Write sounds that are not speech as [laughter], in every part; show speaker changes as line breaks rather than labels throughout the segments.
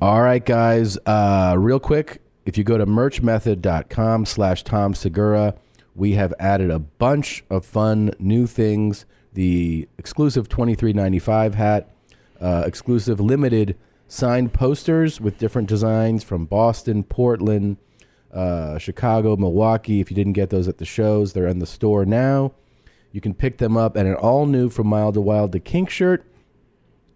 All right, guys. Uh, real quick, if you go to merchmethod.com slash Tom Segura, we have added a bunch of fun new things. The exclusive 2395 hat, uh, exclusive limited signed posters with different designs from Boston, Portland, uh, Chicago, Milwaukee. If you didn't get those at the shows, they're in the store now. You can pick them up and an all new From Mild to Wild to Kink shirt,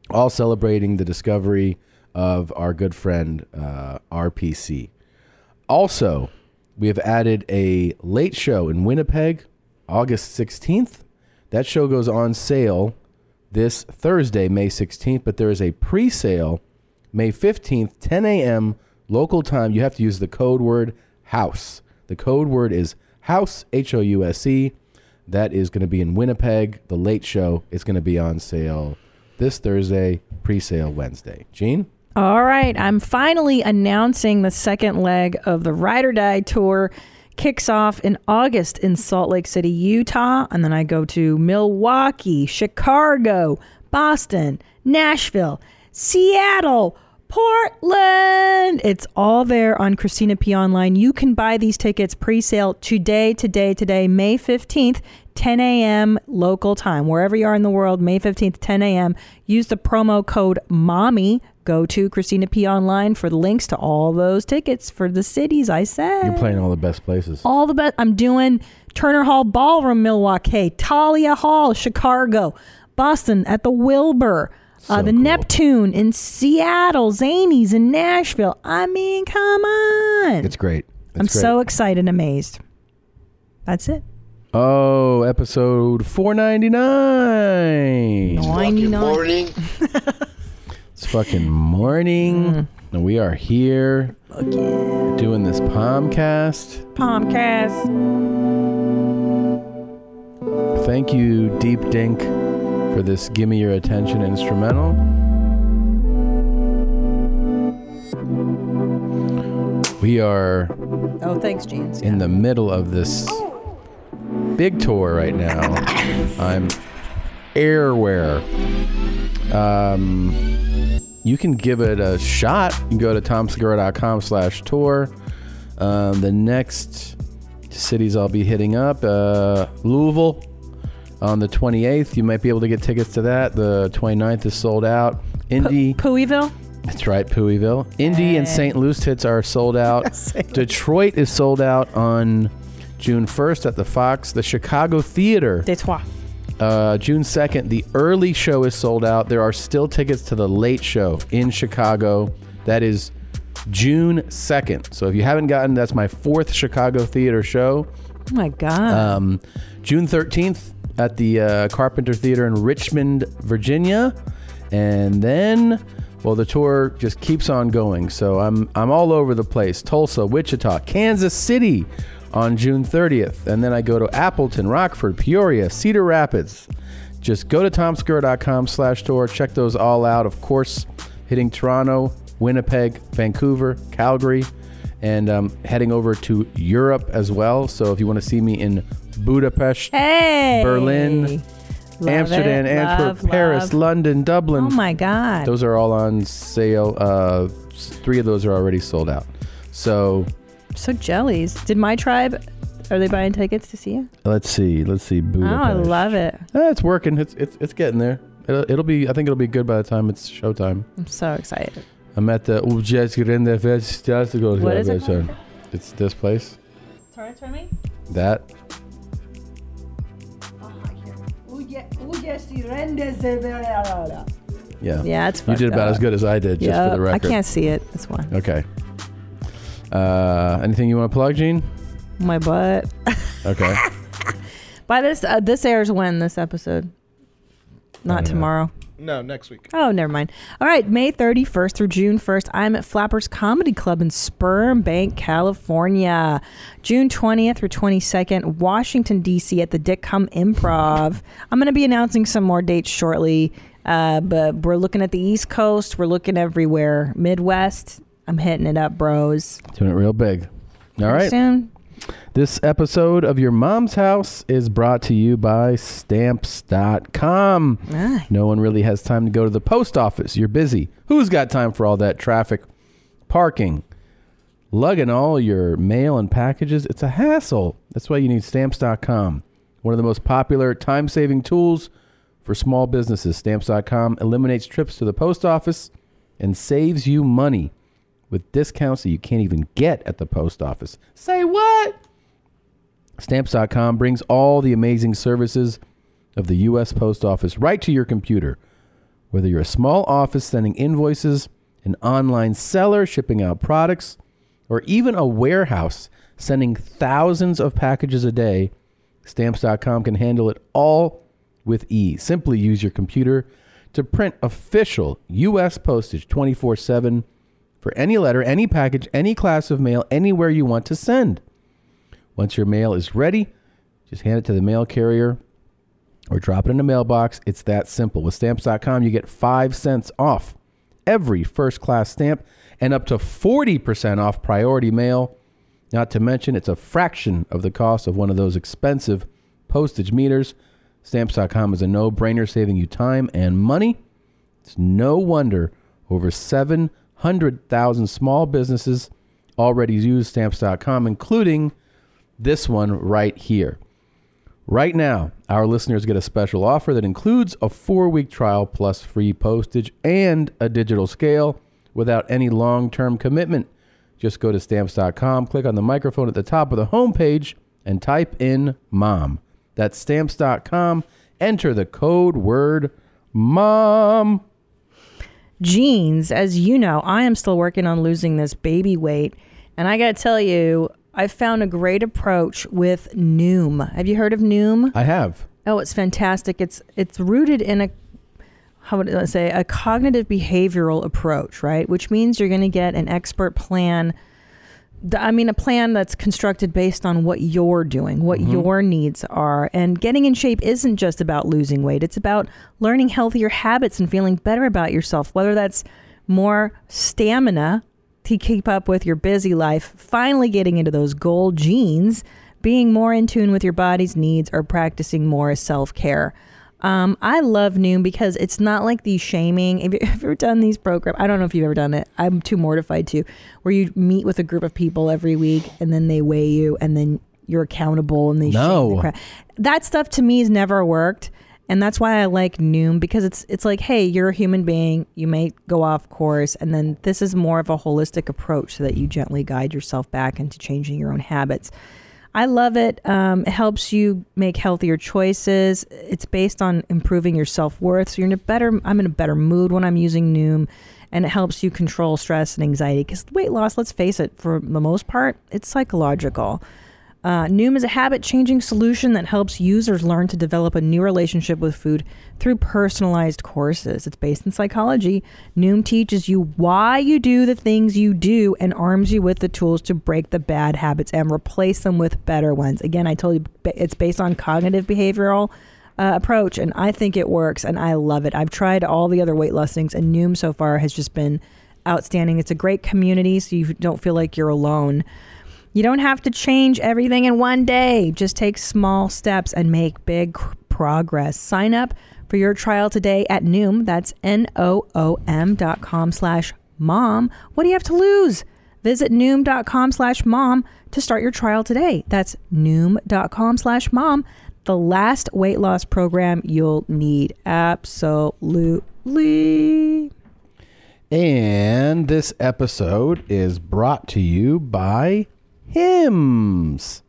all celebrating the discovery of our good friend uh, RPC. Also, we have added a late show in Winnipeg, August 16th. That show goes on sale this Thursday, May 16th, but there is a pre sale May 15th, 10 a.m. local time. You have to use the code word house. The code word is house, H O U S E. That is going to be in Winnipeg. The late show is going to be on sale this Thursday, pre sale Wednesday. Gene?
All right, I'm finally announcing the second leg of the Ride or Die tour. Kicks off in August in Salt Lake City, Utah, and then I go to Milwaukee, Chicago, Boston, Nashville, Seattle, Portland. It's all there on Christina P. Online. You can buy these tickets pre sale today, today, today, May 15th, 10 a.m. local time. Wherever you are in the world, May 15th, 10 a.m., use the promo code MOMMY. Go to Christina P. Online for the links to all those tickets for the cities I said.
You're playing all the best places.
All the best. I'm doing Turner Hall Ballroom, Milwaukee, Talia Hall, Chicago, Boston at the Wilbur, uh, the
cool.
Neptune in Seattle, Zanies in Nashville. I mean, come on.
It's great. It's
I'm
great.
so excited and amazed. That's it.
Oh, episode 499.
99.
morning.
[laughs]
It's fucking morning. And we are here doing this palmcast.
Palmcast.
Thank you, Deep Dink, for this Gimme Your Attention instrumental. We are
Oh, thanks, Jeans.
in the middle of this big tour right now. I'm airware. Um, you can give it a shot. You can go to tomsegura.com slash tour. Um, the next cities I'll be hitting up, uh, Louisville on the 28th. You might be able to get tickets to that. The 29th is sold out. Indy.
Pooeyville?
That's right, Pooeyville. Indy and St. Louis tits are sold out. Detroit is sold out on June 1st at the Fox. The Chicago Theater,
Detroit.
uh, June 2nd. The early show is sold out. There are still tickets to the late show in Chicago. That is June 2nd. So if you haven't gotten, that's my fourth Chicago Theater show.
Oh, my God.
Um, June 13th at the uh, Carpenter Theater in Richmond, Virginia. And then, well, the tour just keeps on going. So I'm, I'm all over the place Tulsa, Wichita, Kansas City on June 30th. And then I go to Appleton, Rockford, Peoria, Cedar Rapids. Just go to tomskerr.com slash tour. Check those all out. Of course, hitting Toronto, Winnipeg, Vancouver, Calgary and um, heading over to Europe as well. So if you want to see me in Budapest,
hey.
Berlin,
Love
Amsterdam,
it.
Antwerp,
Love,
Paris,
love.
London, Dublin,
Oh, my God.
those are all on sale. Uh, s- three of those are already sold out. So
So jellies. Did my tribe? Are they buying tickets to see you?
let's see, let's see
Oh,
Budapest.
I love it.
Eh, it's working. It's it's it's getting there. It'll, it'll be. I think it'll be good by the time it's showtime.
I'm so excited.
I'm at the Uljesgrinde Festival.
What is it called?
It's this place.
Torrance for me?
That yeah.
Yeah, it's
You did
fucked
about
up.
as good as I did, just
yeah,
for the record.
I can't see it. That's why.
Okay. Uh, anything you want to plug, Gene?
My butt.
Okay.
[laughs] By this, uh, this airs when this episode? Not
know.
tomorrow.
No, next week.
Oh, never mind. All right, May 31st through June 1st, I'm at Flappers Comedy Club in Sperm Bank, California. June 20th through 22nd, Washington, D.C. at the Dick Cum Improv. I'm going to be announcing some more dates shortly, uh, but we're looking at the East Coast. We're looking everywhere. Midwest, I'm hitting it up, bros.
Doing it real big. All right.
Soon.
This episode of Your Mom's House is brought to you by stamps.com.
Ah.
No one really has time to go to the post office. You're busy. Who's got time for all that traffic? parking, lugging all your mail and packages. It's a hassle. That's why you need stamps.com, one of the most popular time saving tools for small businesses. Stamps.com eliminates trips to the post office and saves you money with discounts that you can't even get at the post office. Say what? Stamps.com brings all the amazing services of the U.S. Post Office right to your computer. Whether you're a small office sending invoices, an online seller shipping out products, or even a warehouse sending thousands of packages a day, Stamps.com can handle it all with ease. Simply use your computer to print official U.S. postage 24 7 for any letter, any package, any class of mail, anywhere you want to send. Once your mail is ready, just hand it to the mail carrier or drop it in the mailbox. It's that simple. With stamps.com, you get five cents off every first class stamp and up to 40% off priority mail. Not to mention, it's a fraction of the cost of one of those expensive postage meters. Stamps.com is a no brainer, saving you time and money. It's no wonder over 700,000 small businesses already use Stamps.com, including this one right here. Right now, our listeners get a special offer that includes a four week trial plus free postage and a digital scale without any long term commitment. Just go to stamps.com, click on the microphone at the top of the homepage, and type in mom. That's stamps.com. Enter the code word mom.
jeans, as you know, I am still working on losing this baby weight. And I got to tell you, I found a great approach with Noom. Have you heard of Noom?
I have.
Oh, it's fantastic. It's it's rooted in a how would I say a cognitive behavioral approach, right? Which means you're going to get an expert plan. th- I mean, a plan that's constructed based on what you're doing, what your needs are. And getting in shape isn't just about losing weight, it's about learning healthier habits and feeling better about yourself, whether that's more stamina to keep up with your busy life, finally getting into those goal genes, being more in tune with your body's needs, or practicing more self care. Um, I love Noom because it's not like the shaming. If you've [laughs] ever done these program, I don't know if you've ever done it. I'm too mortified to, where you meet with a group of people every week and then they weigh you and then you're accountable and they shame
No.
the crap. That stuff to me has never worked. And that's why I like Noom because it's it's like, hey, you're a human being. You may go off course, and then this is more of a holistic approach so that you gently guide yourself back into changing your own habits. I love it. Um, it helps you make healthier choices. It's based on improving your self worth. So you're in a better. I'm in a better mood when I'm using Noom, and it helps you control stress and anxiety. Because weight loss, let's face it, for the most part, it's psychological. Uh, Noom is a habit changing solution that helps users learn to develop a new relationship with food through personalized courses. It's based in psychology. Noom teaches you why you do the things you do and arms you with the tools to break the bad habits and replace them with better ones. Again, I told you ba- it's based on cognitive behavioral uh, approach, and I think it works and I love it. I've tried all the other weight loss things, and Noom so far has just been outstanding. It's a great community, so you don't feel like you're alone. You don't have to change everything in one day. Just take small steps and make big c- progress. Sign up for your trial today at Noom. That's N-O-O-M dot com slash mom. What do you have to lose? Visit Noom.com slash mom to start your trial today. That's Noom.com slash mom. The last weight loss program you'll need. Absolutely.
And this episode is brought to you by hymns.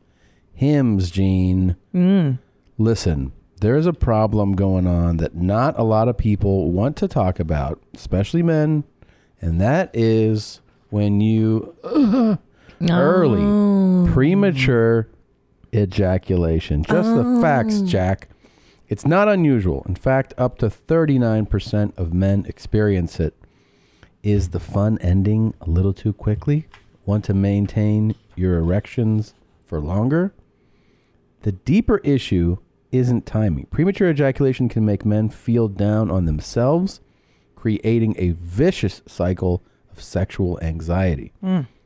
Hymns, Gene. Mm. Listen, there is a problem going on that not a lot of people want to talk about, especially men, and that is when you early premature ejaculation. Just the facts, Jack. It's not unusual. In fact, up to 39% of men experience it. Is the fun ending a little too quickly? Want to maintain your erections for longer? The deeper issue isn't timing. Premature ejaculation can make men feel down on themselves, creating a vicious cycle of sexual anxiety.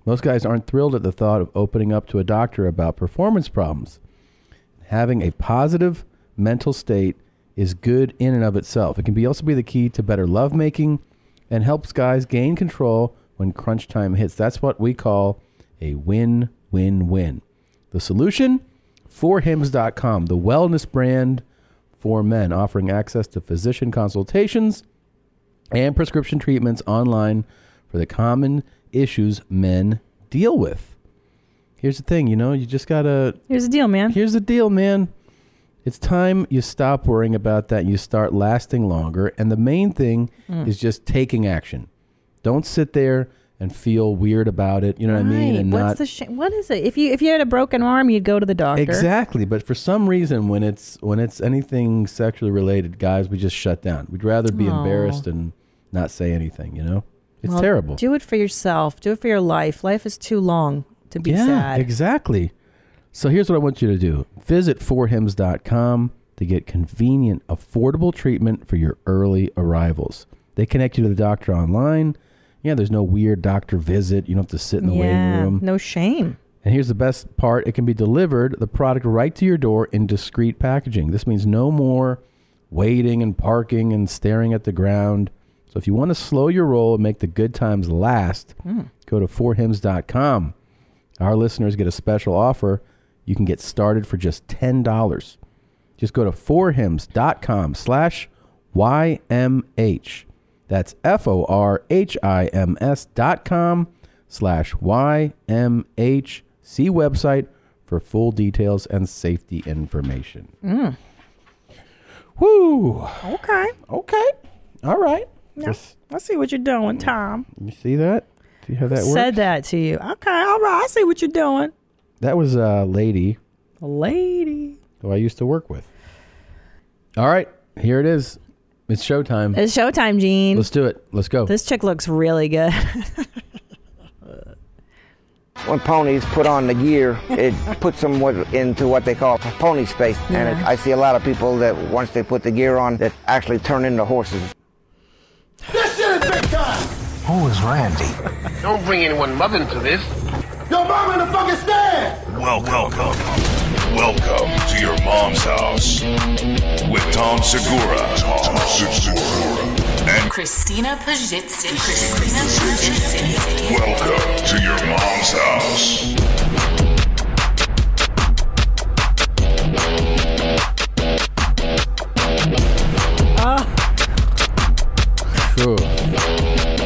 Most guys aren't thrilled at the thought of opening up to a doctor about performance problems. Having a positive mental state is good in and of itself. It can be also be the key to better lovemaking and helps guys gain control when crunch time hits. That's what we call a win win win. The solution? forhims.com, the wellness brand for men, offering access to physician consultations and prescription treatments online for the common issues men deal with. Here's the thing, you know, you just gotta.
Here's the deal, man.
Here's the deal, man. It's time you stop worrying about that and you start lasting longer. And the main thing
Mm.
is just taking action. Don't sit there and feel weird about it. You know what I mean?
Right.
And
What's the sh- what is it? If you if you had a broken arm, you'd go to the doctor.
Exactly, but for some reason, when it's when it's anything sexually related, guys, we just shut down. We'd rather be
Aw.
embarrassed and not say anything. You know, it's
Well,
terrible.
Do it for yourself. Do it for your life. Life is too long to be
yeah,
sad.
exactly. So here's what I want you to do: visit forhims.com to get convenient, affordable treatment for your early arrivals. They connect you to the doctor online. Yeah, there's no weird doctor visit. You don't have to sit in the
yeah.
waiting room.
No shame.
And here's the best part it can be delivered, the product right to your door in discreet packaging. This means no more waiting and parking and staring at the ground. So if you want to slow your roll and make the good times last, go to forhims.com. Our listeners get a special offer. You can get started for just $10. Just go to forhims.com slash YMH. That's F O R H I M S dot com slash YMH. See website for full details and safety information.
Mm.
Woo!
Okay.
Okay. All right.
Yeah.
Just-
I see what you're doing, Tom.
you see that? See how that works?
Said that to you. Okay. All right. I see what you're doing,
That was a lady
lady.
who I used to work with. All right. Here it is. It's showtime.
It's showtime, Gene.
Let's do it. Let's go.
this chick looks really good.
When ponies put on the gear,
[laughs]
it puts them what- into what they call pony space. And it,
Yeah.
I see a lot of people that once they put the gear on, that actually turn into horses.
This shit is big time.
Who is Randy?
Don't bring anyone mother into this.
Your mom in the fucking stand.
Welcome. Welcome to your mom's house with Tom Segura. Tom Segura. And
Christina Pajitsky. Christina Pajitsky.
welcome to your mom's house.
Ooh.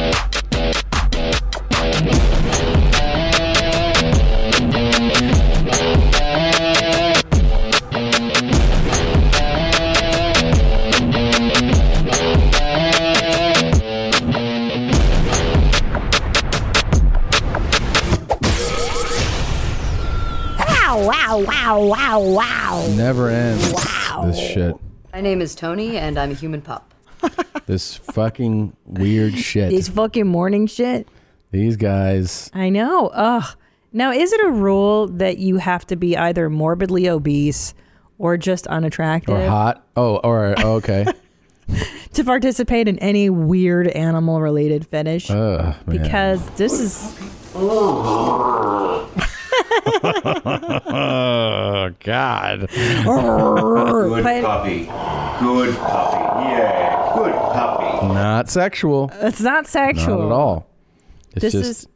Wow, wow, wow, wow, wow.
Never ends. This shit.
[laughs] My name is Tony, and I'm a human pup.
This fucking weird shit.
These
These,
fucking morning shit.
guys.
I know. Ugh. Now, is it a rule that you have to be either morbidly obese or just unattractive
Or hot. Oh, or
[laughs]
okay.
to participate in any weird animal related fetish?
Ugh, man.
because this is [laughs]
Oh God.
Good
puppy. Good puppy. Yeah. Good puppy.
Not sexual.
it's not sexual
Not at all. It's
This
just
is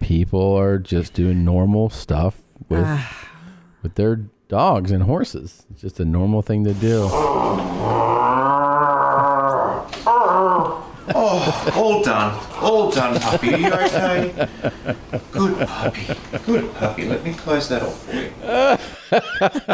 people are just doing normal stuff with
Ah.
with their dogs and horses. It's just a normal thing to do.
Hold on. Hold on, puppy. You okay? Good puppy. Good puppy. Let me close that off. for you.
[laughs]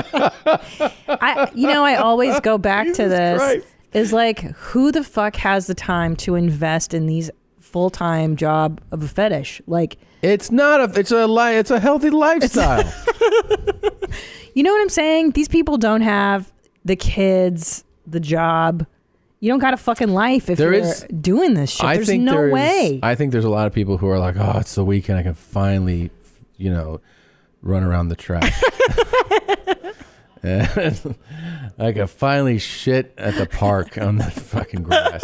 I you know I always go back to
Jesus
this
Christ.
is like who the fuck has the time to invest in these full time job of a fetish? Like
It's not a. It's a li- It's a
[laughs]
healthy lifestyle.
you know what I'm saying? These people don't have the kids, the job. You don't got a fucking life if
There
you're
is-
doing this shit. There's no
there's-
way.
I think there's a lot of people who are like, oh, it's the weekend. I can finally, you know, run around the
[laughs]
track. And [laughs] I can finally shit at the park on the fucking grass.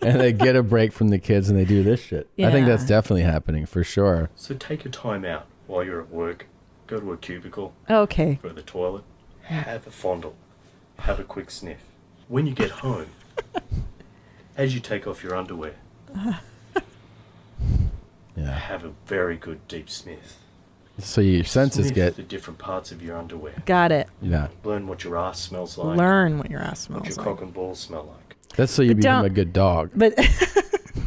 and they get a break from the kids and they do this shit. I think that's
Yeah.
definitely happening for sure.
So take a time out while you're at work, go to a cubicle,
okay.
go to the toilet, have a fondle, have a quick sniff. When you
[laughs]
get home, as you take off your underwear, have a very good deep sniff.
So your senses
Sniff
get
the different parts of your underwear.
Got it.
yeah.
Learn what your ass smells like.
Learn what your ass
what
smells
your
like.
cock and balls smell like.
That's so you
But
become
don't-
a good dog.
But [laughs]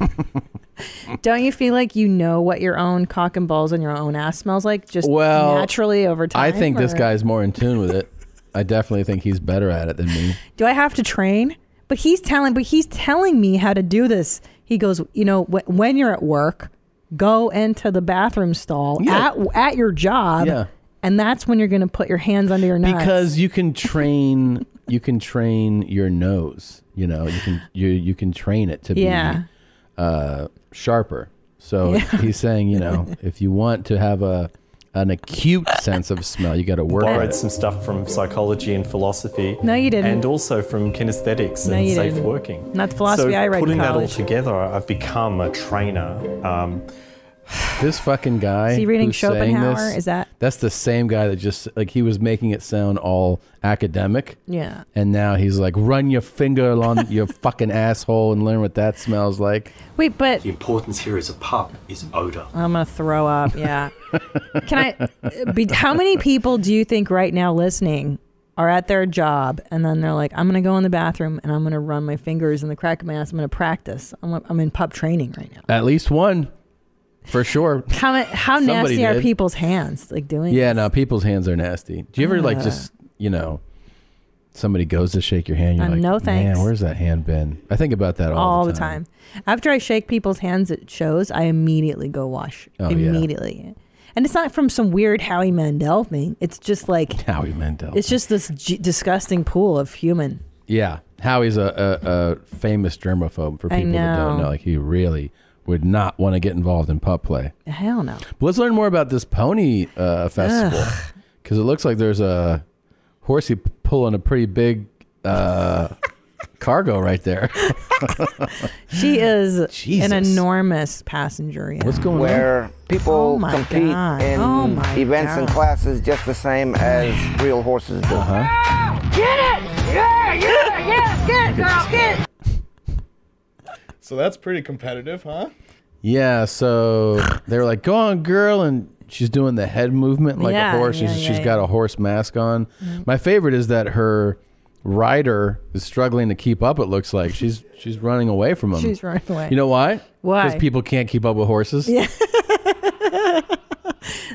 don't you feel like you know what your own cock and balls and your own ass smells like just
Well,
naturally over time?
I think this
or-
guy's more in tune with it. I definitely think he's better at it than me.
Do I have to train? But he's telling, but he's telling me how to do this. He goes, you know, wh- when you're at work, go into the bathroom stall
Yeah.
at at your job,
Yeah.
and that's when you're going to put your hands under your nuts.
because you can train you can train your nose you know you can you you can train it to
Yeah.
be uh sharper so
Yeah.
[laughs] he's saying you know if you want to have a an acute sense of smell you got to work at
borrowed
it.
some stuff from psychology and philosophy.
No, you didn't.
And also from kinesthetics
No,
and
you
safe
didn't.
working.
Not the philosophy
so
I read in
Putting that all
college.
together, I've become a trainer. Um, [sighs]
this fucking guy
Is he reading
who's saying
Schopenhauer?
this,
Is that-
that's the same guy that just like he was making it sound all academic
Yeah.
and now he's like run your finger along your [laughs] fucking asshole and learn what that smells like
Wait, but
The importance here is a pup is odor.
I'm gonna throw
[laughs]
up. Yeah. Can I? Be, how many people do you think right now listening are at their job and then they're like, "I'm gonna go in the bathroom and I'm gonna run my fingers in the crack of my ass. I'm gonna practice. I'm, I'm in pub training right now."
at least one for sure
[laughs] How ma- how
Somebody
nasty are
did.
people's hands like doing?
Yeah,
this?
no, people's hands are nasty. Do you ever like
Ah.
just you know somebody goes to shake your hand, you're
Uh,
like,
no thanks."
man, where's that hand been? I think about that all,
all
the
the time. After I shake people's hands at shows, I immediately go wash
Oh, yeah.
immediately. And it's not from some weird Howie Mandel thing. It's just like
[laughs] Howie Mandel.
It's just this g- disgusting pool of human.
Yeah, Howie's a, a, a famous germaphobe for
I
people that don't
know.
know. Like he really would not want to get involved in pup play.
Hell no.
But let's learn more about this pony uh, festival because it looks like there's a horsey p- pulling a pretty big
[laughs]
uh, cargo right there. [gasps]
She is
Jesus.
an enormous passenger. Yeah.
What's going
where people
Oh my
compete
God.
in
Oh my
events and
God.
classes just the same as real horses do.
Uh-huh.
Get it! Yeah, yeah, yeah! Get it, girl, get it!
So that's pretty competitive, huh?
Yeah, so they were like, "Go on, girl," and she's doing the head movement like
Yeah,
a horse.
yeah,
she's
yeah,
she's
yeah.
got a horse mask on.
Mm-hmm.
My favorite is that her rider is struggling to keep up. It looks like she's she's running away from him.
She's running away.
You know why?
Why?
Because people can't keep up with horses.
[laughs] Yeah.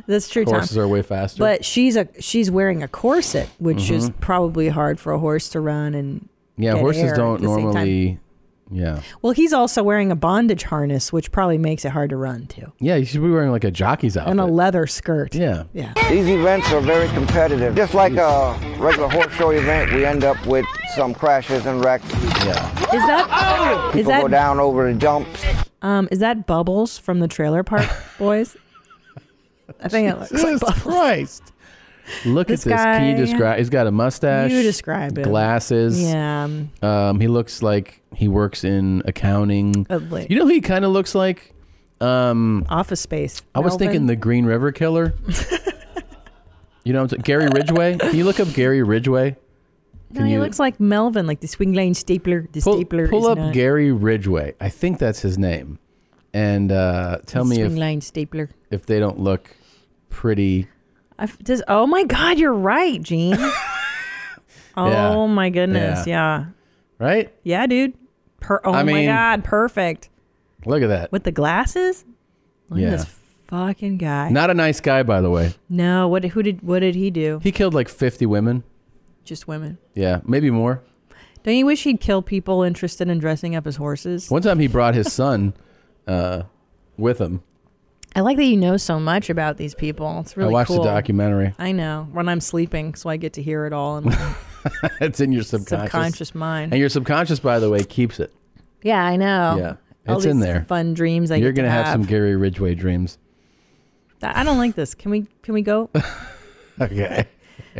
That's true. Tom.
horses are way faster.
But she's a she's wearing a corset, which is
Mhm.
probably hard for a horse to run and
yeah,
get air
horses
at
don't
the same time.
normally. Yeah,
Well, he's also wearing a bondage harness, which probably makes it hard to run too,
yeah. You should be wearing like a jockey's outfit.
and a leather skirt.
Yeah.
Yeah.
These events are very competitive. Just like a regular horse show event, we end up with some crashes and wrecks.
Yeah.
Is that
People
is
go
that
down over the jumps.
um is that bubbles from the
[laughs]
Trailer Park Boys? I think it looks like
Jesus
bubbles.
Christ. Look
This
at this. Can you
guy-
describe? He's got a mustache.
You describe him.
Glasses.
Yeah.
Um, he looks like he works in accounting.
Probably.
You know who he kind of looks like? Um,
Office Space.
I was
Melvin?
thinking the Green River
[laughs]
Killer. you know, what I'm t- Gary Ridgway. Can you look up Gary Ridgway?
No, he looks like Melvin, like the swing lane stapler. The
pull,
stapler.
pull
is
up
not
Gary Ridgway. I think that's his name. And uh, tell
the
me
swing
if
lane stapler.
if they don't look pretty.
I've, does, oh my God, you're right, Gene. oh
Yeah.
my goodness, yeah.
Right?
Yeah, dude. Per- oh
I
my
mean-
God, perfect
Look at that.
with the glasses. Look
Yeah.
at this fucking guy.
Not a nice guy, by the way.
no, what? Who did? What did he do?
He killed like 50 women.
Just women.
Yeah, maybe more.
Don't you wish he'd kill people interested in dressing up as horses?
One time he brought his son uh, with him.
I like that you know so much about these people. It's really
I watched the
cool.
documentary.
I know when I'm sleeping, so I get to hear it all.
[laughs]
And
it's in your subconscious.
Subconscious mind.
And your subconscious, by the way, keeps it.
yeah, I know.
yeah.
All
It's in
these
there.
Fun dreams. I
You're
get to
gonna have. some
have.
Gary Ridgway dreams.
I don't like this. Can we? Can we go?
Okay.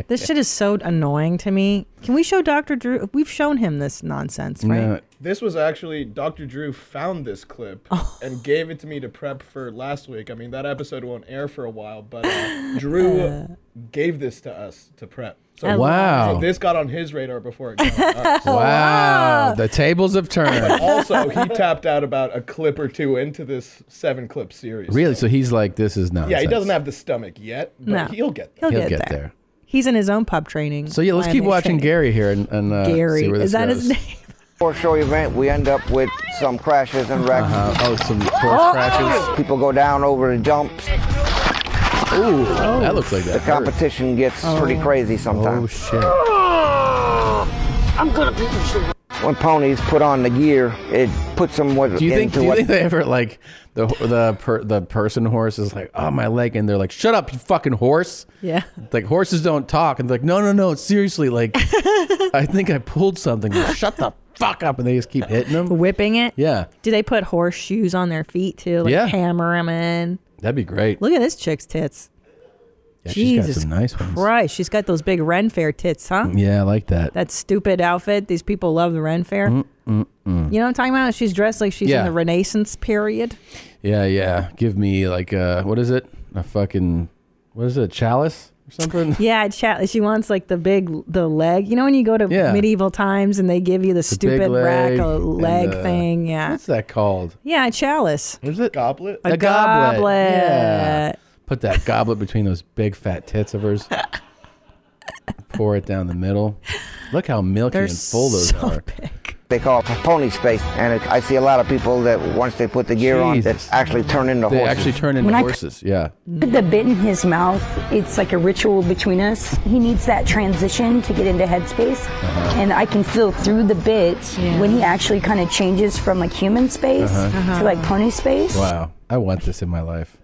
This shit is so annoying to me. Can we show Dr. Drew? We've shown him this nonsense, right?
This was actually Dr. Drew found this clip
Oh.
and gave it to me to prep for last week. I mean, that episode won't air for a while,
[laughs]
but uh, Drew
Uh.
gave this to us to prep.
I love Oh, Wow.
So this got on his radar before it got
[laughs]
on ours.
[laughs]
[laughs]
Wow, the tables have
But
turned.
[laughs] also, he tapped out about a clip or two into this seven clip series.
really? So he's like, this is nonsense.
Yeah, he doesn't have the stomach yet, but
No.
he'll get
He'll
there.
He'll
get,
get
there. He's in his own pub training.
So yeah, let's keep
Lionel
watching
training.
Gary here and, and uh,
Gary.
see where this
Is that
goes.
his name?
Horse show event, we end up with some crashes and wrecks.
Oh, some horse crashes.
People go down over the jumps.
Ooh,
Oh.
that looks like that
The
hurt.
competition gets pretty crazy sometimes.
Oh, I'm gonna beat you so
When ponies put on the gear, it puts them what
Do you think?
into
Do you
what
think they ever like the the per, the person horse is like, oh my leg, and they're like, shut up, you fucking horse.
Yeah.
Like horses don't talk, and they're like, no, no, no, seriously,
[laughs]
like, I think I pulled something. Like, shut the fuck up, and they just keep hitting them,
whipping it.
Yeah,
[laughs] Do they put horseshoes on their feet too? Like
Yeah.
hammer them in.
that'd be great.
Look at this chick's tits.
Yeah, she's got
Jesus
some nice ones.
Christ, she's got those big Ren Fair tits, huh?
Yeah, I like that. Mm,
That stupid outfit. These people love the Ren Fair.
Mm-mm.
You know what I'm talking about? She's dressed like she's
Yeah.
in the Renaissance period.
Yeah, yeah. Give me like uh what is it? A fucking what is it? A chalice or something? [laughs]
Yeah, chat. She wants like the big, the leg. You know when you go to
Yeah.
medieval times and they give you
The
the,
big
stupid rack of
and uh,
leg
the-
thing. Yeah,
What's that called?
yeah, a chalice.
What is it?
Goblet.
A goblet.
Yeah. Put that goblet between those big fat tits of
[laughs]
hers. Pour it down the middle. Look how milky
They're
and full those
so
are.
they call pony space. And it, I see a lot of people that once they put the gear on, that actually turn into
They
horses.
actually turn into
When I-
horses. yeah.
Put the bit in his mouth. It's like a ritual between us. He needs that transition to get into headspace,
Uh-huh.
and I can feel through the bit when he actually kind of changes from like human space
Uh-huh. Uh-huh.
to like pony space.
Wow. I want this in my life.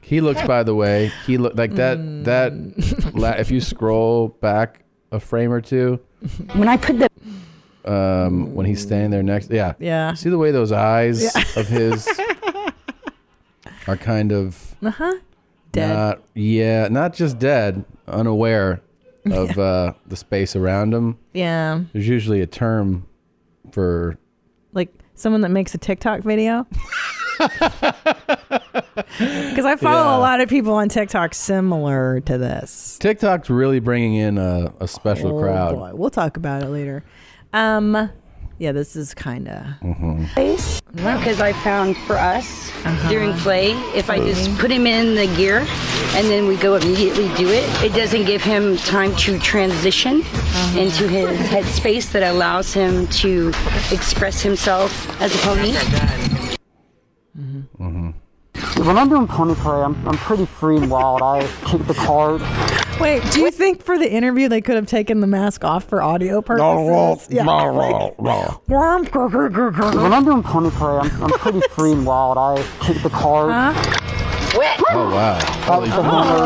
He looks, by the way, he look like that.
Mm.
That la- if you scroll back a frame or two,
When I put the
um, when he's standing there next. Yeah.
Yeah.
See the way those eyes
Yeah.
of
[laughs]
his are kind of
Uh huh. Dead.
Not, yeah, not just dead,
[laughs]
unaware of uh, the space around him.
Yeah.
There's usually a term for
like someone that makes a
[laughs]
TikTok video. Because I follow
Yeah.
a lot of people on TikTok similar to this.
TikTok's really bringing in a, a special
Oh,
crowd.
boy. We'll talk about it later. Um, yeah, this is kind of
Mhm.
space because I found for us during play, if I just
Mhm.
put him in the gear and then we go immediately do it, it doesn't give him time to transition into his headspace that allows him to express himself as a pony.
Mm-hmm.
When I'm doing pony play, I'm, I'm pretty free and wild. I kick the card.
wait. Do you think for the interview they could have taken the mask off for audio purposes?
when I'm doing pony play, I'm, I'm pretty free and wild. I kick the card.
Oh wow!
Up the hammer, you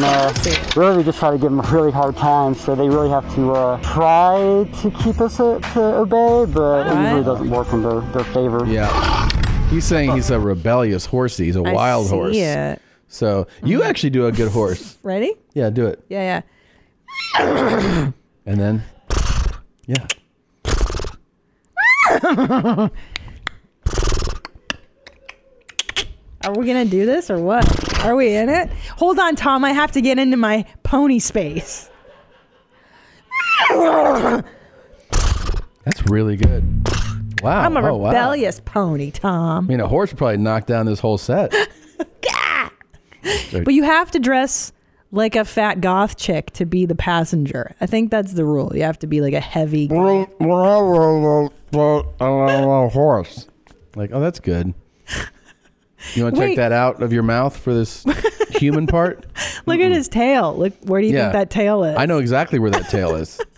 know, and uh, really just try to give them a really hard time. So they really have to uh, try to keep us uh, to obey, but it usually doesn't work in their, their favor.
Yeah, he's saying he's a rebellious horsey. He's a
I
wild
see
horse.
it. Mm-hmm.
So you actually do a good horse.
[laughs] Ready?
Yeah, do it,
Yeah, yeah.
and then yeah.
Are we gonna do this or what? Are we in it? Hold on, Tom. I have to get into my pony space.
That's really good. Wow.
I'm a
oh, wow.
rebellious pony, Tom.
I mean, a horse would probably knock down this whole set.
[laughs]
Sorry.
But you have to dress like a fat goth chick to be the passenger. I think that's the rule. You have to be like a heavy.
mm, horse. Like, oh, that's good. You want to
Wait.
take that out of your mouth for
[laughs]
this human part?
Look at his tail. Look, where do you
mm. Yeah.
think that tail is?
I know exactly where that tail is. [laughs]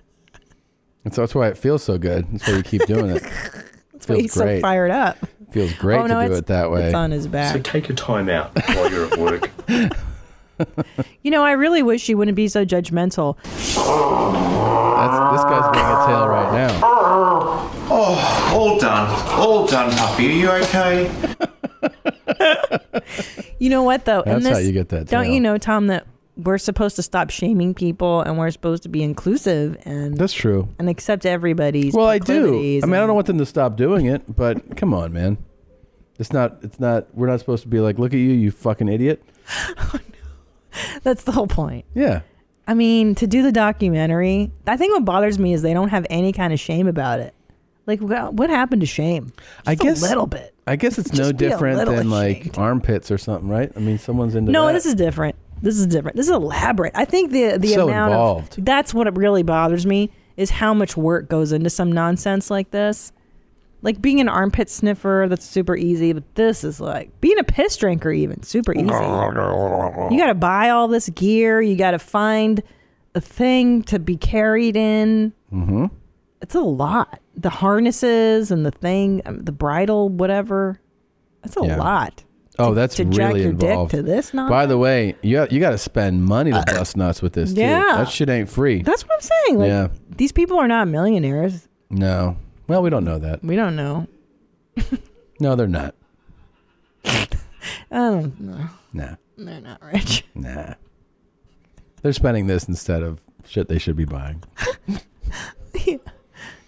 And so that's why it feels so good. That's why we keep doing it.
[laughs] That's why he's so fired up.
Feels great
Oh, no,
to do
it's-
it that way.
it's on his back.
So take a time out while you're at work.
You know, I really wish you wouldn't be so judgmental.
That's, this guy's being a tail right now.
Oh, all done. All done, puppy. Are you okay?
You know what though? And
That's how
this-
you get that
Don't
tail.
you know, Tom? That we're supposed to stop shaming people and we're supposed to be inclusive and
That's true.
and accept everybody's
Well, I do.
proclivities
I mean, I
and-
don't want them to stop doing it, but come on, man. It's not. It's not. We're not supposed to be like, look at you, you fucking idiot.
that's the whole point
Yeah.
I mean, to do the documentary, I think what bothers me is they don't have any kind of shame about it. Like, wha- what happened to shame?
I
Just
guess
a little bit.
I guess it's no
Just be a
different
little
than like armpits or something, right? I mean, someone's into
No,
that.
this is different. This is different. This is elaborate. I think the the
So
amount
involved.
of that's what it really bothers me is how much work goes into some nonsense like this. Like being an armpit sniffer, that's super easy. But this is like being a piss drinker, even super easy. You got to buy all this gear. You got to find a thing to be carried in.
Mm-hmm.
It's a lot. The harnesses and the thing, um, the bridle, whatever. That's a
Yeah.
lot.
Oh, that's
to
really
jack your dick
involved.
to this nonsense.
By the way, you got, you got to spend money to bust nuts with this. too.
Yeah.
that shit ain't free.
That's what I'm saying. Like
Yeah.
these people are not millionaires.
no. Well, we don't know that.
We don't know.
No, they're not.
I don't know.
Nah.
Um, They're not rich. [laughs]
[laughs] Nah. They're spending this instead of shit they should be buying.
[laughs]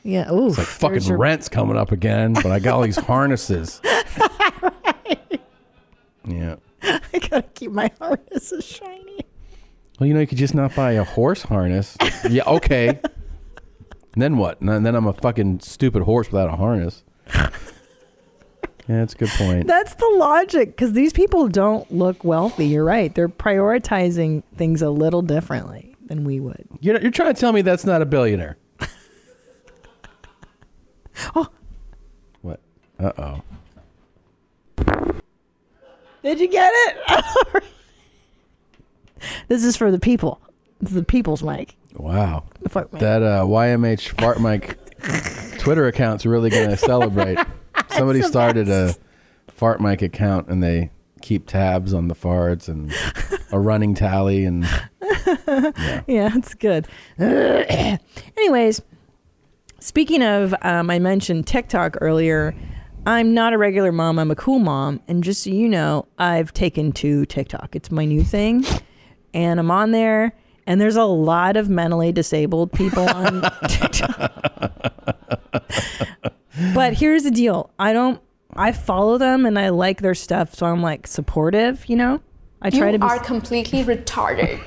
Yeah. Ooh.
It's like fucking rent's coming up again, but I got all these harnesses. Yeah.
[laughs] I gotta keep my [laughs] harnesses shiny.
Well, you know, you could just not buy a horse harness. yeah, okay. And then what? And then I'm a fucking stupid horse without a
[laughs]
harness. yeah, that's a good point.
That's the logic because these people don't look wealthy. You're right. They're prioritizing things a little differently than we would.
You're, you're trying to tell me that's not a billionaire.
[laughs] Oh.
What? Uh oh.
Did you get it? [laughs] this is for the people. This is the people's mic.
Wow.
The fart mic.
That uh, YMH fart
[laughs]
mic Twitter account's really going to celebrate. Somebody started a fart mic account and they keep tabs on the farts and a running tally and
[laughs] yeah. it's good. [clears throat] Anyways, speaking of, um, I mentioned TikTok earlier. I'm not a regular mom. I'm a cool mom. And just so you know, I've taken to TikTok. It's my new thing. And I'm on there. And there's a lot of mentally disabled people on TikTok. but here's the deal I don't, I follow them and I like their stuff. So I'm like supportive, you know? I try
you
to be
are completely retarded.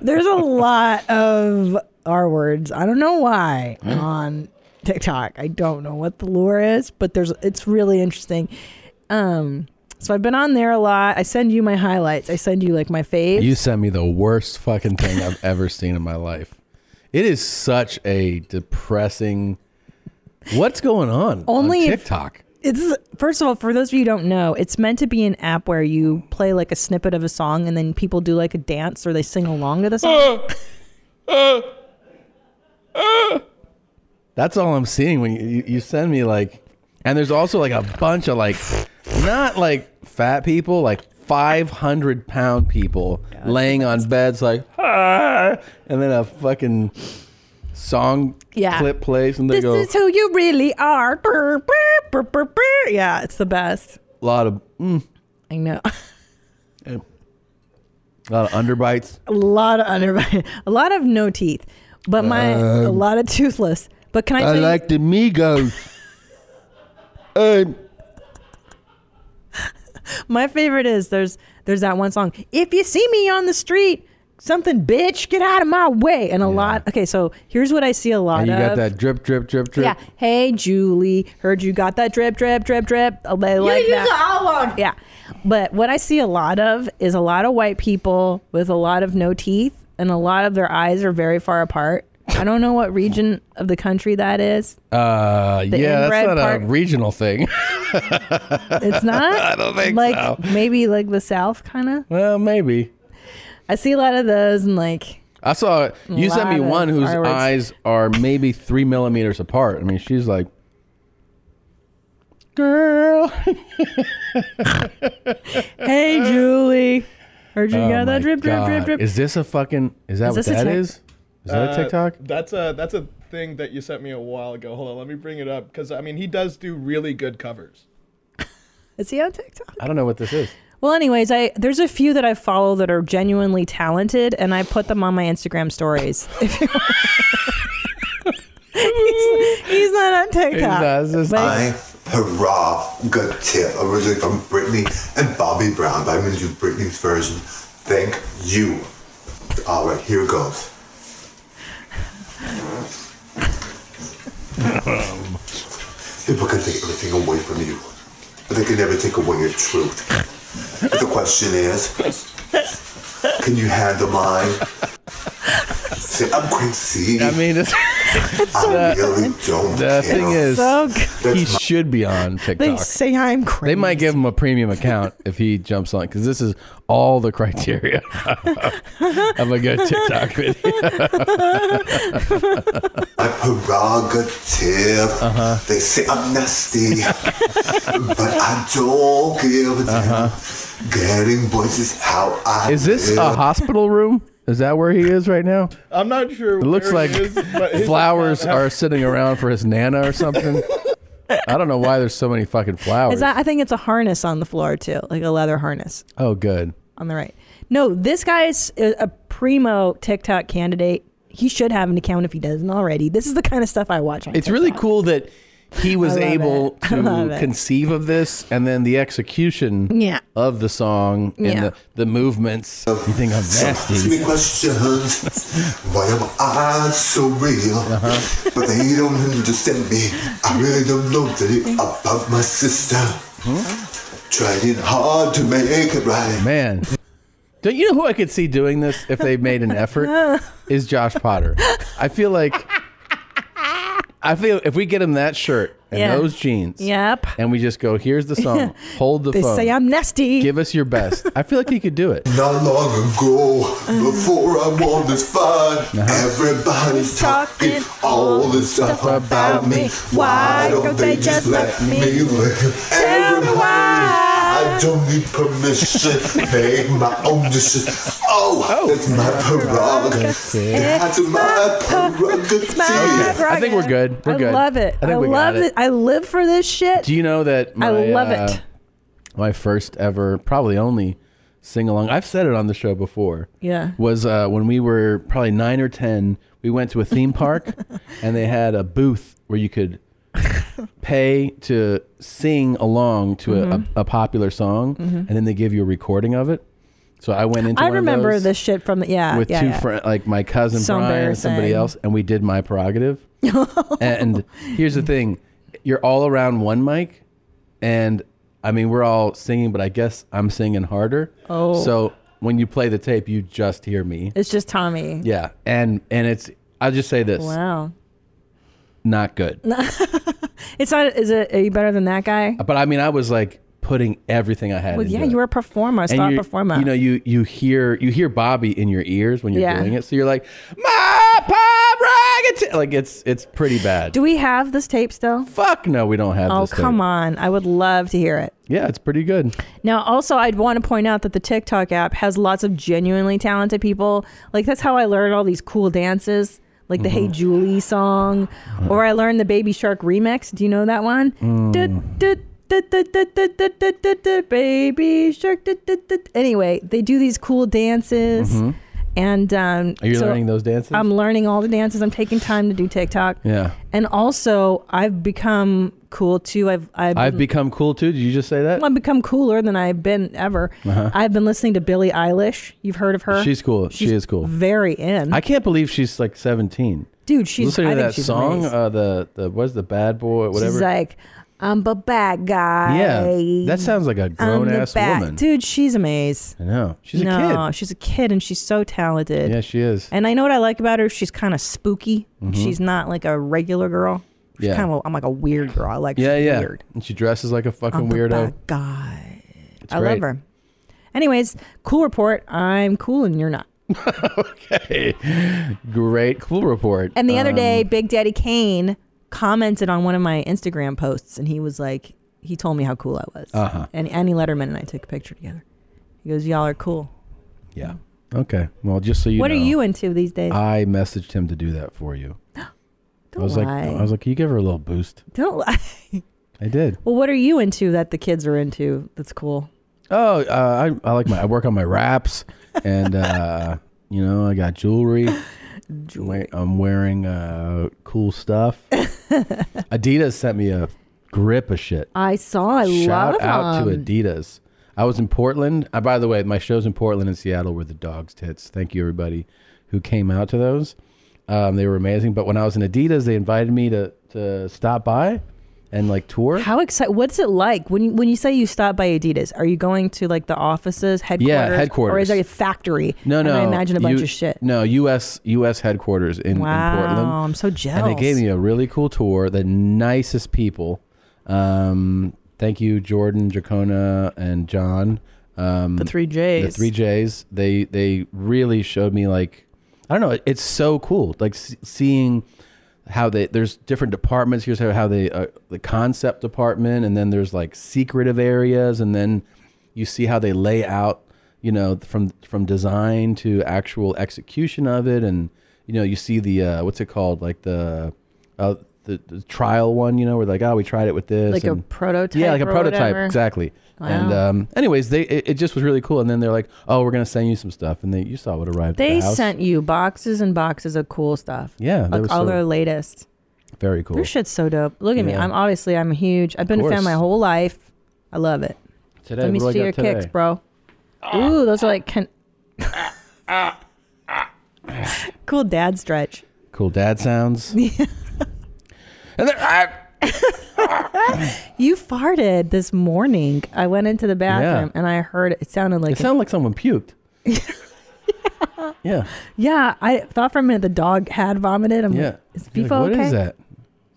There's a lot of R words. I don't know why on TikTok. I don't know what the lure is, but there's it's really interesting. Um, so I've been on there a lot. I send you my highlights. I send you like my faves.
you sent me the worst fucking thing I've ever seen in my life. It is such a depressing. What's going on
Only
on
if-
TikTok?
It's first of all, for those of you who don't know, it's meant to be an app where you play like a snippet of a song and then people do like a dance or they sing along to the song.
That's all I'm seeing when you, you, you send me like, and there's also like a bunch of like, not like fat people, like 500 pound people laying on beds like, ah, and then a fucking song
Yeah.
clip plays, and they
this
go
is who you really are. Brr, brr, brr, brr, brr. Yeah, it's the best.
a lot of mm,
I know. [laughs]
a lot of underbites.
a lot of underbite, [laughs] a lot of no teeth, but my a
Um,
lot of toothless. But can I?
I
tell
like the Migos. um,
you, [laughs] my favorite is there's there's that one song. If you see me on the street, something bitch, get out of my way. And a lot. Okay, so here's what I see a lot
and you
of.
got that drip, drip, drip, drip.
Yeah. Hey, Julie, heard you got that drip, drip, drip, drip. Oh, They like
use
that. Yeah. But what I see a lot of is a lot of white people with a lot of no teeth, and a lot of their eyes are very far apart. I don't know what region of the country that is.
Uh,
The
yeah, that's
inbred
not
part-
a regional thing. [laughs]
It's not.
I don't think
like
so.
maybe like the South kind of.
Well, maybe.
I see a lot of those and like
I saw you sent me
Lot of
one whose
fireworks.
eyes are maybe three millimeters apart. I mean, she's like, girl.
[laughs] hey Julie, heard you got
Oh my
that drip drip drip
God.
drip.
Is this a fucking? Is that
Is
what
this a
that
tic-
is? Is that
Uh,
a TikTok?
That's a that's a thing that you sent me a while ago. Hold on, let me bring it up because I mean he does do really good covers.
Is he on TikTok?
I don't know what this is.
Well, anyways, I there's a few that I follow that are genuinely talented, and I put them on my Instagram stories. [laughs] If you he's, he's not on TikTok.
I,
but-
hurrah, got tip originally from Britney and Bobby Brown, but I'm going to do Britney's version. Thank you. All right, here goes. People can take everything away from you, but they can never take away your truth. But the question is, can you handle mine? Say, I'm Quincy. I
mean, it's,
I really don't care.
The thing is,
So good.
he should be on TikTok.
they say I'm crazy.
They might give him a premium account if he jumps on because this is all the criteria [laughs] of a good TikTok
[laughs]
video.
my prerogative.
Uh-huh.
They say I'm nasty, [laughs] but I don't give a damn. Getting boys is how I
Uh-huh. is this
live.
a hospital room? Is that where he is right now?
I'm not sure.
It looks
where
like
it is, but his
flowers
account-
are sitting around for his nana or something. I don't know why there's so many fucking flowers.
Is that, I think it's a harness on the floor too, like a leather harness
oh, good.
on the right. No, this guy is a a primo TikTok candidate. He should have an account if he doesn't already. This is the kind of stuff I watch. On
It's really cool that he was
[laughs] I love
able
it. I love
to
it.
conceive of this and then the execution
Yeah.
of the song
Yeah.
and the, the movements. You think I'm
So ask
nasty.
me questions. Why am I so real?
Uh-huh.
But they don't understand me. I really don't know anything about my sister.
Hmm?
Trying hard to make it right.
Man. Don't you know who I could see doing this if they made an effort?
[laughs]
Is Josh Potter. I feel like I feel if we get him that shirt and
Yeah.
those jeans
Yep.
and we just go, here's the
[laughs]
song. Hold the
They
phone.
say I'm nasty.
Give us your best. I feel like he could do it.
Not long ago,
[laughs]
before I won this fight,
Uh-huh.
everybody's talking all this stuff about me. Why don't they just let me live? Everybody, I don't need [laughs] permission. Make my own decision. Oh, that's my prerogative. That's my prerogative.
Oh, I think we're good. We're
I
good.
love it.
I
I,
think we
love
got
it.
it.
I live for this shit.
Do you know that my,
I love it.
uh, my first ever, probably only sing along. I've said it on the show before.
Yeah.
Was uh, when we were probably nine or ten. We went to a theme
[laughs]
park, and they had a booth where you could pay to sing along to a-
Mhm.
a, a popular song,
Mhm.
and then they give you a recording of it. So I went into.
I
one of
remember
those
this shit from the, yeah
with
yeah,
two
yeah.
friends, like my cousin
So
Brian and somebody
embarrassing.
else, and we did my
[laughs]
prerogative. and here's the thing: you're all around one mic, and I mean we're all singing, but I guess I'm singing harder.
Oh.
so when you play the tape, you just hear me.
It's just Tommy.
Yeah, and and it's I'll just say this:
Wow.
not good.
It's not. Is it? Are you better than that guy?
But I mean, I was like putting everything I had.
Well,
into
yeah,
it.
you were a performer, a
And
star
you-
performer.
You know, you you hear you hear Bobby in your ears when you're
Yeah.
doing it, so you're like, my prerogative. Like it's it's pretty bad.
Do we have this tape still?
Fuck no, we don't have
oh
this.
come
tape.
on! I would love to hear it.
Yeah, it's pretty good.
Now, also, I'd want to point out that the TikTok app has lots of genuinely talented people. Like, that's how I learned all these cool dances, like the Hey
Mm-hmm.
Julie song,
Uh-huh.
or I learned the Baby Shark remix. Do you know that one?
Mm.
Du- du- du- du- du- du- du- du- du- Baby Shark. du- du- du- du- Anyway, they do these cool dances.
Mhm.
And um,
Are you learning those dances?
I'm learning all the dances. I'm taking time to do TikTok.
Yeah.
And also, I've become cool too. I've, I've,
I've
been-
become cool too. Did you just say that?
I've become cooler than I've been ever.
Uh-huh.
I've been listening to Billie Eilish. You've heard of her?
She's cool. She is cool.
Very in.
I can't believe she's like 17.
Dude, she's-
listening
I
to
think
that
she's
song.
amazing.
Uh, the the what's the bad boy? Whatever.
She's like, I'm a bad guy.
yeah, that sounds like a
I'm
grown
the
ass
bad.
woman.
Dude, she's amazing.
I know. She's
no,
a
she's a kid and she's so talented.
kid. Yeah, she is.
And I know what I like about her. She's kind of spooky.
Mhm.
She's not like a regular girl. She's
Yeah.
kind of. A, I'm like a weird girl. I like.
yeah,
she's
yeah.
Weird.
And she dresses like a fucking
I'm the
weirdo.
bad guy.
It's
I love
great.
her. Anyways, cool report. I'm cool and you're not.
[laughs] Okay. Great cool report.
And the other
Um,
day, Big Daddy Kane commented on one of my Instagram posts, and he was like, he told me how cool I was.
Uh-huh.
And Annie Letterman and I took a picture together. He goes, "Y'all are cool."
Yeah. Okay. Well, just so you
what
know, Uh,
are you into these days?
I messaged him to do that for
[gasps]
you. I was
lie.
like, I was like, can you give her a little boost?
Don't lie.
I did.
Well, what are you into that the kids are into? That's cool.
Oh, uh, I, I like my. I work on my
[laughs]
wraps, and uh, you know, I got jewelry. jewelry. I'm wearing uh, cool
[laughs]
stuff. Adidas sent me a grip of shit.
I saw. I
Shout
love
out
them.
to Adidas. I was in Portland. Uh, by the way, my shows in Portland and Seattle were the dog's tits. Thank you, everybody who came out to those. Um, they were amazing. But when I was in Adidas, they invited me to, to stop by and like tour.
How excited? What's it like when you, when you say you stop by Adidas? Are you going to like the offices, headquarters, or
headquarters.
is there a factory?
No,
And
no.
I imagine a bunch
U-
of shit.
No, U.S. U.S. headquarters in,
Wow,
in Portland.
I'm so
And they
jealous.
gave me a really cool tour. The nicest people. Um, thank you, Jordan, Jacona, and John. Um,
The three Js.
The three J's. They they really showed me like I don't know. it- It's so cool. Like s- seeing how they there's different departments. Here's how, how they uh, the concept department, and then there's like secretive areas, and then you see how they lay out you know from from design to actual execution of it and you know you see the uh, what's it called like the uh, the, the trial one you know where like oh we tried it with this
Like a
and-
prototype
yeah like a
or
prototype
whatever?
exactly and
Wow.
um, anyways they it, it just was really cool and then they're like oh we're gonna send you some stuff and they you saw what arrived at
They
the house.
sent you boxes and boxes of cool stuff.
Yeah, they
like
were
all
so-
their latest.
very cool
Their shit's so dope. Look at me.
Yeah.
I'm obviously I'm huge. I've been a fan
course.
my whole life. I love it.
Today,
Let me
what do I
see
got
your kicks,
today?
bro. Ooh, those are like can- [laughs] cool dad stretch.
cool dad
[laughs]
sounds And then
you farted this morning. I went into the bathroom
Yeah.
and I heard it sounded like
it sounded like someone puked yeah
Yeah, I thought for a minute the dog had vomited. I'm
yeah
like, is
You're
FIFA
like, What is
okay?
that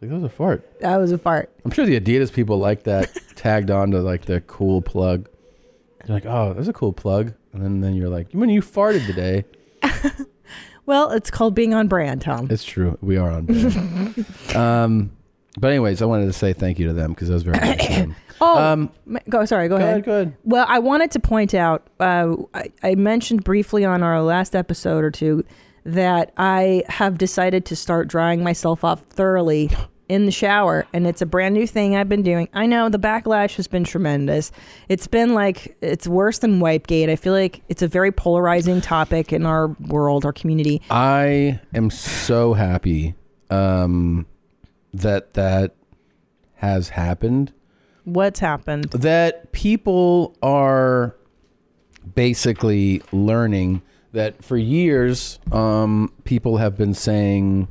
like that was a fart
That was a fart.
I'm sure the Adidas people like
[laughs]
that tagged on to like the cool plug. They're like, oh, that's a cool plug. And then, then you're like, when you farted today.
Well, it's called being on brand, Tom.
It's true. We are
[laughs]
on brand. um, but anyways, I wanted to say thank you to them because that was very nice. of them.
Oh, ma- go. Sorry, go,
Um, go
ahead.
ahead, go ahead.
Well, I wanted to point out. Uh, I, I mentioned briefly on our last episode or two that I have decided to start drying myself off
[laughs]
thoroughly in the shower, and it's a brand new thing I've been doing. I know the backlash has been tremendous. It's been like it's worse than Wipegate. I feel like it's a very polarizing topic in our world, our community.
I am so happy um, that that has happened.
What's happened?
That people are basically learning that for years, um, people have been saying,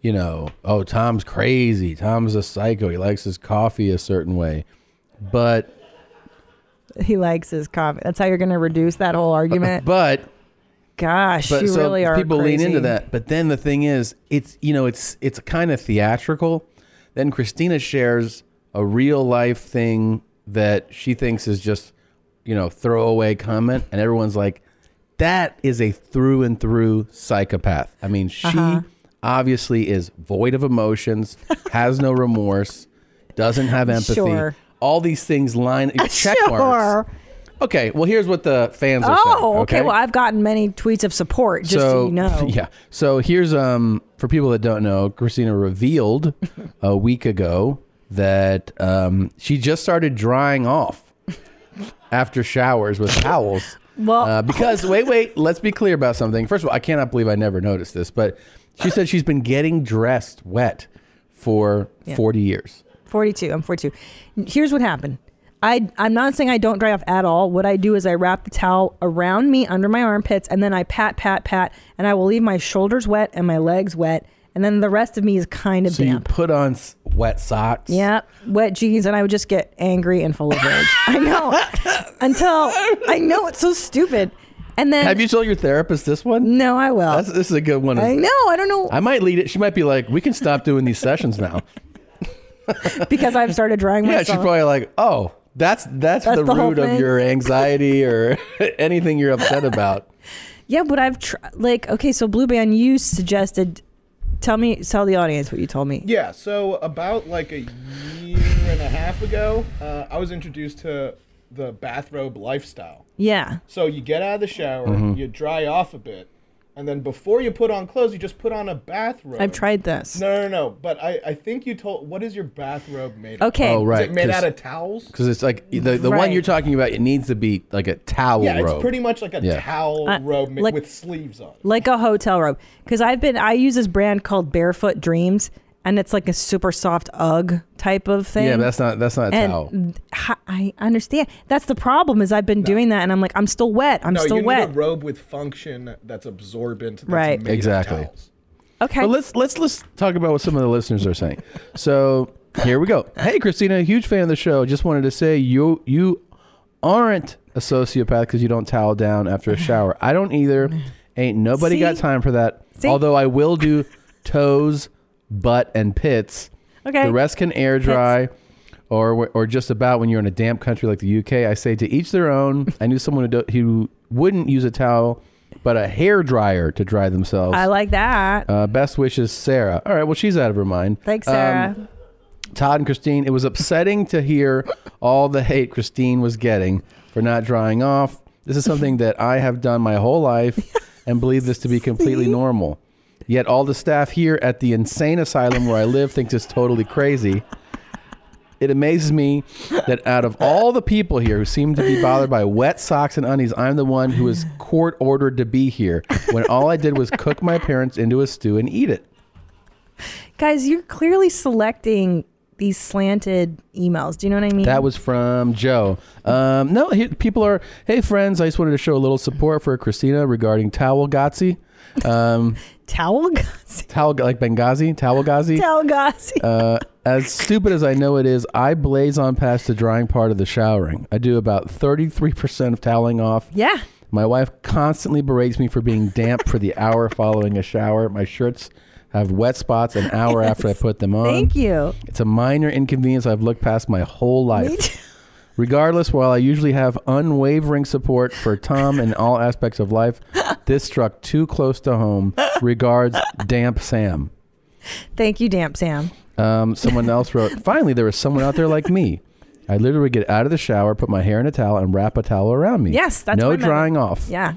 you know, oh, Tom's crazy. Tom's a psycho. He likes his coffee a certain way. But
He likes his coffee. That's how you're going to reduce that whole
[laughs]
argument.
But
gosh,
but
you
so
really are.
people lean into
crazy.
that. But then the thing is, it's you know, it's it's kind of theatrical. Then Christina shares a real life thing that she thinks is just you know throwaway comment, and everyone's like, that is a through and through psychopath. I mean, she
Uh-huh.
obviously is void of emotions, has no remorse, doesn't
[laughs]
have empathy.
Sure.
All these things
[laughs]
line check
Sure.
marks. Okay, well here's what the fans are saying.
Oh, okay. Well, I've gotten many tweets of support, just so, you know.
[laughs] Yeah. So here's um for people that don't know, Christina
[laughs]
revealed a week ago that um she just started drying off after showers with towels.
Well-
uh,
[sighs]
because wait, wait, let's be clear about something. First of all, I cannot believe I never noticed this, but she said she's been getting dressed wet for
Yeah.
40 years.
42. I'm 42. Here's what happened. I, I'm not saying I don't dry off at all. What I do is I wrap the towel around me under my armpits and then I pat, pat, pat, and I will leave my shoulders wet and my legs wet. And then the rest of me is kind of
So you
damp.
put on s- wet socks.
Yeah, wet jeans, and I would just get angry and full of
[laughs]
rage. I know. Until I know it's so stupid. And then
Have you told your therapist this one?
No, I will.
That's, this is a good one.
I know. I don't know
I might lead it. She might be like, "We can stop doing these sessions
[laughs]
now."
because I've started
[laughs]
drying
yeah,
myself.
she's probably like, "Oh, that's that's,
That's
the,
the whole
root of
thing?
your anxiety or [laughs] anything you're upset about."
Yeah, but I've tr- like okay, so Blue Band, you suggested. Tell me, tell the audience what you told me.
Yeah, so about like a year and a half ago, uh, I was introduced to the bathrobe lifestyle.
Yeah.
Mm-hmm.
So you get out of the shower,
Mhm.
you dry off a bit, And then before you put on clothes, you just put on a bathrobe.
I've tried this.
No, no, no. But I, I think you told. What is your bathrobe made?
[laughs] Okay.
Of?
Oh, right.
Is it made out of towels?
Because it's like the, the one
Right.
you're talking about. It needs to be like a towel
yeah,
robe.
it's pretty much like a
Yeah.
towel
Uh,
robe ma-
like-
with sleeves on.
like a hotel robe because i've been i use this brand called barefoot dreams and it's like a super soft ugg type of thing
Yeah, but that's not that's not a
and
towel.
h- i understand that's the problem is i've been doing that and i'm like i'm still wet i'm
no,
still
you
wet
need a robe with function that's absorbent. That's
Right.
Made
Exactly.
okay
But let's let's let's talk about what some of the listeners are saying. So here we go. Hey, Christina, huge fan of the show. Just wanted to say you you aren't a sociopath because you don't towel down after a shower. I don't either. Ain't nobody got
See?
time for that.
See?
Although I will do toes, butt, and pits.
Okay.
The rest can air dry. Or, wh- or just about when you're in a damp country like the UK, I say to each their own. I knew someone who, do, who wouldn't use a towel, but a hair dryer to dry themselves.
i like that
Uh, best wishes, Sarah. All right, well, she's out of her mind.
thanks
Um,
sarah
Todd and Christine, it was upsetting to hear all the hate Christine was getting for not drying off. This is something that I have done my whole life and believe this to be completely normal. Yet all the staff here at the insane asylum where I live thinks it's totally crazy. It amazes me that out of all the people here who seem to be bothered by wet socks and undies, I'm the one who is court ordered to be here when all I did was cook my parents into a stew and eat it.
guys you're clearly selecting these slanted emails do you know what i [laughs] mean
That was from Joe. Um, no, he, people are. Hey, friends, I just wanted to show a little support for Christina regarding Towel Gazi.
[laughs]
Um,
towel Gazi?
Towel, like Benghazi? Towel Gazi?
Towel Gazi.
Uh, as stupid as I know it is, I blaze on past the drying part of the showering. I do about 33% of toweling off.
[laughs] Yeah.
My wife constantly berates me for being damp for the hour following a shower. My shirts have wet spots an hour after I put them on.
thank you
It's a minor inconvenience I've looked past my whole life. Regardless, while I usually have unwavering support for Tom in all aspects of life, this struck too close to home. Regards, Damp Sam.
thank you damp sam
Um, someone else wrote, Finally, there was someone out there like me. I literally would get out of the shower, put my hair in a towel, and wrap a towel around me.
yes that's
No
my method.
drying off.
yeah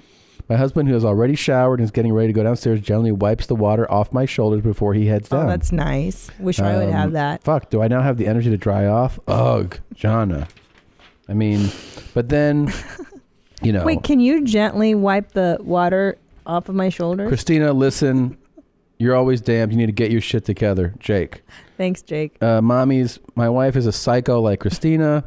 My husband, who has already showered and is getting ready to go downstairs, generally wipes the water off my shoulders before he heads down.
oh that's nice wish i would
Um,
have that
Fuck, do I now have the energy to dry off? Ugh, Jana. I mean, but then,
[laughs]
you know,
Wait, can you gently wipe the water off of my shoulders?
Christina, listen, you're always damned. You need to get your shit together, Jake.
Thanks, Jake.
Uh, mommy's, my wife is a psycho like Christina.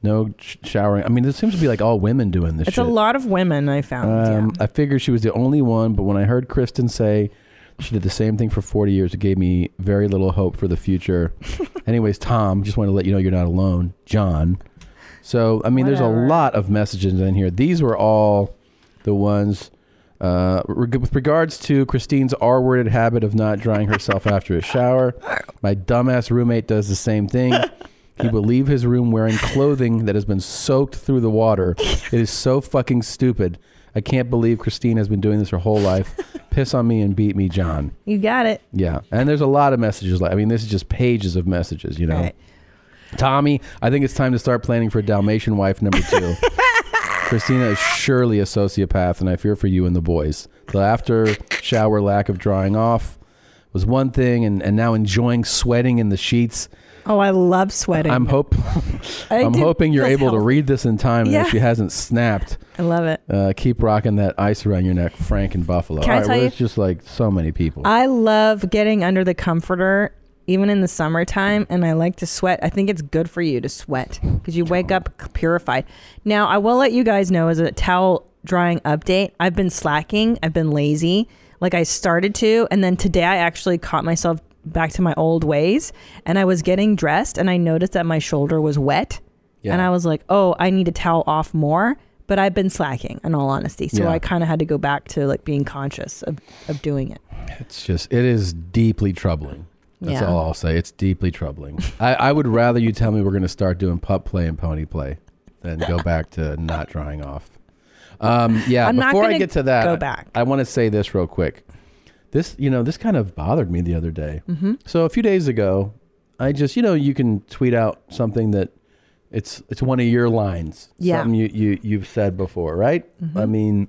No sh- showering. I mean, this seems to be like all women doing this
It's
shit.
a lot of women I found. yeah.
Um, I figured she was the only one, but when I heard Kristen say she did the same thing for 40 years, it gave me very little hope for the
[laughs]
future. Anyways, Tom, just want to let you know you're not alone. John. So, I mean, there's a lot of messages in here. These were all the ones. Uh, reg- with regards to Christine's R-worded habit of not drying herself after a shower, my dumbass roommate does the same thing. He will leave his room wearing clothing that has been soaked through the water. It is so fucking stupid. I can't believe Christine has been doing this her whole life. Piss on me and beat me, John.
You got it.
Yeah. And there's a lot of messages. Like, I mean, this is just pages of messages, you know. Tommy, I think it's time to start planning for Dalmatian wife number
[laughs]
two. Christina is surely a sociopath, and I fear for you and the boys. The after shower lack of drying off was one thing, and, and now enjoying sweating in the sheets.
Oh, I love sweating.
I'm hope
[laughs] I
I'm
do-
hoping you're
feels
able to
healthy.
read this in time and
Yeah.
that she hasn't snapped.
I love it.
Uh, keep rocking that ice around your neck, Frank and Buffalo.
Can I
All right,
tell
well,
you-
it's just like so many people.
I love getting under the comforter, even in the summertime, and I like to sweat. I think it's good for you to sweat because you wake up c- purified. Now, I will let you guys know as a towel drying update, I've been slacking, I've been lazy. Like I started to, and then today I actually caught myself back to my old ways, and I was getting dressed, and I noticed that my shoulder was wet.
Yeah.
And I was like, oh, I need to towel off more. But I've been slacking, in all honesty. So
Yeah.
I kind of had to go back to like being conscious of, of doing it.
It's just, it is deeply troubling. That's
Yeah.
all I'll say. It's deeply troubling. I, I would rather you tell me we're going to start doing pup play and pony play than
[laughs]
go back to not drying off. Um, yeah,
I'm not
before I
gonna
get to that,
go back.
I want to say this real quick. This, you know, this kind of bothered me the other day.
Mhm.
So a few days ago, I just, you know, you can tweet out something that it's it's one of your lines.
Yeah. Mm-hmm.
Something you, you you've said before, right? I mean,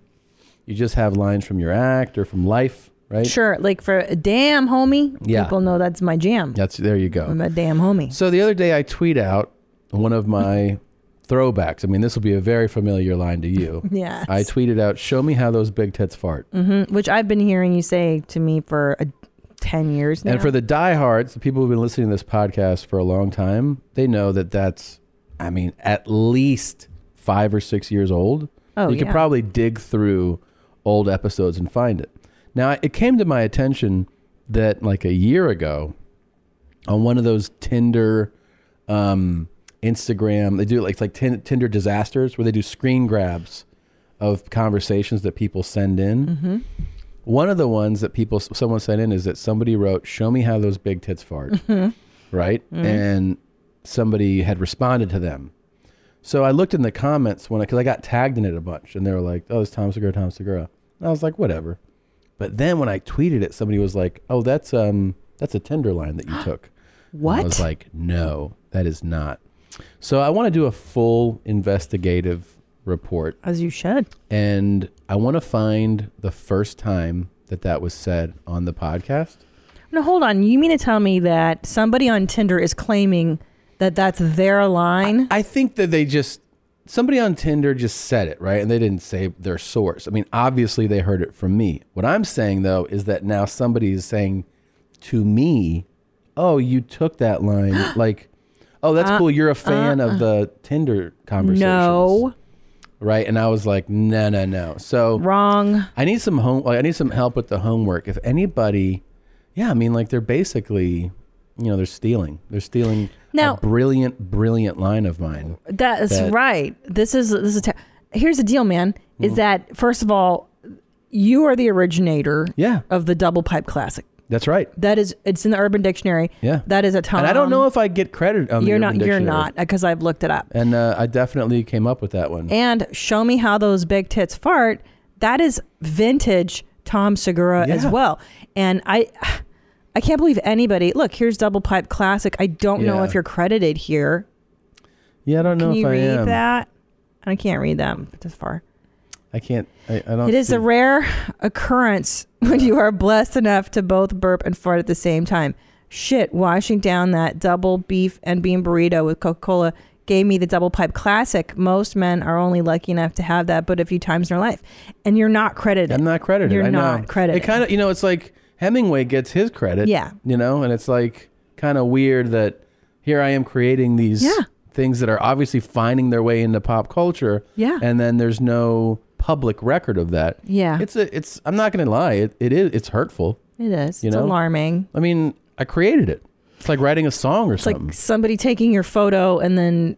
You just have lines from your act or from life, right?
Sure. Like for damn homie,
Yeah.
people know that's my jam.
That's there you go.
I'm a damn homie.
So the other day I tweet out one of my [laughs] throwbacks. I mean, this will be a very familiar line to you.
[laughs] Yes.
I tweeted out, "Show me how those big tits fart."
hmm Which I've been hearing you say to me for uh, 10 years now.
And for the diehards, the people who've been listening to this podcast for a long time, they know that that's, I mean, at least five or six years old.
Oh,
you could
yeah.
probably dig through old episodes and find it. Now, it came to my attention that like a year ago, on one of those Tinder, um, Instagram, they do like it's like tin- Tinder disasters where they do screen grabs of conversations that people send in.
hmm
One of the ones that people someone sent in is that somebody wrote, "Show me how those big tits fart," [laughs]
Mhm.
right?
Mhm.
And somebody had responded to them. So I looked in the comments when I because I got tagged in it a bunch, and they were like, "Oh, it's Tom Segura, Tom Segura." And I was like, "Whatever." But then when I tweeted it, somebody was like, "Oh, that's um, that's a Tinder line
[gasps]
that you took." And I
What?
was like, "No, that is not." So I want to do a full investigative report
As you should.
and I want to find the first time that that was said on the podcast.
No, hold on. You mean to tell me that somebody on Tinder is claiming that that's their line?
I think that they just somebody on Tinder just said it, right? And they didn't say their source. I mean, obviously they heard it from me. What I'm saying though is that now somebody is saying to me, "Oh, you took that line [gasps] like Oh, that's
Uh,
cool. You're a fan
uh,
of the Tinder conversations.
No.
Right? And I was like, "No, no, no." So
Wrong.
I need some home like, I need some help with the homework. If anybody Yeah, I mean like they're basically, you know, they're stealing. They're stealing
Now-
a brilliant brilliant line of mine.
That's
that-
right. This is this is. Ter- Here's the deal, man. Is
Mhm.
that first of all, you are the originator.
Yeah.
Of the double pipe classic.
That's right.
That is. It's in the Urban Dictionary.
Yeah.
That is a Tom.
And I don't know if I get credit on the
you're not.
Urban
You're
Dictionary.
not because I've looked it up.
And uh, I definitely came up with that one.
And show me how those big tits fart. That is vintage Tom Segura as
Yeah.
well. And I. I can't believe anybody. Look, here's Double Pipe Classic. I don't know
Yeah.
if you're credited here.
yeah, I don't know
Can
if
you
I
read
am.
that? I can't read them this far.
I can't. I, I don't.
It is
see-
a rare occurrence [laughs] when you are blessed enough to both burp and fart at the same time. Shit, washing down that double beef and bean burrito with Coca Cola gave me the double pipe classic. Most men are only lucky enough to have that, but a few times in their life. And you're not credited.
I'm not credited.
You're
I know.
not credited.
It kind of. You know, it's like Hemingway gets his credit.
Yeah.
You know, and it's like kind of weird that here I am creating these things that are obviously finding their way into pop culture.
Yeah.
And then there's no public record of that.
Yeah.
It's a. It's. I'm not gonna lie. It, it is. It's hurtful.
It is.
You
it's
know?
alarming.
I mean, I created it. It's like writing a song or
It's
something.
like somebody taking your photo and then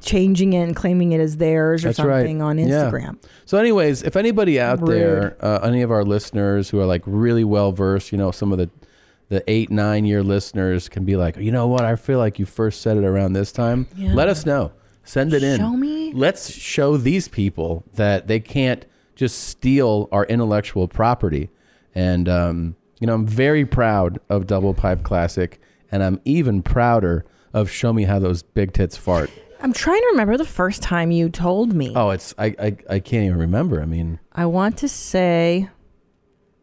changing it and claiming it as theirs or something on
Yeah.
Instagram.
So, anyways, if anybody out
Rude.
there, uh, any of our listeners who are like really well versed, you know, some of the the eight nine year listeners can be like, you know what, I feel like you first said it around this time.
Yeah.
Let us know. Send it in.
Show me.
Let's show these people that they can't just steal our intellectual property. And um, you know, I'm very proud of Double Pipe Classic, and I'm even prouder of Show Me How Those Big Tits Fart.
I'm trying to remember the first time you told me.
Oh, it's I, I I can't even remember. I mean,
I want to say,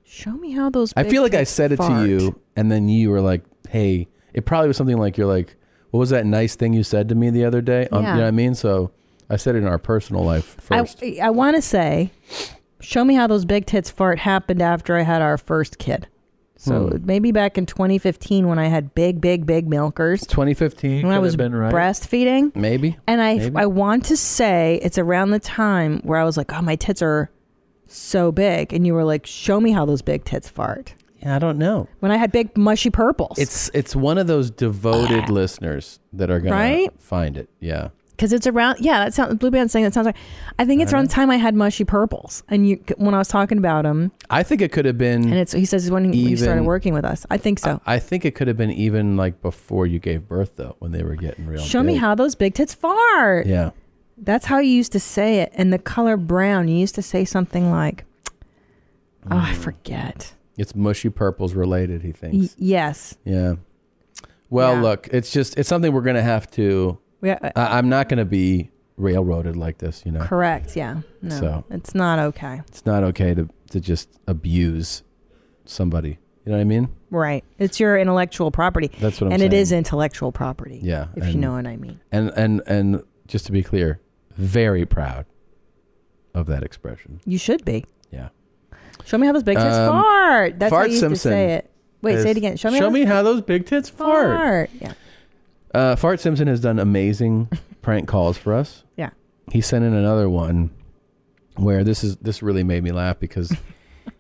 show me how those.
I
big
feel like I
tits
said it
fart.
to you, and then you were like, "Hey," it probably was something like, "You're like, what was that nice thing you said to me the other day?" Um,
Yeah.
You know what I mean? So I said it in our personal life first.
I, I want to say, show me how those big tits fart happened after I had our first kid. So
Hmm.
maybe back in 2015 when I had big, big, big milkers.
2015
when I
could have
was
been right.
breastfeeding,
Maybe.
and I
Maybe.
I want to say it's around the time where I was like, oh, my tits are so big, and you were like, show me how those big tits fart.
Yeah, I don't know.
When I had big mushy purples.
It's it's one of those
[sighs]
devoted listeners that are gonna
Right?
find it. Yeah.
Because it's around, yeah. That sounds. Blue Band's saying that sounds like. I think it's
All
around
right.
the time I had mushy purples, and you when I was talking about him,
I think it could have been.
and it's he says when he- when he started
Even-
working with us. I think so.
I think it could have been even like before you gave birth, though, when they were getting real.
Show me
big.
how those big tits fart.
Yeah.
That's how you used to say it. And the color brown, you used to say something like, "Oh,
Mm.
I forget."
It's mushy purples related. He
Y-
thinks.
yes.
Yeah. Well,
Yeah. uh,
look, it's just it's something we're gonna have to.
Yeah.
I, I'm not gonna be railroaded like this, you know.
Correct. Yeah. No.
So-
It's not okay.
It's not okay to, to just abuse somebody. You know what I mean?
Right. It's your intellectual property.
That's what I'm
and it
saying.
is intellectual property.
Yeah.
If you
and-
know what I mean.
And and and just to be clear, very proud of that expression.
You should be.
Yeah.
Show me how those big tits
Um,
fart. That's
Fart
how you used
Simpson
to say it. Wait,
is-
say it again. Show me.
Show
how
me how those big tits fart.
Yeah.
Uh, Fart Simpson has done
[laughs]
amazing prank calls for us.
Yeah.
He sent in another one where this is this really made me laugh
[laughs]
because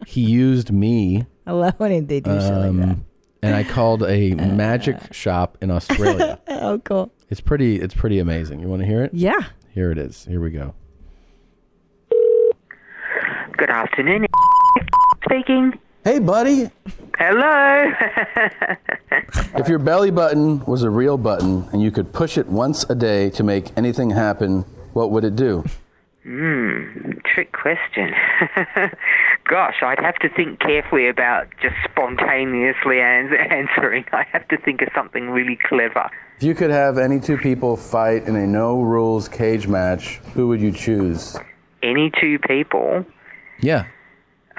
he used me
I love when they do
[laughs]
shit like Uh.
um, and I called
[laughs]
a magic shop in Australia.
that. Oh, cool.
It's pretty it's pretty amazing. You want to hear it?
Yeah.
Here it is. Here we go.
Good afternoon. Speaking.
Hey, buddy.
Hello. [laughs]
If your belly button was a real button and you could push it once a day to make anything happen, what would it do?
Hmm. Trick question. [laughs] Gosh, I'd have to think carefully about just spontaneously ans- [laughs] answering. I have to think of something really clever.
If you could have any two people fight in a no rules cage match, who would you choose?
Any two people.
Yeah.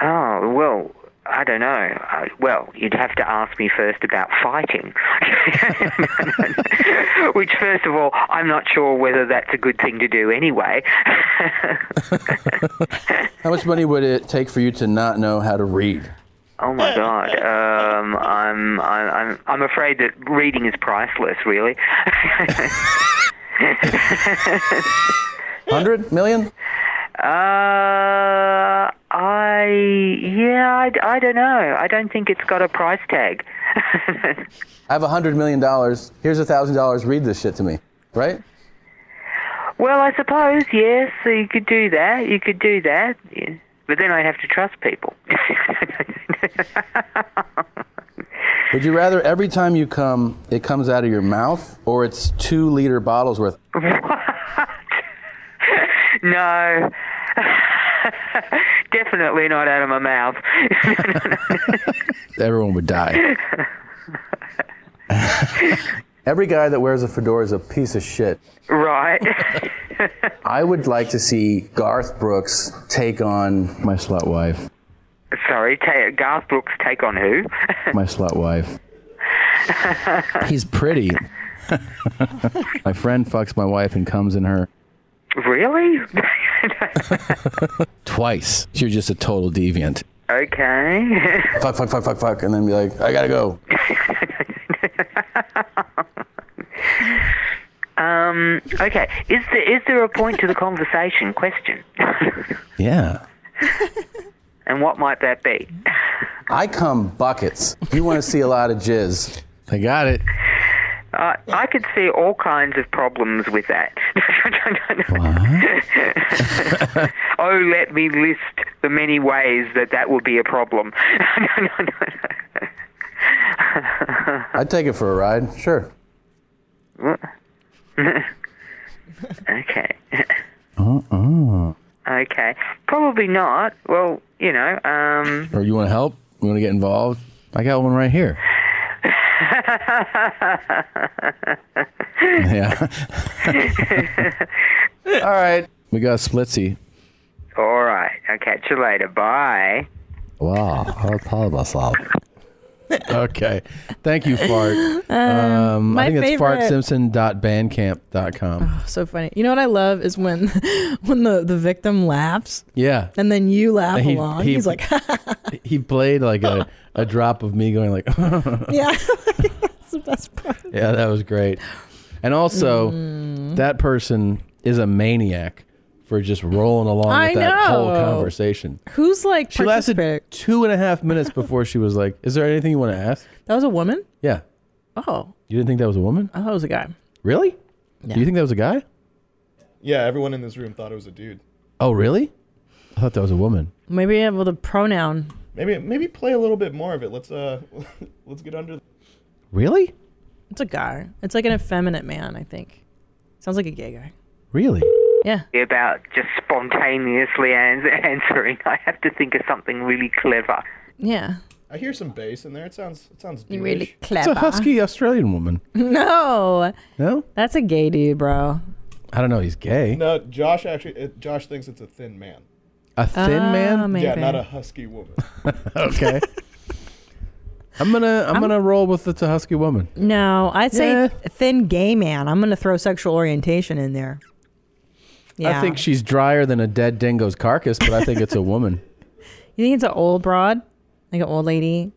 Oh, well, I don't know. I, well, you'd have to ask me first about fighting. [laughs] Which, first of all, I'm not sure whether that's a good thing to do anyway. [laughs]
How much money would it take for you to not know how to read?
Oh my God! Um, I'm I'm I'm I'm afraid that reading is priceless, really.
[laughs] Hundred million?
Uh, I yeah, I, I don't know. I don't think it's got a price tag.
I have a hundred million dollars. Here's a thousand dollars. Read this shit to me, right?
Well, I suppose yes, so you could do that. You could do that, yeah. but then I'd have to trust people.
Would you rather every time you come, it comes out of your mouth, or it's two liter bottles worth?
no. [laughs] Definitely not out of my mouth. [laughs]
Everyone would die. [laughs] Every guy that wears a fedora is a piece of shit.
right.
[laughs] I would like to see Garth Brooks take on my slut wife.
Sorry, ta- Garth Brooks take on who? [laughs]
My slut wife. He's pretty. my friend fucks my wife and comes in her
really?
[laughs] twice. You're just a total deviant.
okay. [laughs]
Fuck, fuck, fuck, fuck, fuck, and then be like, I gotta go.
Um, okay. Is there is there a point to the conversation question? [laughs]
Yeah.
and what might that be?
I come buckets. You want to see a lot of jizz. Uh-uh. I got it.
Uh, I could see all kinds of problems with that. [laughs] [laughs] oh, let me list the many ways that that would be a problem. [laughs]
I'd take it for a ride. Sure.
okay. [laughs]
Uh-uh.
Okay. Probably not. Well, you know, um,
Or you want to help? You want to get involved? I got one right here. [laughs]
[laughs]
Yeah. All right. We got splitsy.
all right. I'll catch you later. Bye.
Wow. I'll tell myself. okay. Thank you,
[laughs]
Fart. Um,
my
I think it's
favorite.
fartsimpson.bandcamp.com.
Oh, so funny. You know what I love is when [laughs] when the, the victim laughs
Yeah.
and then you laugh
He-
along.
he-
He's like, [laughs]
He played like a, a drop of me going like, [laughs]
yeah. That's the best part.
Yeah, that was great. And also,
Mm.
that person is a maniac for just rolling along
I
with that whole
know.
conversation.
Who's like
She lasted two and a half minutes before she was like, "Is there anything you want to ask?"
That was a woman?
Yeah.
Oh,
You didn't think that was a woman?
I thought it was a guy.
Really? Do you think that was a guy?
Yeah, everyone in this room thought it was a dude.
Oh, really? I thought that was a woman.
Maybe yeah, well the pronoun.
Maybe maybe play a little bit more of it. Let's uh [laughs] let's get under.
Really?
It's a guy. It's like an effeminate man, I think. Sounds like a gay guy.
Really?
Yeah.
About just spontaneously ans- [laughs] answering. I have to think of something really clever.
Yeah.
I hear some bass in there. It sounds it sounds.
You really
Jewish.
It's a husky Australian woman.
[laughs] No.
No?
That's a gay dude, bro.
I don't know. He's gay.
No, Josh actually, it, Josh thinks it's a thin man.
A thin
Ah,
man.
Yeah, not a husky woman.
[laughs] okay. I'm gonna I'm, gonna roll with it's a husky woman.
No, I'd say
Yeah.
thin gay man. I'm going to throw sexual orientation in there. Yeah.
I think she's drier than a dead dingo's carcass, but I think
[laughs]
it's a woman.
you think it's an old broad, like an old lady.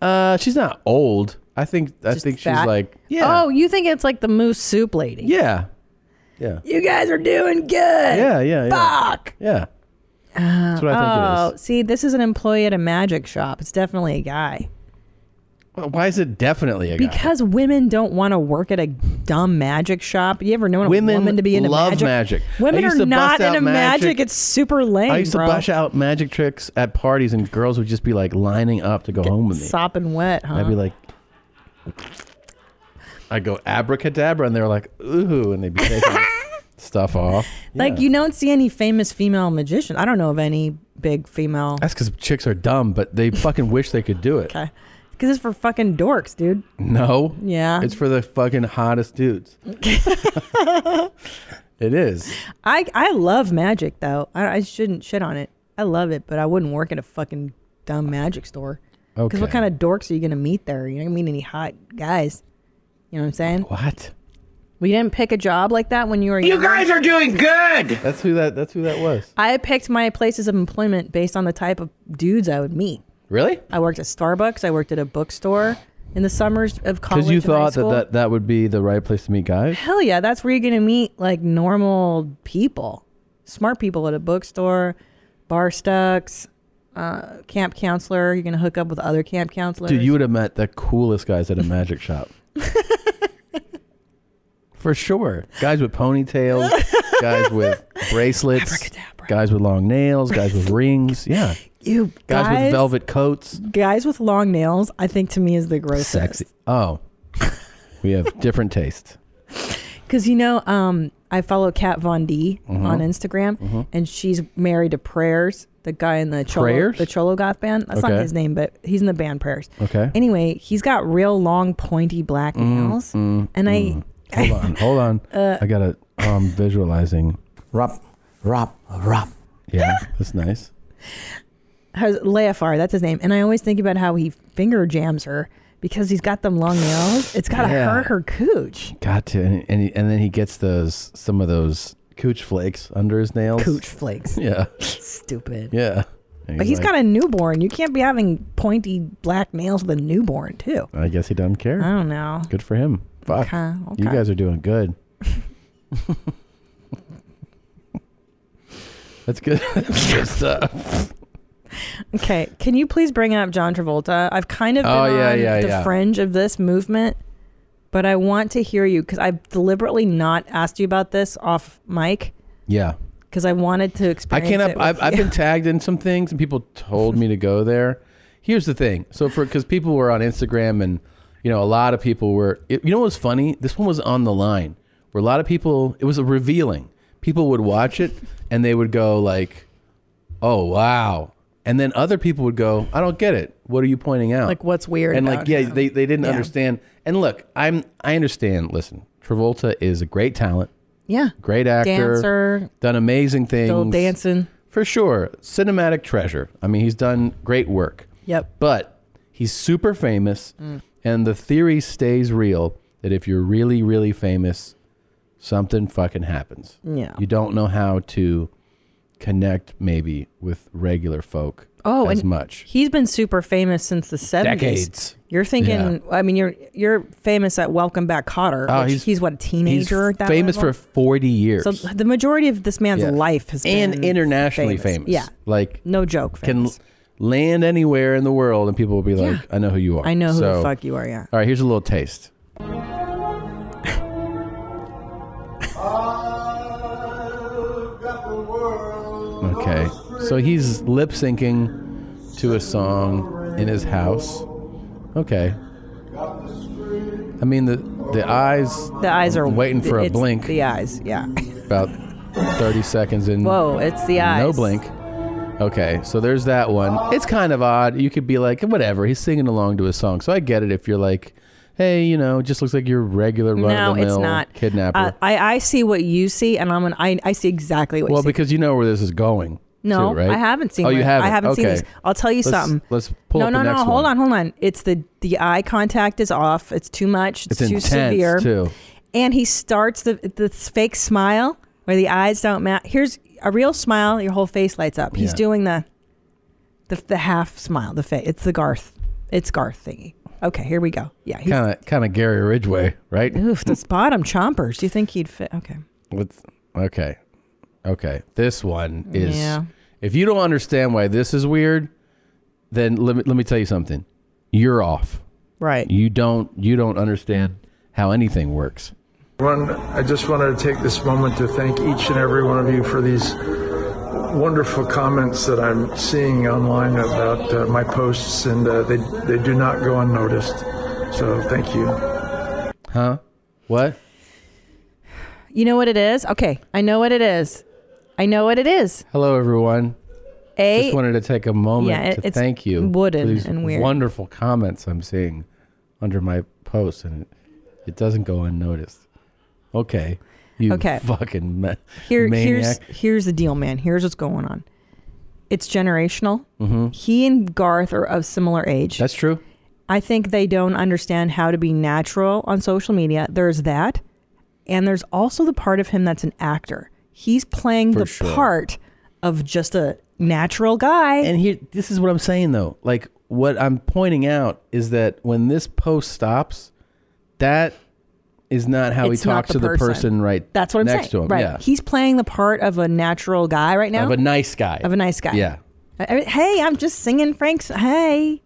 Uh, she's not old. I think I think she's
fat?
like yeah,
Oh, you think it's like the moose soup lady?
yeah, yeah,
You guys are doing good.
yeah, yeah, yeah.
Fuck.
yeah. That's what I think
oh, see, this is an employee at a magic shop. It's definitely a guy. oh.
Well, why is it definitely a guy?
Because women don't want to work at a dumb magic shop. You ever known a
Women
woman to be into
love
magic?
magic.
Women
I used
are
to bust
not
out
into magic.
magic.
It's super lame.
I used to
bro.
bust out magic tricks at parties, and girls would just be like lining up to go home with me.
Sopping wet, huh?
I'd be like, I go abracadabra, and they're like, ooh, and they'd be
[laughs]
taking stuff off.
Like
Yeah.
you don't see any famous female magician. I don't know of any big female.
That's because chicks are dumb, but they fucking wish they could do it.
Okay. Because it's for fucking dorks, dude.
No.
Yeah.
It's for the fucking hottest
[laughs]
dudes. it is.
I I love magic though. I, I shouldn't shit on it. I love it, but I wouldn't work at a fucking dumb magic store. Because what
Okay.
kind of dorks are you gonna meet there? You're not gonna meet any hot guys. You know what I'm saying?
What?
We didn't pick a job like that when you were.
You
younger.
guys are doing good. That's who that. That's who that was.
I picked my places of employment based on the type of dudes I would meet.
Really?
I worked at Starbucks. I worked at a bookstore in the summers of college.
Because you
and high
thought that,
school.
that that would be the right place to meet guys.
Hell yeah, that's where you're gonna meet like normal people, smart people at a bookstore, bar stocks, uh, camp counselor. You're gonna hook up with other camp counselors.
Dude, you would have met the coolest guys at a magic
[laughs]
shop. For sure. Guys with ponytails, guys
[laughs]
with bracelets, guys with long nails, guys with rings. Yeah.
You
guys,
guys-
with velvet coats.
guys with long nails. I think to me is the grossest.
Sexy. Oh. we
[laughs]
have different tastes.
Because you know, um, I follow Kat Von D
Mhm.
on Instagram,
Mhm.
and she's married to Prayers, the guy in the cholo,
Prayers?
the cholo goth band. That's not
Okay.
his name, but he's in the band Prayers.
Okay. Mm-hmm.
Anyway, he's got real long, pointy black nails, and I.
Mm, Hold on, hold on.
[laughs] Uh,
I gotta um visualizing. Rop, rop, rop. Yeah, that's nice.
has Leofar, that's his name. And I always think about how he finger jams her because he's got them long nails. It's gotta
Yeah.
hurt her cooch.
Got to and and, he- and then he gets those some of those cooch flakes under his nails.
Cooch
[laughs]
flakes.
Yeah.
Stupid.
Yeah.
But he's
he's
got a newborn. You can't be having pointy black nails with a newborn too.
I guess he doesn't care.
I don't know.
Good for him. Fuck.
Okay,
You
okay.
guys are doing
[laughs]
good. [laughs] That's good. [laughs] That's good stuff.
Okay. Can you please bring up John Travolta? I've kind of been
Oh, yeah,
on
yeah,
the
yeah.
fringe of this movement, but I want to hear you because I've deliberately not asked you about this off mic
Yeah.
because I wanted to
I
experience
can't.
it
Up,
with
I've, I've
you.
been tagged in some things, and people told me to go there. Here's the thing. So for because people were on Instagram, and you know, a lot of people were. It, you know what's funny? This one was on the line where a lot of people. It was a revealing. People would watch it, and they would go like, "Oh wow." And then other people would go, I don't get it. What are you pointing out?
[laughs] Like, what's weird
And
about
like, yeah,
him?
they, they didn't
Yeah.
understand. And look, I'm I understand. Listen, Travolta is a great talent,
yeah.
great actor,
Dancer.
done amazing things,
Still dancing.
for sure. Cinematic treasure. I mean, he's done great work.
Yep.
But he's super famous,
Mm.
and the theory stays real that if you're really, really famous, something fucking happens.
Yeah.
You don't know how to connect maybe with regular folk
Oh,
as
and
much.
He's been super famous since the seventies.
Decades.
You're thinking. I mean, you're you're famous at Welcome Back, Cotter.
Oh,
which he's,
he's-
what a teenager.
He's
at that
famous
level?
for 40 years.
So the majority of this man's
Yeah.
life has
and
been
internationally
famous.
famous.
Yeah.
Like
no joke.
Can l- land anywhere in the world and people will be like, I know who you are.
I know who the
So-
fuck you are. Yeah.
All right, here's a little taste. Okay. So he's lip syncing to a song in his house. Okay. I mean the the eyes
The eyes are
waiting for a
it's
blink.
The eyes.
[laughs]
Yeah.
About 30 seconds in.
Whoa, it's the eyes.
No blink. Okay, so there's that one. It's kind of odd. You could be like, whatever, he's singing along to a song. So I get it if you're like, hey, you know, just looks like your regular run
No,
of the
it's
mill
not.
kidnapper.
Uh, I, I see what you see, and I'm an, I, I see exactly what
well,
you see.
because you know where this is going.
No,
too, right?
I haven't seen.
Oh, you
one.
haven't.
I haven't seen
Okay.
these. I'll tell you
Let's-
something.
Let's pull
no,
up
no,
the
no.
next
hold
one.
on, hold on. It's the the eye contact is off. It's too much. It's,
It's
too
intense,
severe.
too.
And he starts the the fake smile where the eyes don't match. Here's a real smile. Your whole face lights up. He's
Yeah.
doing the the the half smile. The face. It's the Garth. It's Garth thingy. Okay, here we go. Yeah, he's [laughs]
Kind of, kind of Gary Ridgway, right?
Oof, those bottom chompers. Do you think he'd fit? Okay.
Let's, okay. Okay. This one is.
Yeah.
If you don't understand why this is weird, then let me, let me tell you something. You're off.
Right.
You don't you don't understand how anything works.
Everyone, I just wanted to take this moment to thank each and every one of you for these wonderful comments that I'm seeing online about uh, my posts, and uh, they they do not go unnoticed. So thank you.
Huh? What?
You know what it is? Okay, I know what it is. I know what it is.
Hello, everyone.
A-
Just wanted to take a moment
Yeah, it-
to
it's
thank you
wooden
for these
and weird.
wonderful comments I'm seeing under my post, and it, it doesn't go unnoticed. Okay. You
Okay.
fucking ma-
Here,
maniac.
here's here's the deal, man. Here's what's going on. It's generational.
Mhm.
He and Garth are of similar age.
That's true.
I think they don't understand how to be natural on social media. There's that, and there's also the part of him that's an actor. He's playing
For
the
sure.
part of just a natural guy.
And here, this is what I'm saying though. Like what I'm pointing out is that when this post stops, that is not how
It's
he
not
talks to the person right.
That's what I'm
next
saying.
to him.
Right.
Yeah.
He's playing the part of a natural guy right now.
Of a nice guy.
Of a nice guy.
Yeah.
I- I mean, Uh, hey, I'm just singing Frank's. Hey,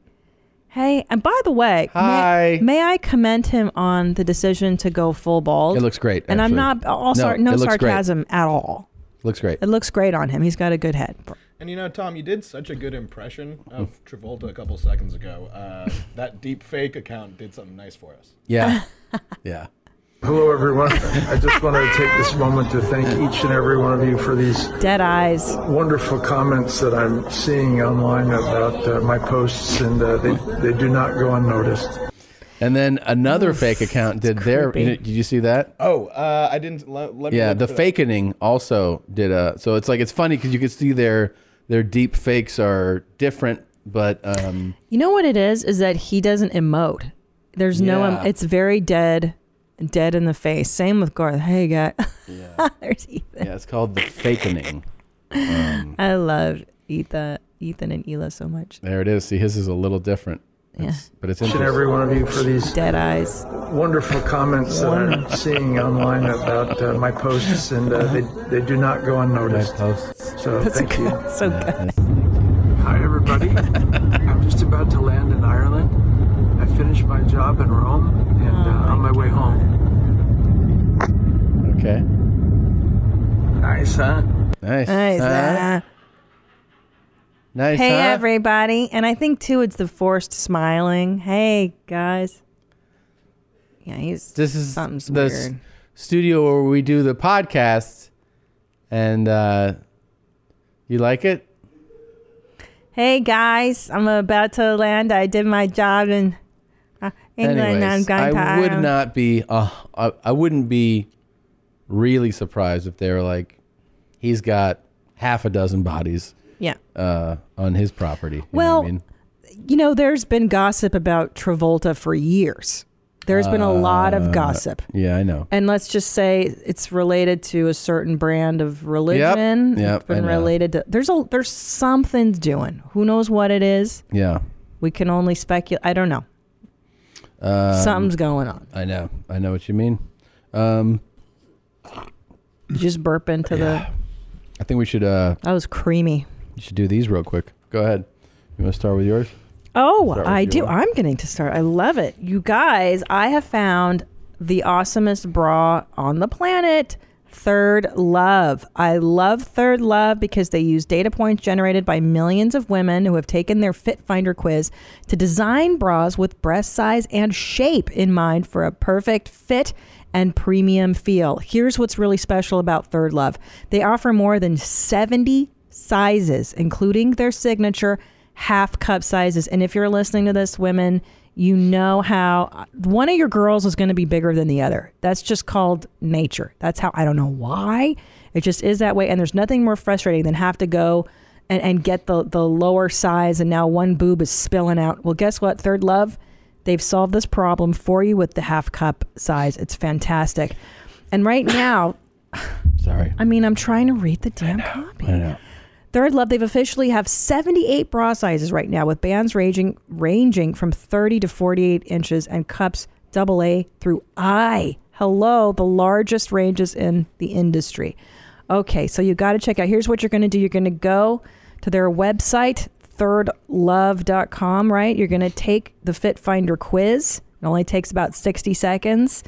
hey, and by the way,
Hi.
May, may I commend him on the decision to go full bald?
It looks great.
and I'm
actually.
not all sar-
it
no
looks great.
sarcasm at all.
Looks great.
It looks great on him. He's got a good head.
And you know, Tom, you did such a good impression
Hmm.
of Travolta a couple seconds ago. Uh, that deep fake account did something nice for us.
[laughs]
Yeah. yeah.
Hello, everyone. I just wanted to take this moment to thank each and every one of you for these
dead eyes,
wonderful comments that I'm seeing online about uh, my posts, and uh, they they do not go unnoticed.
And then another fake account did their.
creepy.
Did you see that?
Oh, uh, I didn't. Let, let me
yeah,
look
the
for that.
fakening also did a. So it's like it's funny because you can see their their deep fakes are different, but um,
You know what it is? Is that he doesn't emote. There's no.
Yeah.
Em- it's very dead, dead in the face. Same with Garth. Hey, guy. [laughs]
Yeah.
There's Ethan.
yeah, it's called the fakening.
I love Ethan, Ethan and Ela so much.
There it is. See, his is a little different. It's- but it's
Each and
interesting.
every one of you for these
dead eyes,
wonderful comments that I'm seeing online about uh, my posts, and uh, they they do not go unnoticed. So
That's
thank
good.
you.
So good.
Hi everybody. I'm just about to land in Ireland. I finished my job in Rome, and
Oh
uh, on my way home.
Okay.
Nice, huh?
Nice.
Nice,
huh?
huh?
Nice.
hey,
huh?
everybody. And I think, too, it's the forced smiling. Hey, guys. Yeah, he's.
this is
Something's
the s-
weird.
studio where we do the podcast, and uh, you like it?
Hey, guys. I'm about to land. I did my job in uh, England. I'm
Anyways,
going to
I would
Ireland."
not be. Uh, I, I wouldn't be really surprised if they were like, he's got half a dozen bodies.
Yeah.
Uh, on his property. You know what I
Well,
mean?
You know, there's been gossip about Travolta for years. There's been a lot
Uh,
of gossip.
Yeah, I know.
And let's just say it's related to a certain brand of religion.
yep,
it's
I
been
know.
related to there's a there's something doing. Who knows what it is?
Yeah.
We can only speculate. I don't know.
Um,
Something's going on.
I know. I know what you mean. Um,
You Just burp into
I think we should. Uh,
the. That was creamy.
you should do these real quick. Go ahead. You want to start with yours?
Oh,
Start with
I
you.
do. I'm getting to start. I love it. You guys, I have found the awesomest bra on the planet. Third Love. I love Third Love because they use data points generated by millions of women who have taken their Fit Finder quiz to design bras with breast size and shape in mind for a perfect fit and premium feel. Here's what's really special about Third Love they offer more than 70 sizes, including their signature half cup sizes. And if you're listening to this, women, you know how one of your girls is going to be bigger than the other. That's just called nature. That's how I don't know why. It just is that way. And there's nothing more frustrating than have to go and, and get the, the lower size and now one boob is spilling out. Well, guess what? Third Love, they've solved this problem for you with the half cup size. It's fantastic. And right now, [sighs]
sorry.
I mean, I'm trying to read the damn copy.
I know.
Third Love, they've officially have 78 bra sizes right now, with bands ranging ranging from 30 to 48 inches and cups double A through I. Hello, the largest ranges in the industry. Okay, so you got to check out. Here's what you're going to do. You're going to go to their website, thirdlove.com, right? You're going to take the Fit Finder quiz. It only takes about 60 seconds.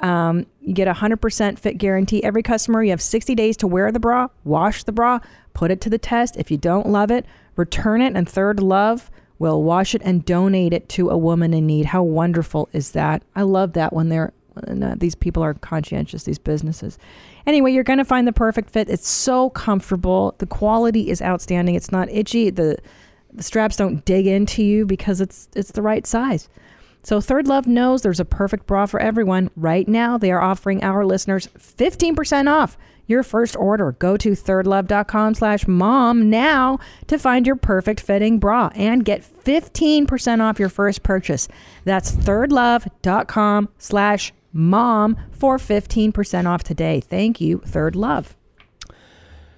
Um, you get a 100% fit guarantee. Every customer, you have 60 days to wear the bra, wash the bra, put it to the test. If you don't love it, return it. And Third Love will wash it and donate it to a woman in need. How wonderful is that? I love that when they're. when, uh, these people are conscientious, these businesses. Anyway, you're going to find the perfect fit. It's so comfortable. The quality is outstanding. It's not itchy. The, the straps don't dig into you because it's it's the right size. So Third Love knows there's a perfect bra for everyone. Right now, they are offering our listeners 15% off your first order. Go to thirdlove.com slash mom now to find your perfect fitting bra and get 15% off your first purchase. That's thirdlove.com slash mom for 15% off today. Thank you, Third Love.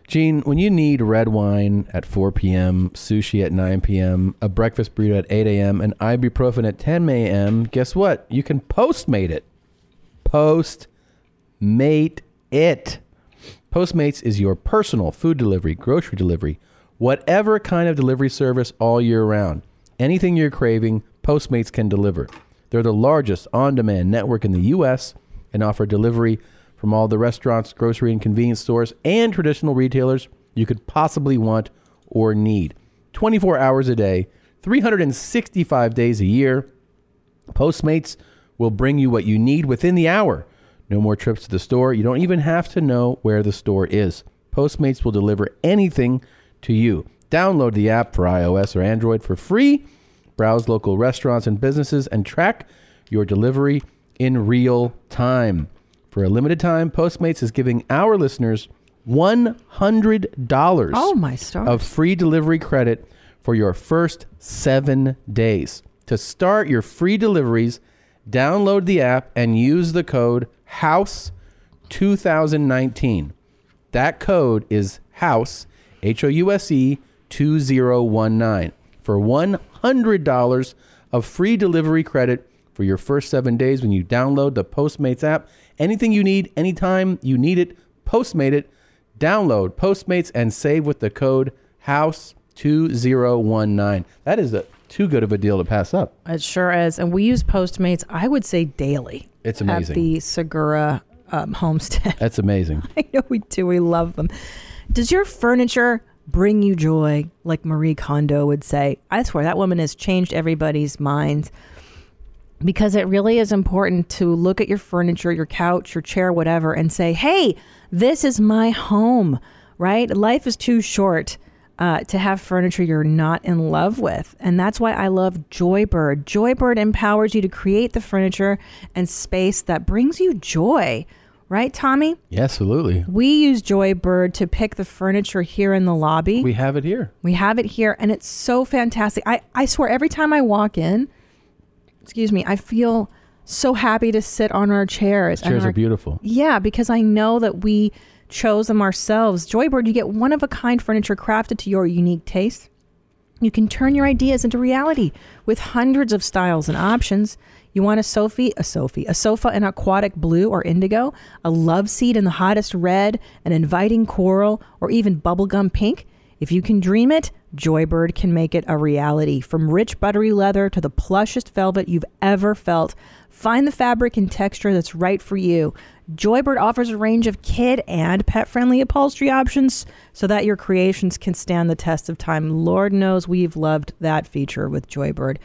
Gene, when you need red wine at 4 p.m., sushi at 9 p.m., a breakfast burrito at 8 a.m., and ibuprofen at 10 a.m., guess what? You can postmate it. Postmate it. Postmates is your personal food delivery, grocery delivery, whatever kind of delivery service all year round. Anything you're craving, Postmates can deliver. They're the largest on demand network in the U.S. and offer delivery from all the restaurants, grocery and convenience stores, and traditional retailers you could possibly want or need. 24 hours a day, 365 days a year, Postmates will bring you what you need within the hour. No more trips to the store. You don't even have to know where the store is. Postmates will deliver anything to you. Download the app for iOS or Android for free. Browse local restaurants and businesses and track your delivery in real time. For a limited time, Postmates is giving our listeners $100
Oh, my stars.
of free delivery credit for your first seven days. To start your free deliveries, download the app and use the code HOUSE2019. That code is HOUSE, H O U S E 2019, for $100 of free delivery credit for your first seven days when you download the Postmates app. Anything you need, anytime you need it, Postmate it. Download Postmates and save with the code HOUSE2019. That is a, too good of a deal to pass up.
It sure is. And we use Postmates, I would say daily.
It's
At
amazing.
the Segura um, homestead.
That's amazing.
[laughs] I know we do. We love them. Does your furniture bring you joy, like Marie Kondo would say? I swear that woman has changed everybody's minds because it really is important to look at your furniture, your couch, your chair, whatever, and say, hey, this is my home, right? Life is too short uh, to have furniture you're not in love with. And that's why I love Joybird. Joybird empowers you to create the furniture and space that brings you joy, right, Tommy?
Yeah, absolutely.
We use Joybird to pick the furniture here in the lobby.
We have it here.
We have it here, and it's so fantastic. I, I swear, every time I walk in, excuse me, I feel so happy to sit on our chairs. and
Chairs
our-
are beautiful.
Yeah, because I know that we chose them ourselves. Joybird, you get one of a kind furniture crafted to your unique taste. You can turn your ideas into reality with hundreds of styles and options. You want a Sophie, a Sophie, a sofa in aquatic blue or indigo, a love seat in the hottest red, an inviting coral, or even bubblegum pink? If you can dream it, Joybird can make it a reality. From rich buttery leather to the plushest velvet you've ever felt, find the fabric and texture that's right for you. Joybird offers a range of kid and pet friendly upholstery options so that your creations can stand the test of time. Lord knows we've loved that feature with Joybird.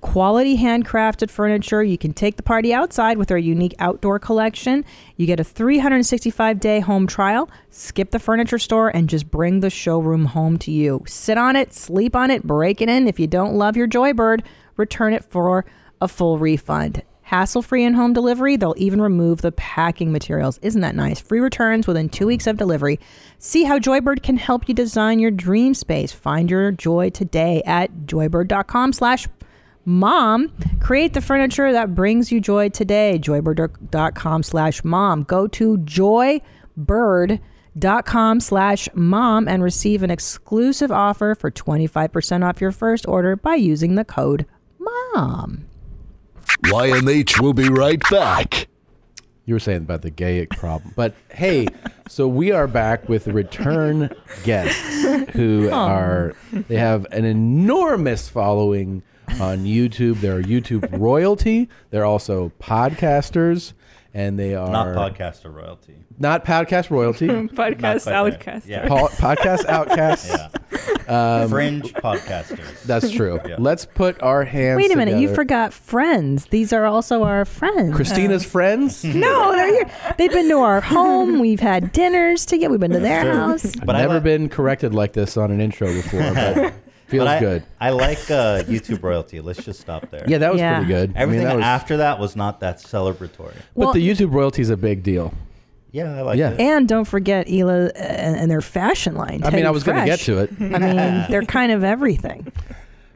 quality handcrafted furniture. You can take the party outside with our unique outdoor collection. You get a 365 day home trial. Skip the furniture store and just bring the showroom home to you. Sit on it, sleep on it, break it in. If you don't love your Joybird, return it for a full refund. Hassle free and home delivery. They'll even remove the packing materials. Isn't that nice? Free returns within two weeks of delivery. See how Joybird can help you design your dream space. Find your joy today at joybird.com slash mom. Create the furniture that brings you joy today. Joybird.com slash mom. Go to joybird.com slash mom and receive an exclusive offer for 25% off your first order by using the code MOM.
YMH will be right back.
You were saying about the gayic problem. But hey, so we are back with the return guests who
Aw.
are, they have an enormous following on YouTube. They're YouTube royalty. They're also podcasters and they are
[laughs] Not podcaster royalty.
Not podcast royalty.
Podcast Not quite there. outcaster. Yeah.
Po- podcast
[laughs]
outcasts. Um,
Fringe podcasters.
That's true.
Yeah.
Let's put our hands.
Wait a minute, you
together.
forgot friends. These are also our friends. Uh,
Christina's friends.
[laughs] No, they're here. They've been to our home. We've had dinners together. We've been to their house.
I've never been corrected like this on an intro before,
[laughs]
but feels
But I,
good.
I like uh, YouTube royalty. Let's just stop there.
Yeah, that was Yeah. pretty good. I mean,
Everything
that was-
after that was not that celebratory.
but the YouTube royalty is a big deal.
yeah, I
Oh, yeah.
And don't forget Ela uh, and, and their fashion line.
I mean,
Teddy
I was gonna
Fresh.
get to it.
I mean, they're kind of everything.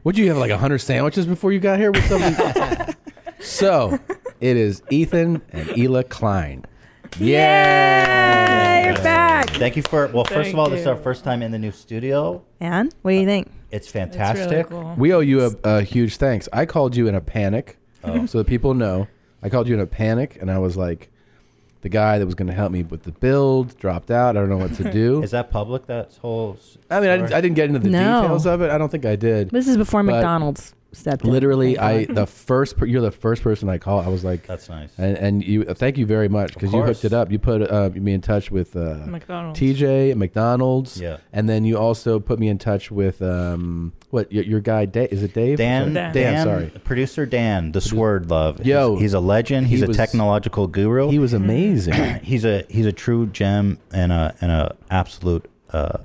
Would you have like hundred sandwiches before you got here with something?
[laughs]
so, it is Ethan and Ela Klein. Yeah,
you're back.
Thank you for well. First
Thank
of all, this is
you.
our first time in the new studio.
And what do you think?
It's fantastic.
We owe you a, a huge thanks. I called you in a panic,
Oh.
so that people know. I called you in a panic, and I was like, the guy that was going to help me with the build dropped out. I don't know what
[laughs]
to do.
Is that public? That whole. s-
I mean, I didn't,
story?
I didn't get into the
No.
details of it. I don't think I did.
This is before
But
McDonald's stepped in.
Literally, I
Thank God.
the first per, you're the first person I call. I was like,
"That's nice,"
and, and you thank you very much because you hooked
course.
it up. You put uh, me in touch with uh,
McDonald's.
TJ, at McDonald's,
Yeah.
and then you also put me in touch with um, what your, your guy Da- is it Dave?
Dan,
Dan,
Dan,
sorry,
producer Dan, the Sword Love.
Yo,
he's, he's a legend.
he
He's a
was-
technological guru. He
was amazing.
[clears throat] he's a he's a true gem and a and a absolute uh,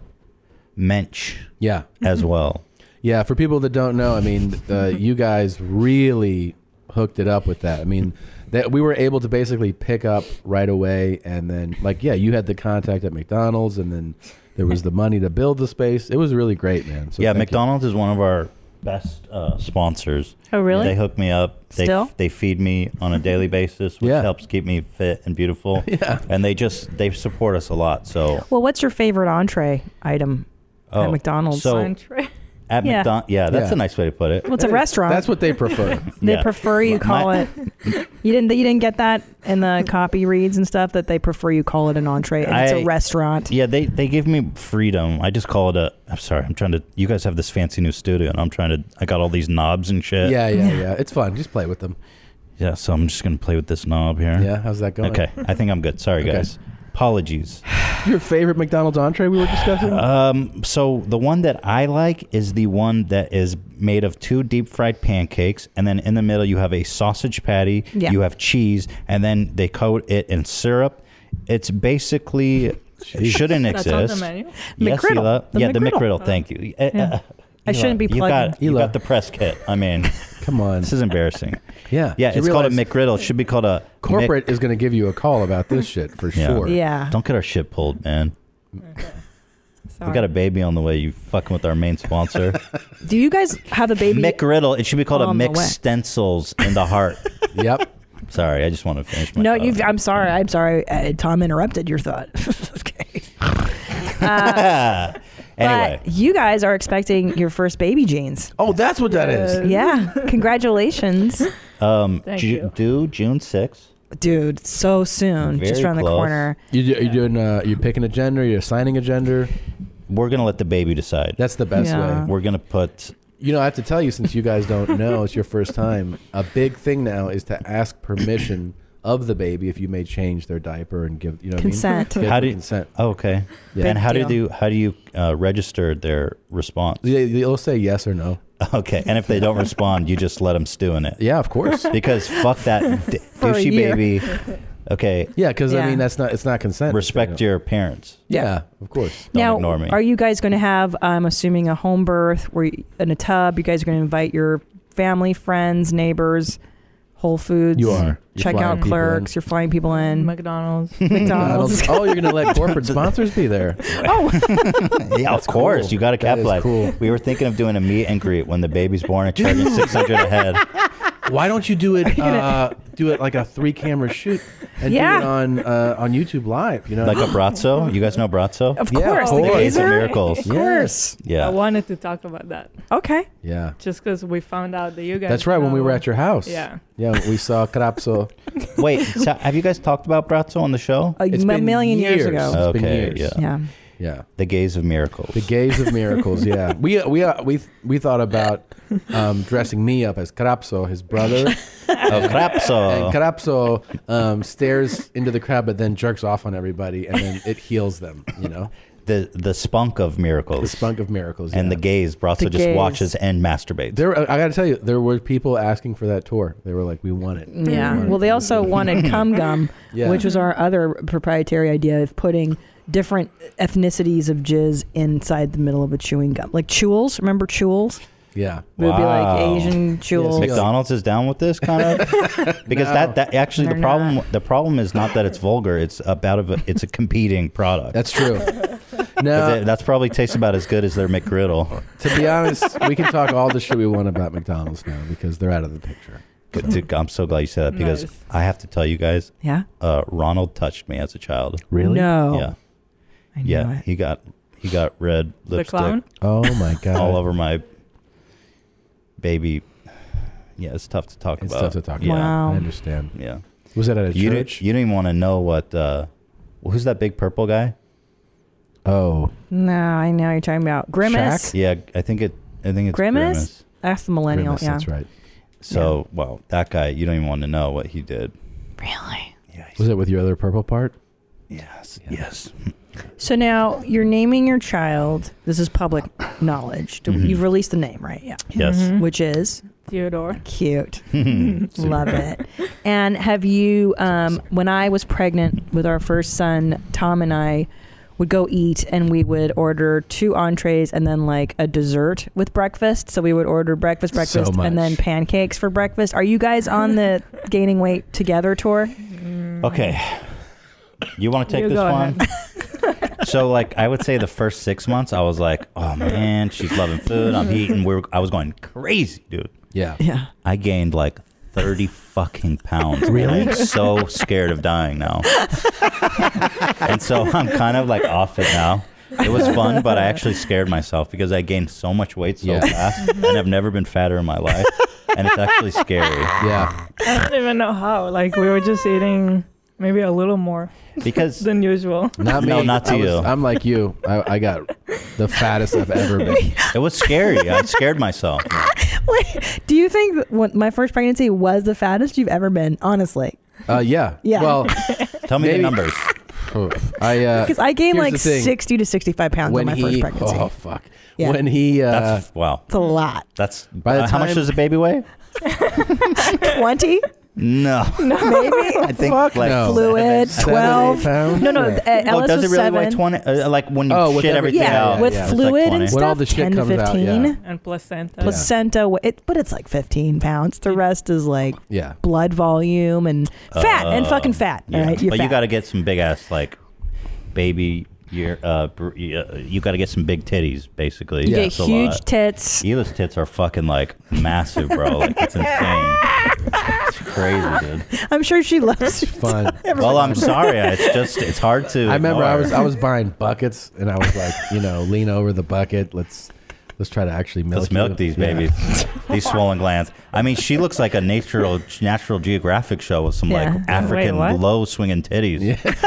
mensch.
Yeah,
as well.
Yeah, for people that don't know, I mean, uh, you guys really hooked it up with that. I mean, that we were able to basically pick up right away, and then like, yeah, you had the contact at McDonald's, and then there was the money to build the space. It was really great, man. So
yeah,
thank you.
McDonald's is one of our best uh, sponsors.
Oh, really?
They hook me up. They,
Still?
They feed me on a daily basis, which helps keep me fit
[laughs]
and beautiful. Yeah. And they just they support us a lot. So
Well, what's your favorite entree item
Oh,
at McDonald's?
so- at
[laughs] Yeah.
McDonald's, yeah, that's
Yeah.
a nice way to put it.
Well, it's a restaurant.
That's what they prefer.
[laughs] They prefer you call it. You didn't. You didn't get that in the copy reads and stuff that they prefer you call it an entree and it's
I-
a restaurant.
Yeah, they they give me freedom. I just call it a. I'm sorry. I'm trying to. You guys have this fancy new studio, and I'm trying to. I got all these knobs and shit.
Yeah, yeah, yeah. It's fun. Just play with them.
Yeah. So I'm just gonna play with this knob here.
Yeah, how's that going?
Okay. I think I'm good. Sorry, guys.
[sighs]
Apologies. [sighs]
Your favorite McDonald's entree we were
[laughs]
discussing?
Um, so the one that I like is the one that is made of two deep fried pancakes, and then in the middle you have a sausage patty,
Yeah.
you have cheese, and then they coat it in syrup. It's basically
[laughs]
it shouldn't
That's
exist.
on the menu?
Yes,
McGriddle.
Ela.
The
yeah, the
McGriddle.
McGriddle. Thank you.
Yeah.
Uh, uh,
I
Ela,
shouldn't be
You got,
plugging.
you
Ela.
got the press kit. I mean,
[laughs] come on.
This is embarrassing.
Yeah.
Yeah,
You
it's called a
realize-
McGriddle. It should be called a
Corporate is going to give you a call about this shit for
Yeah.
sure.
Yeah.
Don't get our shit pulled, man. We got a baby on the way. You fucking with our
[laughs]
main sponsor.
Do you guys have a baby?
McGriddle. It should be called a
On the
mix
way.
stencils in the heart.
[laughs] yep.
Sorry, I just want to finish my.
no, you. I'm sorry. I'm sorry. Uh, Tom interrupted your thought. [laughs]
[laughs]
okay. Uh,
anyway,
But you guys are expecting your first baby jeans.
Oh, that's what that is.
Yeah. Congratulations.
um,
Thank
Ju-
you.
do June 6th.
Dude, so soon. just around the corner.
You, do- you doing? Uh, you picking a gender? You're assigning a gender.
We're gonna let the baby decide.
That's the best
Yeah.
way.
We're gonna put.
You know, I have to tell you, since you guys don't know, it's your first time. A big thing now is to ask permission of the baby if you may change their diaper and give you know what I mean? Get
How
their
do you,
consent.
Oh, okay.
Yeah.
And how
Big
do
deal.
you how do you uh, register their response?
They, they'll say yes or no.
Okay, and if
[laughs]
they don't respond, you just let them stew in it.
Yeah, of course.
Because fuck that
[laughs]
d-
For a
douchey
year.
baby. Okay.
Yeah, because
Yeah.
I mean that's not it's not consent.
Respect your parents.
Yeah, of course. Don't
now,
ignore me. [laughs]
are you guys going to have? I'm assuming a home birth where you, in a tub. You guys are going to invite your family, friends, neighbors, Whole Foods.
You are. You're flying
checkout
people
clerks. You're flying people in.
McDonald's.
[laughs] McDonald's.
[laughs]
Oh.
oh, you're gonna let corporate sponsors be
[laughs]
there.
[laughs] Yeah, of course. You got to
That is
capitalize. We were thinking of doing a meet and greet when the baby's born
[laughs]
and charging 600 a head.
Why don't you
[laughs]
do it? Uh, do it like a three camera shoot and
Yeah.
do it on uh, on YouTube Live. You know,
Like a Brazzo? You guys know
[laughs]
Brazzo?
Of Yeah, course, the
The Case of
geyser.
Miracles.
Of course.
Yeah.
I wanted to talk about that.
Okay.
Yeah.
Just because we found out that you guys.
That's right. When we
know-
were at your house.
Yeah.
Yeah, we saw Crapso.
Wait, so have you guys talked about Brazzo on the show?
A It's m- been million years years. ago. It's
Okay,
been years.
Yeah.
Yeah.
Yeah.
The Gaze of Miracles. The
Gaze of Miracles.
[laughs]
Yeah, we uh, we uh, we we thought about um, dressing me up as Crapso, his brother.
Oh, Crapso.
And Crapso um, stares into the crowd, but then jerks off on everybody, and then it heals them. You know,
The the spunk of miracles. The
spunk of miracles.
And the gaze. Brazzo
The
just
gaze.
watches and masturbates.
there. I gotta tell you, there were people asking for that tour. They were like, "We want it." We
[laughs]
[laughs]
Yeah.
want it."
Well, they
[laughs]
also wanted cum gum,
Yeah.
which was our other proprietary idea of putting different ethnicities of jizz inside the middle of a chewing gum, like chewels. Remember chewels?
Yeah.
It would be like
Wow.
Asian chewels.
McDonald's is down with this
[laughs]
kind of because that, that actually the
They're
problem the problem is not that it's vulgar it's about of a, it's a competing product.
That's
[laughs]
true.
no, that's probably tastes about as good as their McGriddle.
to be honest, we can talk all the shit we want about McDonald's now because they're out of the picture.
Good, dude, I'm so glad you said that because
Nice.
I have to tell you guys.
Yeah?
Uh, Ronald touched me as a child.
Really? No.
Yeah.
I
yeah.
knew it.
He got he got red
The
lipstick.
clown? Oh, my God.
All over my baby. Yeah, it's tough to talk
It's
about.
tough to talk
yeah.
about. I understand.
Yeah.
Was that at a
you didn't-
church?
you didn't even want to know what. Uh, who's that big purple guy?
Oh,
No, I know you're talking about grimace.
Yeah, I think it. I think it's
Grimace?
grimace.
That's the millennial.
Grimace,
yeah,
that's right. So, well, that guy, you don't even want to know what he did.
Was it with your other purple part?
Yes. Yes.
So now you're naming your child. This is public knowledge. Do-
Mm-hmm.
Mhm.
You've released the name, right? Yeah.
Yes. Mhm.
Which is
Theodore.
Cute.
[laughs]
Mm-hmm.
Super.
[laughs]
[laughs]
Love it. And have you? Um, when I was pregnant with our first son, Tom and I would go eat, and we would order two entrees and then like a dessert with breakfast. So we would order breakfast,
So
breakfast, and then
much.
pancakes for breakfast. Are you guys on the gaining weight together tour?
Okay. You want to take
You
this
go
one? [laughs] so, like, I would say the first six months, I was like, "Oh man, she's loving food. I'm eating." We're, I was going crazy, dude.
Yeah.
Mm-hmm. Yeah.
I gained like thirty fucking pounds. and
Really?
I'm so scared of dying now. [laughs] and so I'm kind of like off it now. It was fun, but I actually scared myself because I gained so much weight so
Yeah.
fast,
Mm-hmm.
and I've never been fatter in my life. And it's actually scary.
Yeah.
I don't even know how. Like we were just eating maybe a little more
Because
than usual.
Not me.
[laughs] No, not to
I was-
you.
I'm like you. I, I got the fattest I've ever been.
It was scary. I scared myself.
[laughs] Do you think that when my first pregnancy was the fattest you've ever been? Honestly,
Uh, yeah.
Yeah.
Well,
[laughs] tell me the numbers.
[sighs] I uh,
because I gained
here's
like
the thing.
sixty to sixty-five pounds in
When
my
he-
first pregnancy.
Oh fuck.
Yeah.
When he uh,
That's, wow.
It's a
[laughs]
lot.
That's
by the
uh, how much
time-
does a baby weigh?
Twenty?
No.
Maybe.
[laughs] I think like
no.
Fluid.
seven,
Twelve.
eight pounds?
No, no.
Yeah.
Uh, Ellis
oh, does
was
it really weigh
seven.
twenty? Uh, like when you
Oh, with
shit
every-
everything
yeah,
out,
with
it's
fluid
like
and
20.
When all the shit
10 to
comes out,
15.
yeah.
And [laughs] placenta.
Placenta, wa- it, but it's like 15 pounds. The rest is like
Yeah. Oh,
blood volume and fat and
Uh,
fucking fat.
yeah.
All right, you're
but
fat.
you got to get some big ass like baby. Your uh, br- uh, you got to get some big titties, basically.
You get
That's a
huge
lot.
tits.
Hila's tits are fucking like massive, bro. Like
[laughs]
it's insane. it's crazy,
[laughs]
dude.
I'm sure she loves [laughs]
fun.
Well, I'm sorry. I- It's just it's hard to.
I remember I
ignore.
was I
[laughs]
was buying buckets and I was like, you know, lean over the bucket. Let's let's try to actually milk.
Let's milk
you.
these
Yeah.
babies,
[laughs]
these swollen glands. I mean, she looks like a natural Natural Geographic show with some
Yeah.
like
Wait,
African
what?
low swinging titties.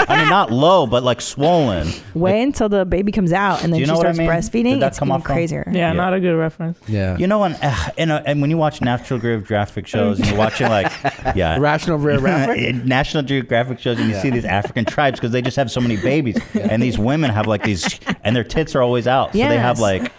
I mean, not low, but like swollen.
[laughs] Wait until the baby comes out and
Do
then
you
she
know what I
starts
mean?
breastfeeding.
Did that
it's
come
even
off wrong?
crazier.
Yeah,
Yeah.
not a good reference.
Yeah.
You know, and uh, and, uh, and when you watch Natural Geographic shows, and you're watching
[laughs]
like yeah,
Rational
[laughs]
Geographic?
National Geographic shows, and you
Yeah.
see these African tribes because they
[laughs]
just have so many babies, and these women have like these, and their tits are always out, so they have
Yes.
like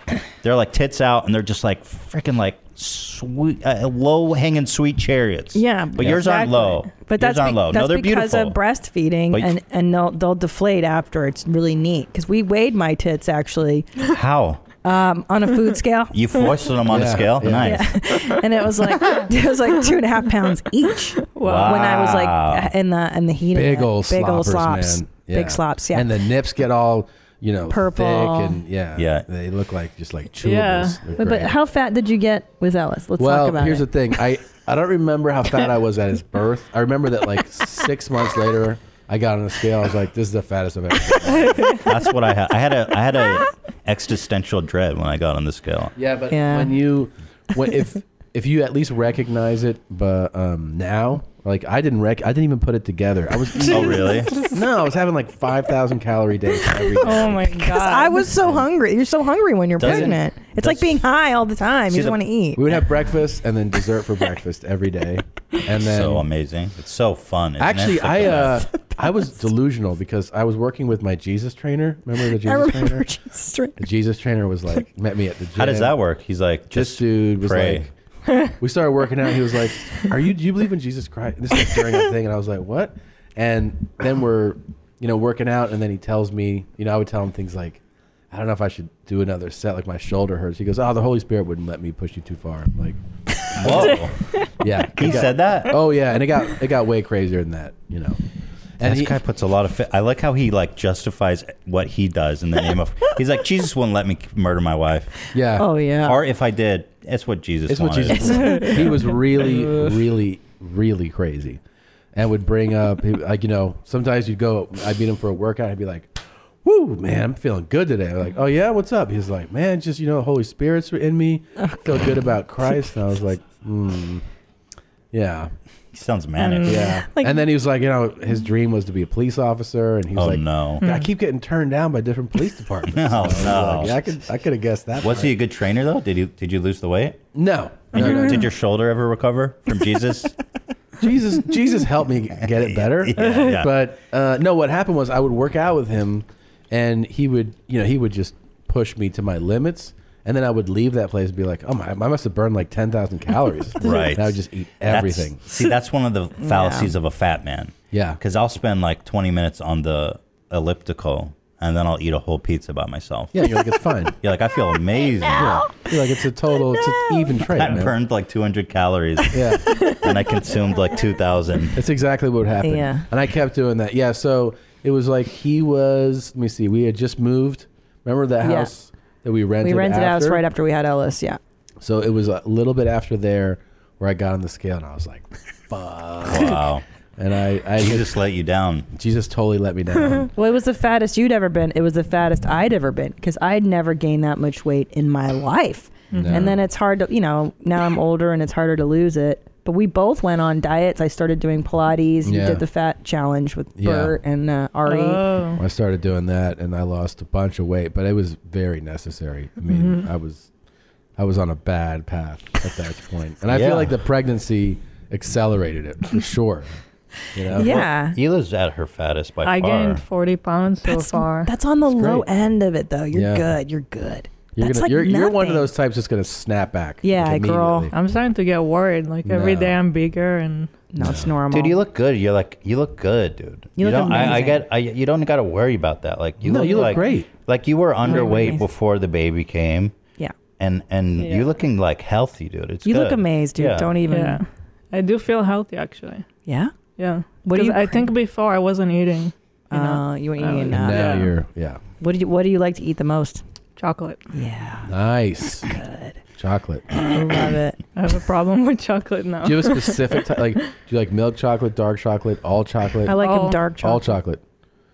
They're like tits out, and they're just like freaking like sweet, uh, low hanging sweet chariots.
Yeah,
but yours aren't
exactly.
low.
But
yours
that's,
aren't
be-
low.
that's
no, they're
because
beautiful.
of breastfeeding,
But-
and and they'll they'll deflate after. It's really neat because we weighed my tits actually [laughs]
How?
um, on
[laughs]
a food scale.
You foisted them on a
Yeah,
scale?
yeah. [laughs]
Nice.
and it was like it was like two and a half pounds each. When I
Wow.
was like in the in the heat,
big
of it.
old
big
sloppers,
old slops,
man. Yeah.
big slops. Yeah,
and the nips get all you know
Purple.
thick and yeah, yeah. They look like just like chewables. They're
But, but
great.
how fat did you get with Ellis? Let's
well,
talk about
here's the
it.
thing. I I don't remember how fat I was at his birth. I remember that
[laughs]
like six months later, I got on a scale. I was like, "This is the fattest I've ever." Been.
That's what I had. I had a I had
[laughs]
a existential dread when I got on the scale.
Yeah, but when you, when if if you at least recognize it, but um, now, like I didn't rec, I didn't even put it together. I [laughs] was
Oh, really?
no, I was having like five thousand calorie days every day.
[laughs] Oh my god! I was so hungry. You're so hungry when you're
Doesn't-
pregnant. It's like being high all the time. You just want to eat.
We would have breakfast and then dessert for breakfast every day, and then
so amazing. It's so fun. isn't it?
Actually,
It's like
I
a-
uh, [laughs] I was delusional because I was working with my Jesus trainer. Remember the Jesus
I remember
trainer?
Jesus trainer.
The Jesus trainer was like met me at the gym.
How does that work? He's like,
this dude was
pray.
like, we started working out. He was like, "Are you? Do you believe in Jesus Christ?" This is during a thing, and I was like, "What?" And then we're you know working out, and then he tells me, you know, I would tell him things like. I don't know if I should do another set. Like my shoulder hurts. He goes, "Oh, the Holy Spirit wouldn't let me push you too far." I'm like,
Whoa.
[laughs] yeah,
He
it got-
said that?
Oh yeah, and it got it got way crazier than that, you know.
And
And
this
he-
guy puts a lot of. Fi- I like how he like justifies what he does in the name
[laughs]
of. He's like Jesus wouldn't let me murder my wife.
Yeah.
Oh, yeah.
Or if I did, it's what Jesus.
It's what
wanted.
Jesus. wanted. [laughs]
[laughs]
he was really, really, really crazy, and would bring up he- like you know sometimes you'd go I'd meet him for a workout. I'd be like, "Woo, man, I'm feeling good today." I'm like, "Oh yeah, what's up?" He's like, "Man, just you know, Holy Spirit's in me. I feel good about Christ." And I was like, "Hmm, yeah."
He sounds manic.
Yeah. and then he was like, you know, his dream was to be a police officer, and he was
Oh,
like,
no.
I keep getting turned down by different police departments.
[laughs] No,
And I was
no.
like, yeah, I could, I could have guessed that.
Was
part.
he a good trainer though? Did you did you lose the weight?
No.
And
No,
your-
no, no.
Did your shoulder ever recover
[laughs]
from Jesus?
Jesus, Jesus helped
[laughs]
me get it better.
Yeah, yeah.
But uh, no, what happened was I would work out with him, and he would, you know, he would just push me to my limits, and then I would leave that place and be like, oh my, I must have burned like ten thousand calories.
[laughs] right.
And I would just eat
That's-
everything.
see, that's one of the
[laughs] Yeah.
fallacies of a fat man.
Yeah.
Because I'll spend like 20 minutes on the elliptical and then I'll eat a whole pizza by myself.
Yeah, you're like, it's fine.
[laughs] You're like, I feel
[laughs]
amazing. Yeah.
You're like, it's a total, it's an even trade,
I
man.
burned like 200 calories.
[laughs] Yeah.
[laughs] and I consumed like 2,000.
That's exactly what happened.
Yeah.
And I kept doing that. Yeah. So it was like he was. Let me see. We had just moved. Remember that
Yeah.
house that we rented?
we rented a house
after?
right after we had Ellis. Yeah.
So it was a little bit after there where I got on the scale and I was like, [laughs] "Fuck."
Wow.
And I, I
Jesus let you down.
Jesus totally let me
[laughs]
down.
well, it was the fattest you'd ever been. It was the fattest I'd ever been because I'd never gained that much weight in my life.
Mhm.
And then it's hard to, you know, now I'm older and it's harder to lose it. But we both went on diets. I started doing Pilates. You
Yeah.
did the fat challenge with
Yeah.
Bert and uh, Ari.
I started doing that and I lost a bunch of weight, but it was very necessary. I mean,
Mhm.
I was I was on a bad path at that point. And I
Yeah.
feel like the pregnancy accelerated it for sure. You know?
Yeah.
Hila's at her fattest by
I
far.
gained 40 pounds so
That's-
far.
That's on the low end of it, though. You're
Yeah.
good. You're good.
You're
That's
gonna
like
you're, you're one of
nothing.
those types that's gonna snap back.
Yeah,
like,
girl.
immediately.
I'm starting to get worried. Like every
No.
day I'm bigger and
no, it's normal.
Dude, you look good. You're like you look good, dude.
You look
don't, I, I
amazing.
get. I, you don't got to worry about that. Like you
No,
look
you look
like,
great.
Like you were
look
underweight
amazing.
before the baby came,
Yeah.
and and
Yeah.
you're looking like healthy, dude. It's
You look
good.
amazed, dude.
Yeah.
Don't even-
Yeah. I do feel healthy actually.
Yeah?
Yeah.
What do
'Cause
you
I think before I wasn't eating. You know?
Uh, you weren't
I
eating
was-
enough.
Now you're yeah.
What do you What do you like to eat the most?
Chocolate.
Yeah.
Nice. Good. Chocolate.
[coughs]
I
love it.
[clears throat] I have a problem with chocolate now.
Do you have a specific type?
[laughs]
Like, do you like milk chocolate, dark chocolate, all chocolate?
I like 'em All. dark
All chocolate.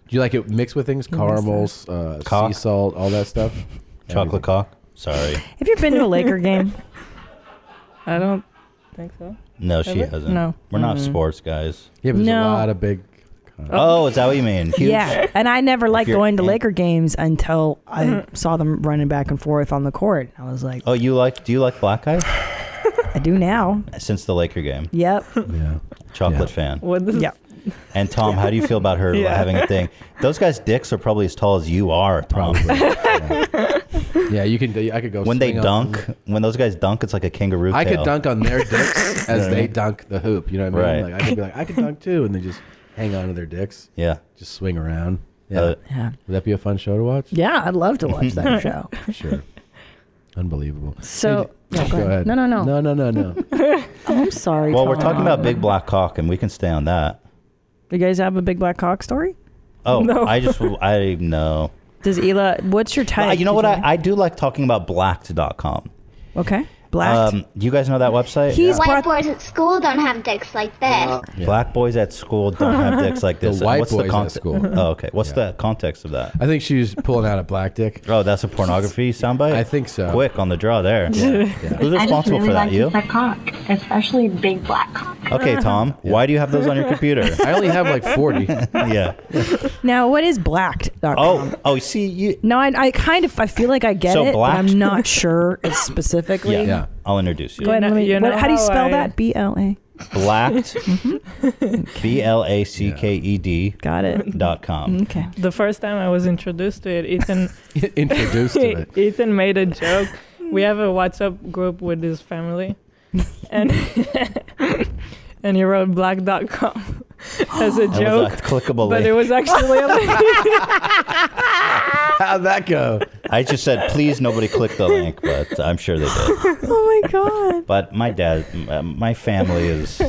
Do you like it mixed with things? Caramels, uh, sea
Cock.
salt, all that stuff?
Chocolate cock. Sorry.
Have you [laughs] been to a Laker game?
I don't think so.
No, she
Have it?
hasn't.
No.
We're not
Mm.
sports guys.
Yeah,
but there's a No. lot
of big.
Oh, is that what you mean? Huge.
Yeah, and I never liked
you're
going to
in-
Laker games until I saw them running back and forth on the court. I was like,
Oh, you like? Do you like black guys?
I do now.
Since the Laker game,
[laughs] Yep.
Yeah.
Chocolate fan.
What this?
Yeah.
And Tom, how do you feel about her
[laughs] Yeah. [laughs]
having a thing? Those guys' dicks are probably as tall as you are, Tom.
Yeah, you can. I could go.
When they
swing on-
dunk, when those guys dunk, it's like a kangaroo.
I could
tail.
dunk on
[laughs]
their dicks
You know
as
what I
they
mean?
dunk [laughs] the hoop. You know what I mean?
Right.
Like I could be like, I could dunk too, and they just hang on to their dicks.
Yeah.
Just swing around. Yeah.
Uh,
Yeah.
Would that be a fun show to watch?
Yeah, I'd love to
[laughs]
watch that show.
Sure. Unbelievable.
So-
Hey,
Yeah, go ahead. No, no, no.
No, no, no, no.
oh, [laughs] I'm sorry.
Well, we're
Tom.
talking about big black cock, and we can stay on that.
You guys have a big black cock story?
Oh,
[laughs] No.
I just I know.
Does E- Ela? What's your
Well,
type?
you know
Did
what? I, I do like talking about blacked.com.
okay. Blacked.
Um, you guys know that website?
White boys at school don't have dicks like this.
Uh,
Black boys at school don't have dicks
[laughs]
like
The
this. And
white
What's
boys
the
at
context?
school.
[laughs] Oh, okay. What's the context of that?
I think she was pulling out a black dick.
[laughs] Oh, that's a pornography soundbite. I think so. Quick on the draw
[laughs]
there. Who's responsible for that? You?
my cock, especially big black cock. Uh-huh.
Okay,
[laughs]
Tom. Why do you have those on your computer?
I only have like forty.
[laughs] yeah.
[laughs] now, what is blacked.com?
Oh, oh. See you.
No, I, I kind of I feel like I get
So
it,
blacked-
but
[laughs]
I'm not sure specifically.
Yeah. I'll introduce you.
Go ahead.
You
let me-
know- you
what-
know
how do you
how
spell
I-
that? B L A.
Blacked.
Mm-hmm.
[laughs]
B L A C K E D.
Got it.
Dot
Oh.
com.
Okay. The first time I was introduced to it, Ethan
[laughs] Introduced to it.
[laughs] Ethan made a joke. We have a WhatsApp group with his family, and [laughs] and he wrote black.com [laughs] as
[gasps]
a
That was a
joke.
clickable
but it
link. [laughs]
was
[laughs]
actually a
How'd that go?
I just said, please, nobody click the link, but I'm sure they did.
oh my god.
But my dad, m- my family is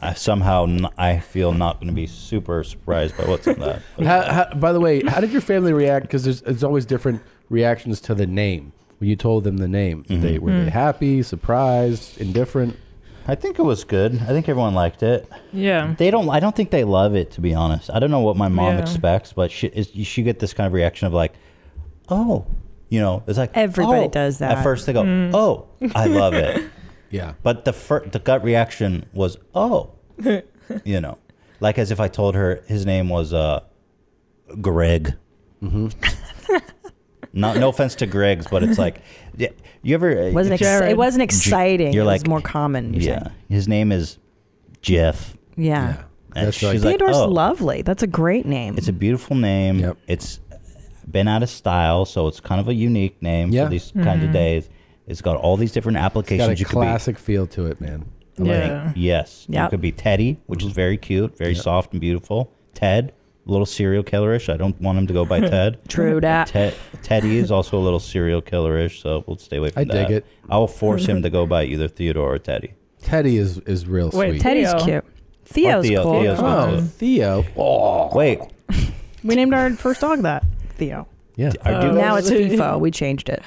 I somehow n- I feel not going to be super surprised by what's in that.
How, how, by the way, how did your family react? Because there's, there's always different reactions to the name. When you told them the name, they were they
Mm.
happy, surprised, indifferent.
I think it was good. I think everyone liked it.
Yeah.
They don't. I don't think they love it to be honest. I don't know what my mom
Yeah.
expects, but she is. She get this kind of reaction of like, oh, you know, it's like
[laughs] Everybody
"Oh."
does that.
At first they go,
Mm.
oh, I love
[laughs]
it.
[laughs]
Yeah.
But the fir- the gut reaction was, oh, you know, like as if I told her his name was uh, Greg. Mm-hmm. [laughs] Not no offense to Greg's, but it's like, yeah, you ever
Wasn't ex-
Jared.
it wasn't exciting.
You're
it
like
was more common. you're
yeah,
saying.
his name is Jeff.
Yeah.
And she's like,
Theodore's
oh,
lovely. That's a great name.
it's a beautiful name. It's been out of style, so it's kind of a unique name
Yeah.
for these kinds
Mhm.
of days. It's got all these different
It's
applications.
got a
you could be
classic feel to it, man. I like it. Mm-hmm.
yeah. Yes.
Yep.
It could be Teddy, which is very cute, very soft and beautiful. Ted, a little serial killerish. I don't want him to go by Ted.
True dat.
Ted, Teddy is also a little serial killerish, so we'll stay away from
I
that.
dig it.
I'll force him to go by either Theodore or Teddy.
Teddy is is real
Wait,
sweet.
Teddy's Theo. cute.
Theo's Theo. cool. Theo's cool,
oh,
too.
Theo. Oh.
Wait.
we named our first dog that Theo.
Yeah.
Oh.
Are you-
now
[laughs]
it's FIFO. We changed it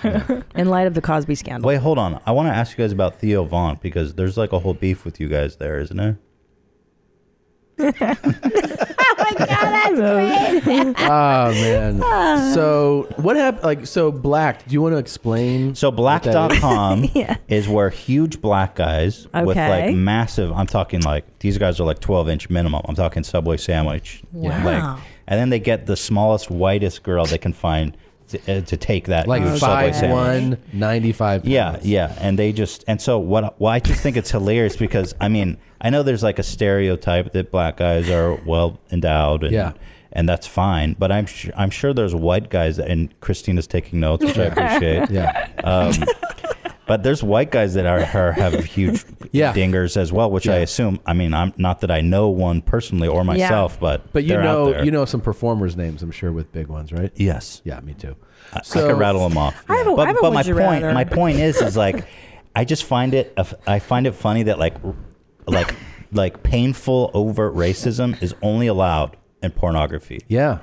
in light of the Cosby scandal.
Wait, hold on. I want to ask you guys about Theo Vaughn because there's like a whole beef with you guys there,
[laughs]
isn't there?
[laughs]
oh
[laughs]
man.
Ah.
So what happened? Like so, Black. Do you want to explain?
So
[laughs]
black.com is where huge black guys with
Okay.
like massive I'm talking like these guys are like 12 inch minimum. I'm talking Subway sandwich.
Yeah. Wow.
Like, and then they get the smallest whitest girl they can find to, uh, to take that
Like
huge Subway
five one
sandwich.
ninety five.
Yeah, yeah, and they just and so what? Well, I just think it's hilarious because I mean I know there's like a stereotype that black guys are well endowed, and,
Yeah.
and that's fine. But I'm sure I'm sure there's white guys that, and Christina's taking notes, which I appreciate.
Yeah.
Um, but there's white guys that are, are have huge
Yeah.
dingers as well, which I assume. I mean, I'm not that I know one personally or myself, but
but you
they're out
know
there.
you know some performers' names. I'm sure with big ones, right?
Yes.
Yeah, me too.
I, I could rattle them off.
I have a-
but
I have a
but my
would you
point,
rather.
my point is, is like, I just find it, I find it funny that like, like, like painful overt racism is only allowed in pornography.
Yeah.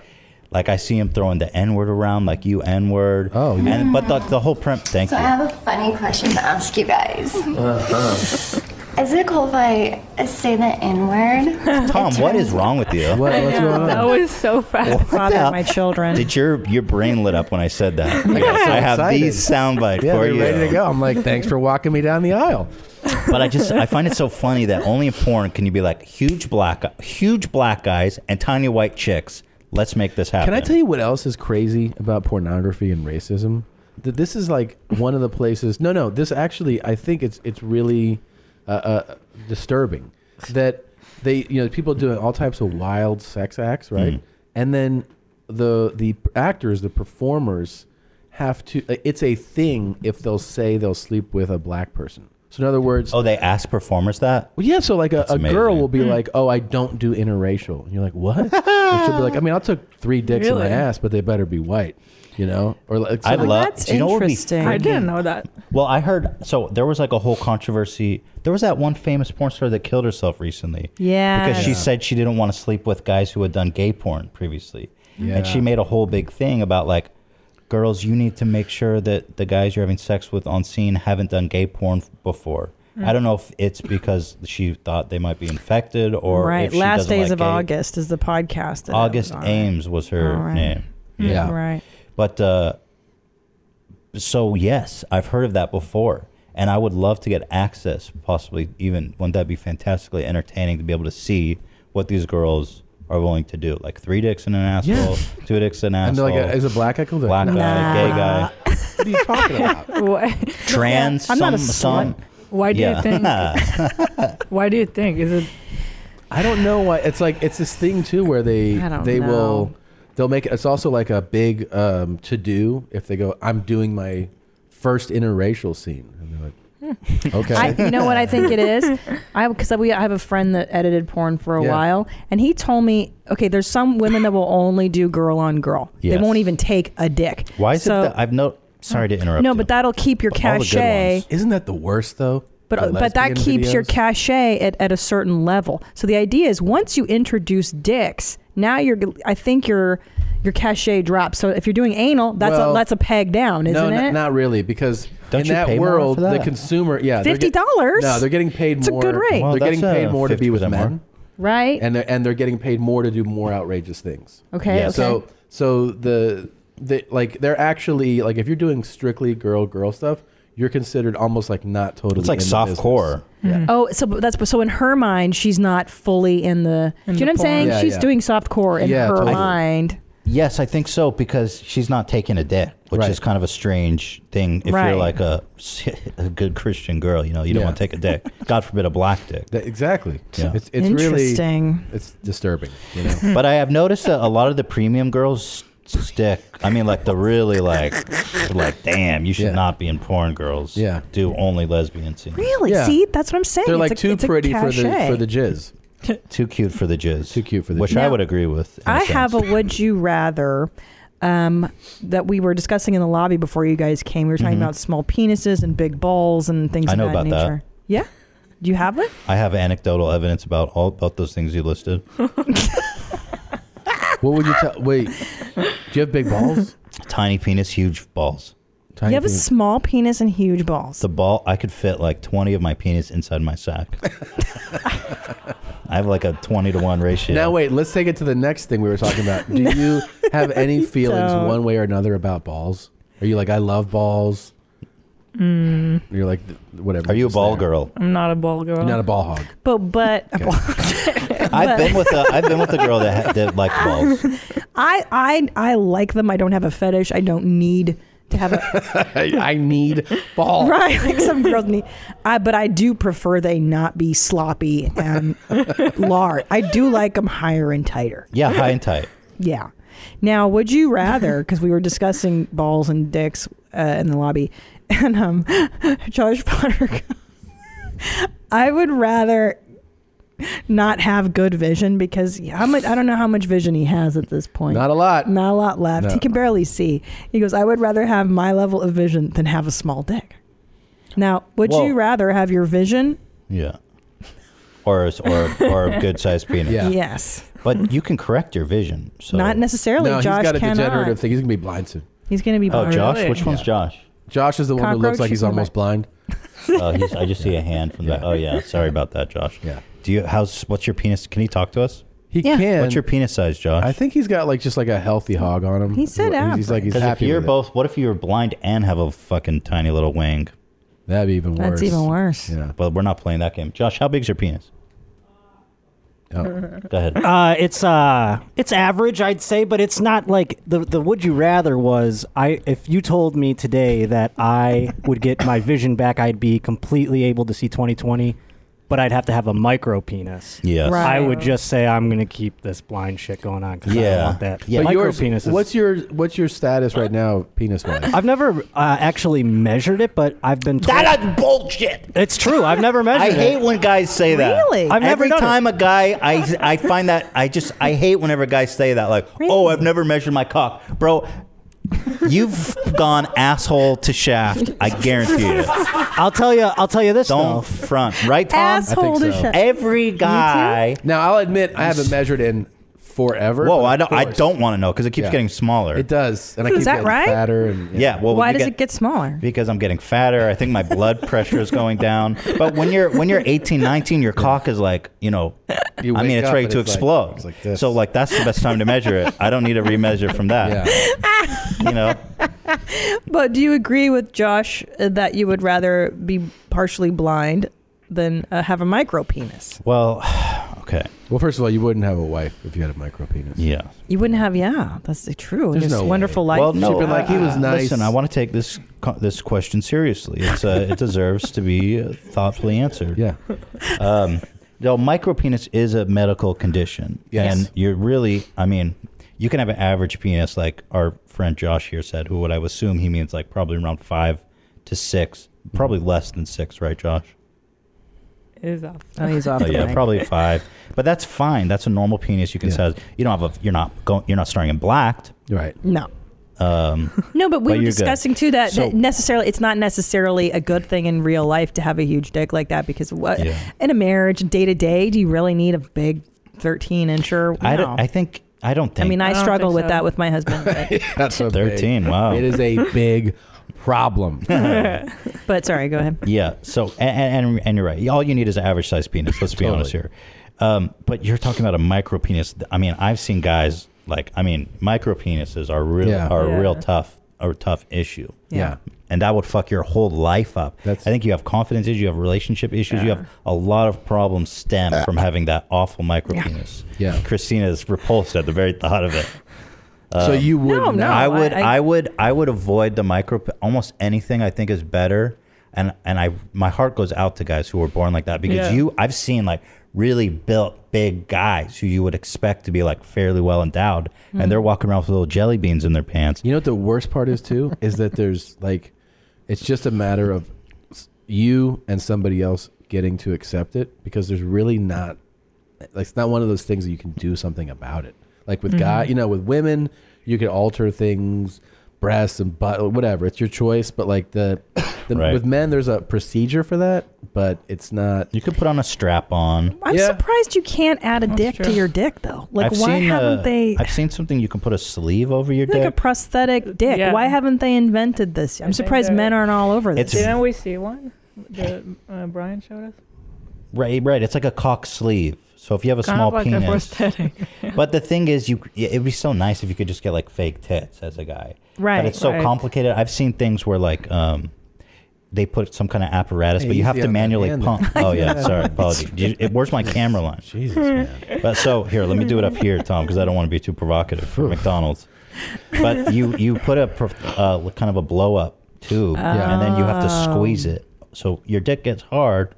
Like I see him throwing the N word around, like you N word. Oh, yeah. And, but the, the whole prim. Thank
So I
you.
have a funny question to ask you guys.
Uh-huh.
Is it cool if I say the N word?
[laughs] Tom, what
[laughs]
is wrong with you?
What,
what's going on? That was so fast.
Father
of
my children.
Did your your brain lit up when I said that?
I got so
I have
excited.
these soundbite
Yeah,
for
they're
you.
ready to go. I'm like, thanks for walking me down the aisle.
But I just I find
[laughs]
it so funny that only in porn can you be like huge black huge black guys and tiny white chicks. Let's make this
Can
happen.
I tell you what else is crazy about pornography and racism? That this is like one of the places. No, no, this actually, I think it's it's really uh, uh, disturbing that they, you know, people doing all types of wild sex acts, right?
Mm.
And then the the actors, the performers, have to. uh, It's a thing if they'll say they'll sleep with a black person. So in other words, oh,
they ask performers that.
Well, yeah. So like a, a girl
amazing.
will be
Hmm.
like, "Oh, I don't do interracial," and you're like, "What?" and she'll be like, "I mean, I took three dicks in
Really?
my ass, but they better be white," you know? Or like,
I
something-
love. do you know what would be
I
freaking-
didn't know that.
Well, I heard. So there was like a whole controversy. There was that one famous porn star that killed herself recently.
Yeah.
Because she
Yeah.
said she didn't want to sleep with guys who had done gay porn previously.
Yeah.
And she made a whole big thing about like, girls, you need to make sure that the guys you're having sex with on scene haven't done gay porn f- before.
Mm.
I don't know if it's because she thought they might be infected or
right.
if she
Last
doesn't
days
like
of
gay-
August is the podcast. that I was
August
on.
Ames was her
All right.
name.
Mm, Yeah. right.
But uh, so yes, I've heard of that before, and I would love to get access. Possibly even wouldn't that be fantastically entertaining to be able to see what these girls are willing to do? Like three dicks in an asshole, two dicks in an
And they're
asshole.
like, "Is a black guy cool?" They're
Black
like,
guy, gay
"Nah."
guy,
What are you talking about?
[laughs] Why-
trans.
I'm
some,
not a
some.
slut. Why do
[laughs]
[laughs]
you
think?
Why do you think? Is it?
I don't know why. It's like it's this thing too where they
I don't
they
know.
will they'll make it's also like a big um, to do if they go I'm doing my first interracial scene and they're like
Hmm.
okay
I, you know what I think
[laughs]
it is? I because we I have a friend that edited porn for a
Yeah.
while, and he told me, okay, there's some women that will only do girl on girl. They
Yes.
won't even take a dick.
Why is
So-
it that I've no? Sorry to interrupt.
No,
you.
but that'll keep your
All the good
cachet.
ones.
Isn't that the worst though?
But, uh, but that keeps your cachet at, at a certain level. So the idea is once you introduce dicks, now you're g- I think your your cachet drops. So if you're doing anal, that's
Well,
a that's a peg down, isn't
no,
it?
n- not really, because in
you
that
pay more
world,
for
the
that?
consumer, yeah, they're get-
$50?
No, they're getting paid
It's a
more.
good rate. Well,
they're getting
that's,
paid
uh,
more to be with
50% more.
men,
right?
and they're and they're getting paid more to do more outrageous things.
Okay, Yeah. okay.
So so the the like they're actually like if you're doing strictly girl girl stuff, you're considered almost like not totally.
It's like
soft core.
Oh, so but that's so in her mind, she's not fully in the. do you know what I'm saying?
porn. Yeah,
she's
yeah.
doing soft core in
Yeah,
her
totally.
mind.
Yes, I think so because she's not taking a dick, which is kind of a strange thing. If
Right.
you're like a, [laughs] a good Christian girl, you know, you don't
Yeah.
want to take a dick. [laughs] God forbid a black dick.
exactly.
Yeah.
It's it's really
Interesting.
it's disturbing. You know.
but I have noticed that a lot of the premium girls stick. I mean, like the really like, like damn, you should not be in porn, girls. Yeah, do only lesbian scenes.
Really?
Yeah.
See, that's what I'm saying.
They're
It's
like
a-
too
it's a
pretty for the-
cachet.
for the
jizz.
Too cute for the jizz. Too cute for the which
jizz.
I would agree with. in a
I
sense.
have a would you rather um, that we were discussing in the lobby before you guys came. We were talking
Mhm.
about small penises and big balls and things
I
of
know
that
about that.
nature. Yeah. Do you have it?
I have anecdotal evidence about all about those things you listed.
[laughs] what would you tell? Wait, do you have big balls?
Tiny penis, huge balls.
you have a small penis and huge balls.
The ball, I could fit like 20 of my penis inside my sack. I have like a 20 to 1 ratio.
Now wait, let's take it to the next thing we were talking about. Do
[laughs]
you have any feelings
don't.
one way or another about balls? Are you like I love balls?
Mm,
You're like th- whatever.
Are you a
just
ball
there.
girl?
I'm not a ball girl.
You're not a ball hog.
But but [laughs]
I've been with a, I've been with a girl that, ha- that liked balls.
I I I like them. I don't have a fetish. I don't need to have
[laughs]
a
I need balls.
[laughs] Right, like some girls need. I, but I do prefer they not be sloppy and
[laughs]
large. I do like them higher and tighter.
Yeah, high and tight.
Yeah. Now, would
[laughs]
you rather? Because we were discussing balls and dicks uh, in the lobby, [laughs] and um, Josh Potter. [laughs] goes, I would rather not have good vision because how much I don't know how much vision he has at this point.
Not a lot.
Not a lot left.
No.
He can barely see. He goes, I would rather have my level of vision than have a small dick. Now, would
Well-
you rather have your vision?
Yeah. Or, a- or, a- or a good sized penis.
Yeah. Yes.
But you can correct your vision. So
Not necessarily.
No,
Josh
he's got a
cannot.
degenerative thing. He's gonna be blind soon.
He's going to be.
Oh,
blind.
Josh? Which one's Josh?
Josh is the one who looks
Cockroach
like he's
should be
almost blind.
Oh, he's, I just see a hand from that. Oh, yeah. Sorry about that, Josh. Yeah. Do you, how's, what's your penis? Can you talk to us?
He can.
What's your penis size, Josh?
I think he's got like just like a healthy hog on him.
He said
he's, he's like he's
'Cause
happy.
If you're
with it.
both, what if you were blind and have a fucking tiny little wing?
That'd be even
That's worse. even worse.
Yeah.
But we're not playing that game. Josh, how big's your penis?
Oh.
Go
[laughs]
ahead.
Uh, it's uh, it's average, I'd say, but it's not like the the would you rather was I. If you told me today that I would get my vision back, I'd be completely able to see 2020 but I'd have to have a micro penis.
Yes.
I
Right.
would just say I'm going to keep this blind shit going on because I don't want that.
But
micro
yours,
penis. Is,
What's your what's your status right now, penis wise?
I've never uh, actually measured it, but I've been. Told,
That is bullshit.
It's true. I've never measured.
I hate
it.
when guys say that.
Really? I've never
Every
done it.
time a guy, I I find that I just I hate whenever guys say that. Like, oh, I've never measured my cock, bro. You've gone asshole to shaft. I guarantee it.
I'll tell you. I'll tell you this.
Don't front, right, Tom?
Asshole to shaft.
Every guy.
Now I'll admit I haven't measured in forever.
Whoa,
but
I
of
don't. I
course.
don't want to know because it keeps
Yeah.
getting smaller.
It does, and I
Is
keep
that
getting
right?
fatter. And
Yeah. Well,
Why
you
does
get-
it get smaller?
because I'm getting fatter. I think my blood pressure is going down. But when you're when you're 18, 19, your cock is like, you know, I mean,
wake
it's
up
ready
and
to
it's like-
explode. so like that's the best time to measure it. I don't need to remeasure from that. You know,
But do you agree with Josh uh, that you would rather be partially blind than uh, have a micro penis?
Well, [sighs] okay.
Well, first of all, you wouldn't have a wife if you had a micro penis.
Yeah.
You wouldn't have, yeah, that's true.
There's
There's
no way.
wonderful life.
Well, no, uh,
been like, he was nice.
Listen, I want to take this co- this question seriously. It's uh, it deserves to be uh, thoughtfully answered.
Yeah.
Um, though micropenis is a medical condition,
Yes.
and you're really, I mean, you can have an average penis, like our friend Josh here said, who would I would assume he means like probably around five to six, probably less than six, right, Josh?
It is off.
Oh, he's off.
Oh,
the
yeah,
mic.
probably five. But that's fine. That's a normal penis. You can size. You don't have a. You're not going. You're not starting in blacked.
Right.
No.
Um,
[laughs] No, but we were
you're good.
discussing too that,
So-
that necessarily it's not necessarily a good thing in real life to have a huge dick like that because what
Yeah.
in a marriage day to day do you really need a big thirteen incher?
I,
No.
don't, I think I don't
I
think.
mean, I, struggle with
so.
that with my
[laughs]
husband. But,
[laughs] That's a
thirteen. wow,
it is a
[laughs]
big problem.
but sorry, go ahead.
yeah. So and, and and you're right. All you need is an average size penis. Let's
[laughs]
be
Totally.
honest here. Um, but you're talking about a micro penis. I mean, I've seen guys like I mean, micro penises are real
Yeah.
are a real
Yeah.
tough are a tough issue.
Yeah.
And that would fuck your whole life up. I think you have confidence issues, you have relationship issues, you have a lot of problems stem from having that awful micro penis.
Yeah.
Christina is repulsed at the very thought of it. Um,
So you would No, no, not-
I would.
I- I-
I would I would avoid the micro almost anything I think is better and and I my heart goes out to guys who were born like that because
Yeah.
you I've seen like really built big guys who you would expect to be like fairly well endowed
Mhm.
and they're walking around with little jelly beans in their pants.
You know what the worst part is too is that there's like, it's just a matter of s- you and somebody else getting to accept it because there's really not, like, it's not one of those things that you can do something about it. Like with guy,
Mm-hmm.
Mhm.
you know, with women, you can alter things, breasts and butt, whatever. It's your choice. But like the, the
Right.
with men, there's a procedure for that, but it's not.
You could put on a strap on.
I'm surprised you can't add a dick to your dick though. Like,
I've
why
seen,
haven't
uh,
they?
I've seen something you can put a sleeve over your
Like a
dick.
prosthetic dick.
Yeah.
Why haven't Uh, they invented this? I'm surprised men aren't all over this.
It's- Didn't
we see one? The, uh, Brian showed us.
right, right. It's like a cock sleeve. So if you have a
Kind
small
of like
penis,
a prosthetic. [laughs]
but the thing is, you yeah, it'd be so nice if you could just get like fake tits as a guy.
Right,
But it's so
right.
complicated. I've seen things where like um, they put some kind of apparatus,
Hey,
but you have
easy
to
on that
manually
hand [laughs]
pump.
there.
Oh yeah,
Yeah.
sorry, apology. You- it- Where's my camera line?
[laughs] Jesus,
Hmm.
man. But so here, let me do it up here, Tom, because I don't want to be too provocative for McDonald's. But you you put a pro- uh, kind of a blow up tube,
Yeah.
and then you have to
Oh.
squeeze it. So your dick gets hard,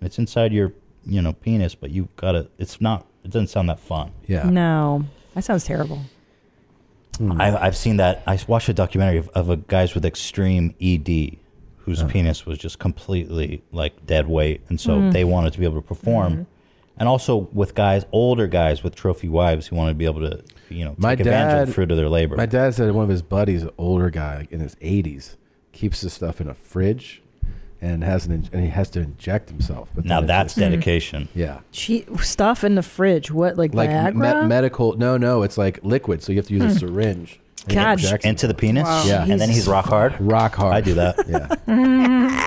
and it's inside your you know penis, but you gotta. It's not. It doesn't sound that fun.
Yeah.
No, that sounds terrible.
Hmm.
I, I've seen that. I watched a documentary of, of a guys with extreme ED
Oh.
whose penis was just completely like dead weight, and so
Mm-hmm.
Mm.
they wanted to be able to perform.
Mhm.
And also with guys, older guys with trophy wives who wanted to be able to, you know,
my
take advantage of
dad
the fruit of their labor.
My dad said one of his buddies, an older guy like in his 80s, keeps this stuff in a fridge, and has an in- and he has to inject himself. But
Now
then it's
that's
just-
dedication.
Yeah,
She stuff in the fridge. What like,
like me-
Viagra?
medical. No, no, it's like liquid. So you have to use a
Mm.
syringe. and
God.
inject
Into the penis? Wow.
Yeah,
And then he's rock hard.
Rock hard. I
do that.
[laughs] yeah.
[laughs]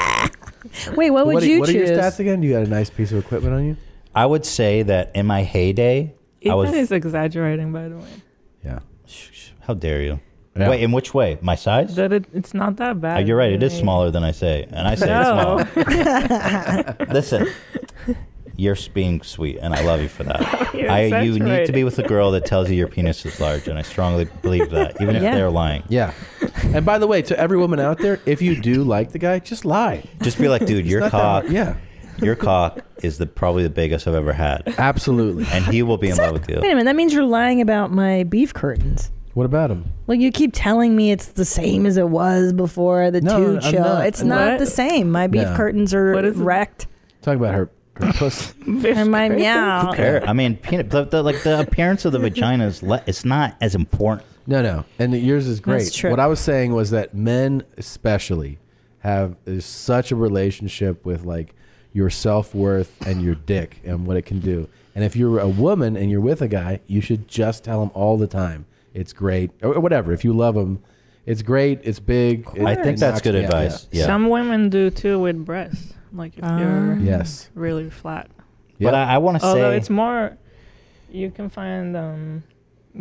Wait, what would
what are-
you
what
choose?
are your stats again? You got a nice piece of equipment on you.
I would say that in my heyday, I
Ethan
was.
is exaggerating, by the way.
How dare you?
Yeah.
Wait, in which way? My size?
That it, it's not that
Uh,
bad.
You're right. It is
really.
smaller than I say, and I say it's smaller.
[laughs]
no. [laughs]
[laughs]
Listen, you're s- being sweet, and I love you for
[laughs]
that.
You're
I, you need to
exaggerating.
be with a girl that tells you your penis is large, and I strongly believe that, even if
Yeah.
they're lying.
Yeah. And by the way, to every woman out there, if you do like the guy, just lie.
Just be like, dude,
[laughs] It's
your
not that
cock.
hard. Yeah.
Your cock is the probably the biggest I've ever had.
Absolutely.
And he will be in love with you.
Wait a minute, that means you're lying about my beef curtains.
What about him?
Like you keep telling me it's the same as it was before the
No,
two
I'm
chill.
not.
It's not
What?
the same. My beef
No.
curtains are wrecked.
Talk about her, her [laughs] puss.
And my meow.
Fair. I mean, peanut, the, the, like the appearance of the vagina is le- it's not as important.
No, no. And yours is great.
That's true.
What I was saying was that men especially have is such a relationship with like your self worth and your dick and what it can do. And if you're a woman and you're with a guy, you should just tell him all the time it's great or whatever. If you love him, it's great. It's big. it-
I think
it
that's
knocks
good
me out.
advice. Yeah.
Some women do too with breasts. Like if
Ah.
you're
Yes.
really flat.
But I, I want to
Although
say
it's more, you can find um,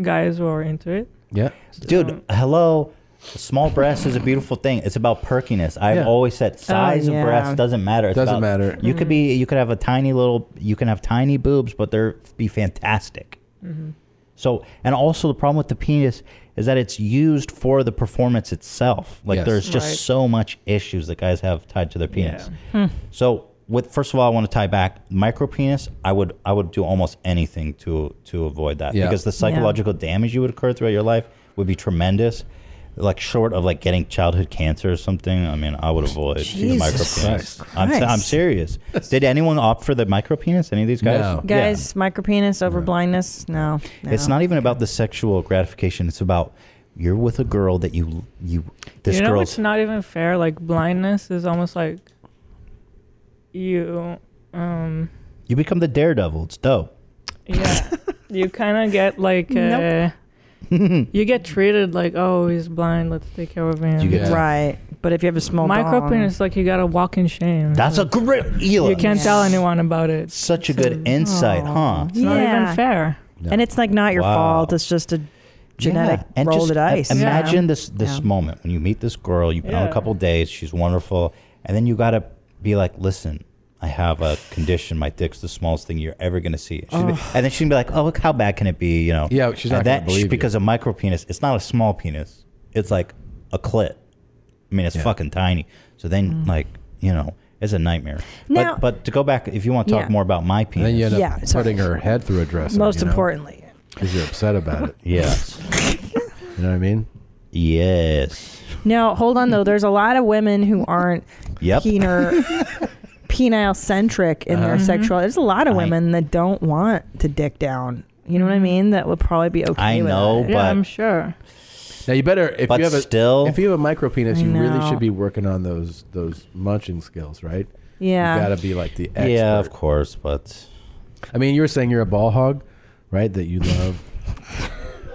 guys who are into it.
Yeah.
Dude, hello. Small breasts is a beautiful thing. It's about perkiness. I've
Yeah.
always said
Oh,
size
yeah.
of breasts doesn't matter. It's
Doesn't
about-
matter.
You could be
Mm-hmm.
you could have a tiny little you can have tiny boobs, but they're be fantastic.
Mhm.
So and also the problem with the penis is that it's used for the performance itself. Like
Yes.
there's just
Right.
so much issues that guys have tied to their penis.
Yeah. Hmm.
So with first of all, I want to tie back micro penis. I would I would do almost anything to to avoid that
Yeah.
because the
Yeah.
psychological damage you would occur throughout your life would be tremendous. Like short of like getting childhood cancer or something. I mean, I would avoid the
Jesus
micro
Christ.
penis. I'm, I'm
Christ.
serious. Did anyone opt for the micro penis? Any of these guys?
Guys, micro penis over blindness? No, no.
It's not even about the sexual gratification. It's about you're with a girl that you you this
you know
girl's
it's not even fair. Like blindness is almost like you, um,
you become the daredevil. It's dope.
yeah, you kind of get like uh,
Nope.
[laughs]
you get treated like oh he's blind, let's take care of him.
You get- Yeah.
right. But if you have a small
micro
dong-
penis, like you gotta walk in shame.
That's a great.
You can't tell anyone about it. oh,
Such a good insight, huh?
It's not even fair.
And it's like not your
Wow.
fault. It's just a genetic
Yeah, and
roll
just
of the
i-
dice.
Imagine this this
Yeah.
moment when you meet this girl, you've been on
Yeah.
a couple days, she's wonderful, and then you gotta be like, listen, I have a condition, my dick's the smallest thing you're ever gonna see. She's gonna be-
Ugh.
and then she's gonna be like, oh, look how bad can it be, you know?
Yeah, she's
And
not gonna believe you.
because a micro penis, it's not a small penis, it's like a clit. I mean, it's
Yeah.
fucking tiny. So then, like, you know, it's a nightmare.
Mm. Now-
but, but to go back, if you want to talk
Yeah.
more about my penis,
Then you end up
Yeah, sorry.
putting her head through a dresser.
Most
you know?
importantly,
Because you're upset about it.
Yes.
you know what I mean?
Yes.
Now, hold on though. There's a lot of women who aren't
Yep.
penile
[laughs]
penile centric in their
Uh-huh.
sexual. There's a lot of
I-
women that don't want to dick down. You know what I
Mm-hmm.
mean? That would probably be okay.
I
with
know,
it.
Yeah, but- I'm
sure.
Now you better if
But
you have a
still-
if you have a micro penis,
I
you really
know.
should be working on those those munching skills, right?
Yeah.
you gotta be like the expert.
Yeah, of course, but
I mean, you were saying you're a ball hog, right? That you
[laughs]
love.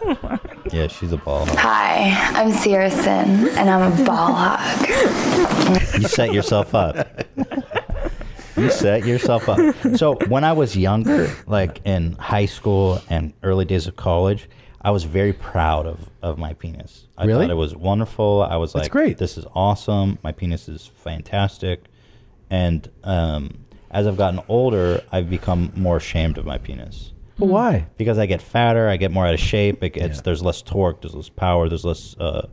Hmm.
yeah, she's a ball. hog.
Hi, I'm Sierra Sin, and I'm a ball hog.
You set yourself up. you set yourself up. So when I was younger, like in high school and early days of college, I was very proud of, of my penis. I
Really?
thought it was wonderful. I was like,
great.
This is awesome. My penis is fantastic. And um, as I've gotten older, I've become more ashamed of my penis.
Well, why?
because I get fatter, I get more out of shape. It gets there's less torque, there's less power, there's less, uh,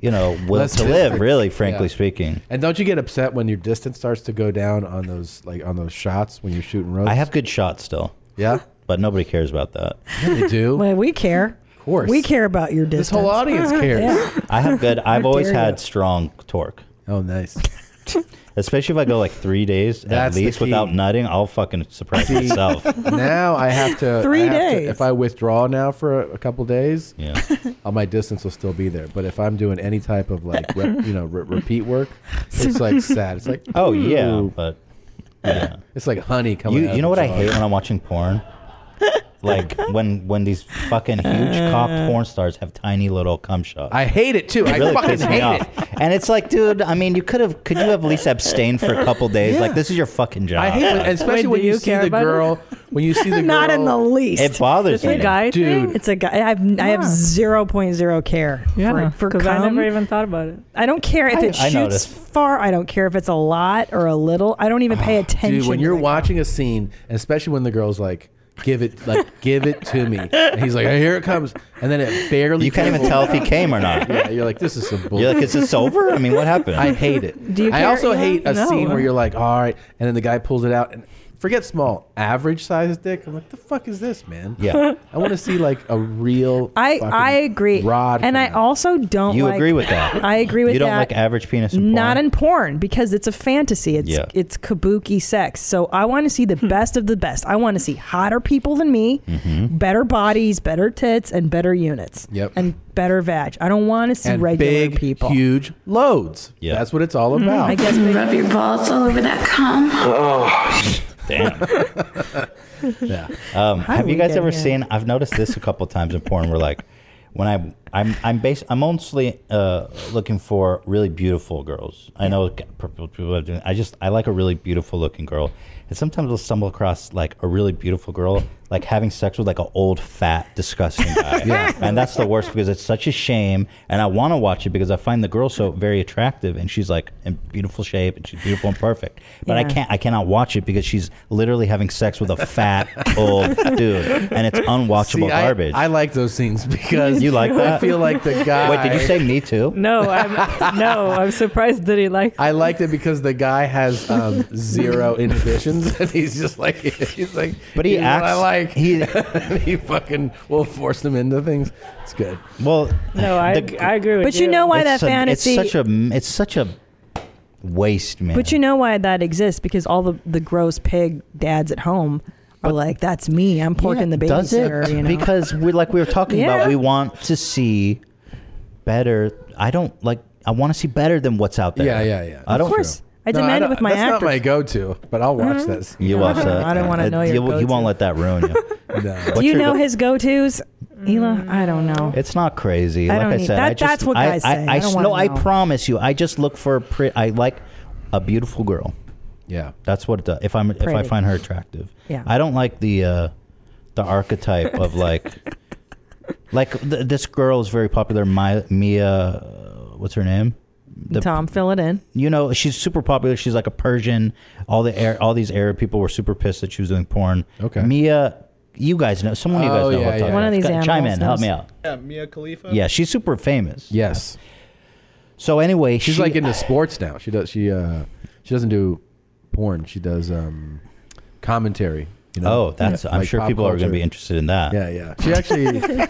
you know, will
Less [laughs]
to live.
distance.
Really, frankly
Yeah.
speaking,
And don't you get upset when your distance starts to go down on those like on those shots when you're shooting ropes?
I have good shots still.
Yeah,
but nobody cares about that.
they do.
[laughs] Well, we care. Of
course.
We care about your distance.
This whole audience cares.
[laughs] Yeah.
I have good. I've
How
always
dare
had
you.
strong torque.
Oh, nice.
[laughs] Especially if I go like three days
That's
at
the
least without
key.
nutting, I'll fucking surprise
See,
myself.
now I have
[laughs]
to I
Three
have to-
days.
if I withdraw now for a, a couple days,
yeah,
[laughs] uh, my distance will still be there. But if I'm doing any type of like
[laughs]
rep, you know re- repeat work, it's like sad. It's like
Oh yeah,
ooh.
but yeah.
it's like honey coming.
You,
out
you
of
know
the
what I
jar.
hate when I'm watching porn?
[laughs]
like when when these fucking huge cock porn stars have tiny little cum shots.
Uh. I hate it too. I fucking
pisses
hate
And it's like, dude, I mean, you could have could you have at least abstained for
[laughs]
a couple days?
Yeah.
Like this is your fucking job.
I
[laughs]
hate, when, especially when you, see the girl. When you see the girl,
[laughs] Not in the least.
It bothers It's a me. guy
dude.
It's a guy. I have I have
Yeah.
zero point zero care.
Yeah,
for, for
because I
cum.
never even thought about it.
I don't care if
I-
it
I
shoots
noticed.
far. I don't care if it's a
Ah,
lot or a little. I don't even pay attention.
Dude, when you're watching a scene, and especially when the girl's like, Give it, like, give it to me. And he's like, here it comes, and then it barely.
You can't
came
even tell if he
over.
came or
[laughs]
not.
Yeah, you're like, this is some bull.
You're like, is this over? I mean, what happened?
I hate it.
Do you
I
care,
also
Elon?
hate a
No.
scene where you're like, all right, and then the guy pulls it out and forget small, average sized dick. I'm like, the fuck is this, man?
Yeah.
I want to see like a real.
[laughs] I
fucking
I agree.
Rod.
and I also don't.
You
like-
agree with that.
I agree with
You don't
that.
like average penis in
Not in porn because it's a fantasy. It's
Yeah.
it's kabuki sex. So I want to see the Hmm. best of the best. I want to see hotter people than me,
Mm-hmm.
better bodies, better tits, and better units.
Yep.
And better vag. I don't want to [laughs] see
and
regular
big,
people.
huge loads. Yeah. That's what it's all
Mhm.
about.
I guess
Rub your balls all over that cum.
[laughs] Oh,
damn.
[laughs] yeah.
Um,
How
have
do
you
we
guys
get
ever
here?
seen? I've noticed this a couple times in porn. Where like, when I I'm I'm bas- I'm mostly uh, looking for really beautiful girls. I know g- people people are doing. I just I like a really beautiful looking girl, and sometimes I'll stumble across like a really beautiful girl like having sex with like an old fat disgusting guy.
Yeah.
and that's the worst because it's such a shame. And I want to watch it because I find the girl so very attractive, and she's like in beautiful shape, and she's beautiful and perfect. But I
Yeah.
can't I cannot watch it because she's literally having sex with a fat old dude, and it's unwatchable
[laughs] See, I-
garbage.
I, like those scenes because
you like that.
I feel like the guy.
Wait, did you say me too?
No,
[laughs]
I'm no, I'm surprised that he liked.
I liked it because the guy has um, zero inhibitions, and he's just like [laughs] he's like.
But he
"Here's what I
acts-
like [laughs]
he
he fucking will force them into things. It's good.
Well,
No, I
The-
I agree with
But you know why that
It's a-
fantasy-
It's such a it's such a waste, man.
But you know why that exists because all the, the gross pig dads at home are like, "That's me. I'm porking the babysitter."
does it?
You know?
Because we like we were talking
Yeah.
about, we want to see better. I don't like. I want to see better than what's out there.
Yeah, yeah, yeah.
I don't.
Of course, I
No,
demand it
don't-
with my
that's
actors.
not my go-to, but I'll watch
Mm-hmm.
Mhm.
this.
You watch that.
I don't wanna
Uh,
know your
You, you
go-to.
won't let that ruin you.
[laughs]
Do you know his go-to's, Elon? I don't know.
It's not crazy.
I
like
don't
I
need-
said,
that-
I just,
that's what
I-
guys
I,
say.
I,
I don't wanna
no, I
know.
promise you. I just look for a pretty. I like a beautiful girl.
Yeah,
that's what it does. If I'm if I
Pretty.
find her attractive,
Yeah.
I don't like the uh, the archetype of
[laughs]
like like th- this girl is very popular. My Mia, uh, what's her name? The,
Tom, fill it in.
you know, she's super popular. She's like a Persian. All the air, all these Arab people were super pissed that she was doing porn. Okay, Mia, you guys know. Someone you guys
Oh,
know. who
yeah,
I'm talking
yeah. One
about.
of these
Ch- Chime in,
animals knows.
help me out.
Yeah, Mia Khalifa.
Yeah, she's super famous.
Yes.
So anyway,
she's
she-
like into sports now. She does. She uh, she doesn't do porn. She does um, commentary. You know?
Oh, that's. I'm
Like
sure
pop
people are going
culture.
to be interested in that.
Yeah, yeah. She
[laughs]
actually,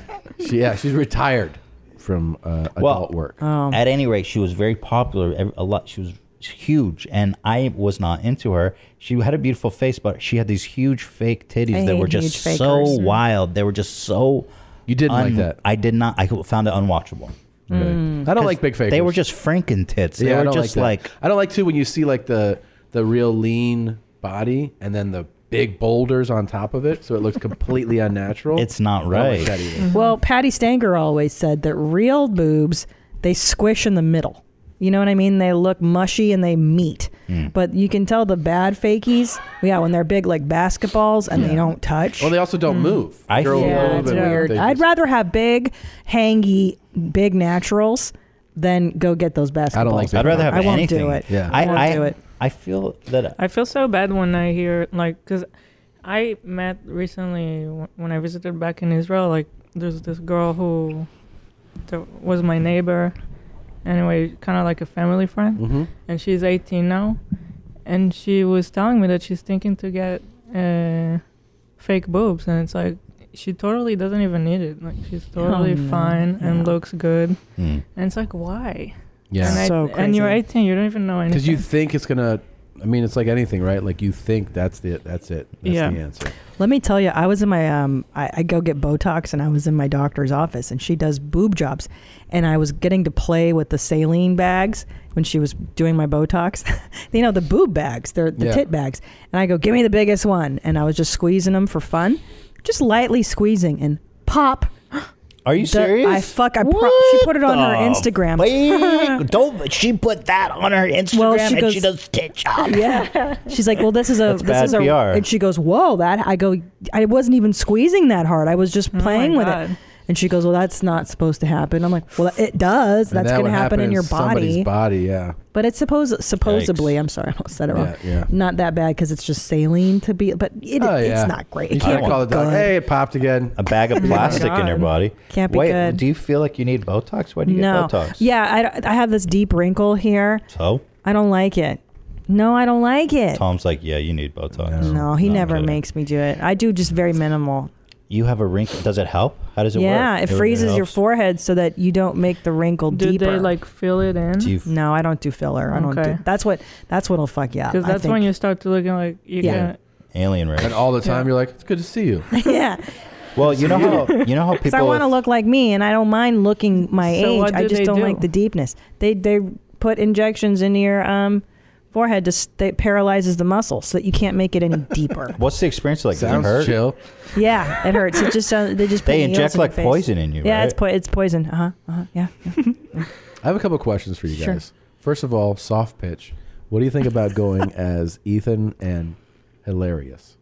she yeah, she's retired from uh, adult
well,
work.
Oh.
At any rate, she was very popular. ev- A lot. She was huge, and I was not into her. She had a beautiful face, but she had these huge fake titties
I
that were
hate
just
huge
so
fakers.
wild. They were just so. You
didn't like that.
I did not. I found it unwatchable.
Really?
Hmm.
Mm. I don't
'Cause
like big fakers.
They were just Franken tits. They
yeah, I
were
don't
just
like,
like,
that. I don't like too when you see like the the real lean body and then the big boulders on top of it, so it
[laughs]
looks completely unnatural. It's
not right.
Well, Patty Stanger always said that real boobs they squish in the middle. You know what I mean? They look mushy and they meet.
Mm.
But you can tell the bad fakies, yeah, when they're big like basketballs and they don't touch.
Well, they also don't move.
I
They're a
feel-
little
Yeah,
bit
it's
weird.
weird.
They
I'd
just-
rather have big, hangy, big naturals than go get those basketballs.
I'd rather have
I won't
anything.
do it.
I,
I won't
I-
do it.
I feel that
I feel so bad when I hear like because I met recently wh- when I visited back in Israel. Like there's this girl who th- was my neighbor, anyway, kind of like a family friend,
Mm-hmm.
Mhm.
and she's 18 now, and she was telling me that she's thinking to get uh, fake boobs, and it's like she totally doesn't even need it. Like she's totally
Oh, no.
fine and
Yeah.
looks good,
Hmm.
Mm.
and it's like why?
Yeah.
and, I-
So
and you're crazy. 18, you don't even know anything.
Because you think it's gonna. I mean, it's like anything, right? Like you think that's the that's it. That's
Yeah.
the answer.
Let me tell you, I was in my um, I, I go get Botox, and I was in my doctor's office, and she does boob jobs, and I was getting to play with the saline bags when she was doing my Botox. [laughs] you know the boob bags, they're the
Yeah.
tit bags, and I go, give me the biggest one, and I was just squeezing them for fun, just lightly squeezing, and pop.
Are you
The-
serious?
I fuck. I pro- she put it on her
the
Instagram. [laughs]
fuck? Don't she put that on her Instagram and she does tit job.
[laughs] Yeah, she's like, well, this is a
That's
this
bad
is a,
PR.
and she goes, whoa, that I go, I wasn't even squeezing that hard. I was just playing with
God.
it. And she goes, Well, that's not supposed to happen. I'm like, Well, it does.
And
That's
that
going to
would
happen in your
somebody's
body.
body, yeah.
But it's supposed supposedly. I'm sorry, [laughs] I almost said it wrong.
Yeah, yeah.
Not that bad because it's just saline to be, but it,
Oh, yeah.
it's not great.
You
It can't
can't
be
call it
good.
like, hey, it popped again.
A bag of
[laughs] Oh my
plastic in your
God.
body.
Can't be
Wait,
good.
do you feel like you need Botox? Why do you
no.
get Botox?
Yeah, I, I have this deep wrinkle here.
So
I don't like it. No, I don't like it.
Tom's like, yeah, you need Botox.
No, he never makes me do it. I do just very minimal.
You have a wrinkle. Does it help? How does it work?
yeah, it freezes your
helps?
forehead so that you don't make the wrinkle
Do
deeper.
they like fill it in?
Do you f-
no, I don't do filler. I don't.
Okay.
Do, that's what. That's what'll fuck you up.
Because
I
that's
think.
when you start to looking like you
Yeah.
can't.
alien race.
And all the time you're like, it's good to see you.
yeah.
Well, you know how you
[laughs]
know how
Because I
people
want to look like me, and I don't mind looking my
So
age.
what
I
do
just
they
don't
do?
like the deepness. They they put injections in your um forehead to s- that paralyzes the muscle so that you can't make
[laughs]
it any deeper.
What's the experience like?
Sounds
Does it hurt?
[laughs]
chill.
yeah, it hurts. It just sounds. They just put
They
needles
inject
in your
like
face.
poison in you,
Yeah,
right?
it's po- it's poison. Uh huh. Uh huh.
[laughs]
Yeah.
I have a couple questions for you
Sure.
guys. First of all, soft pitch. What do you think about
[laughs]
going as Ethan and Hilarious?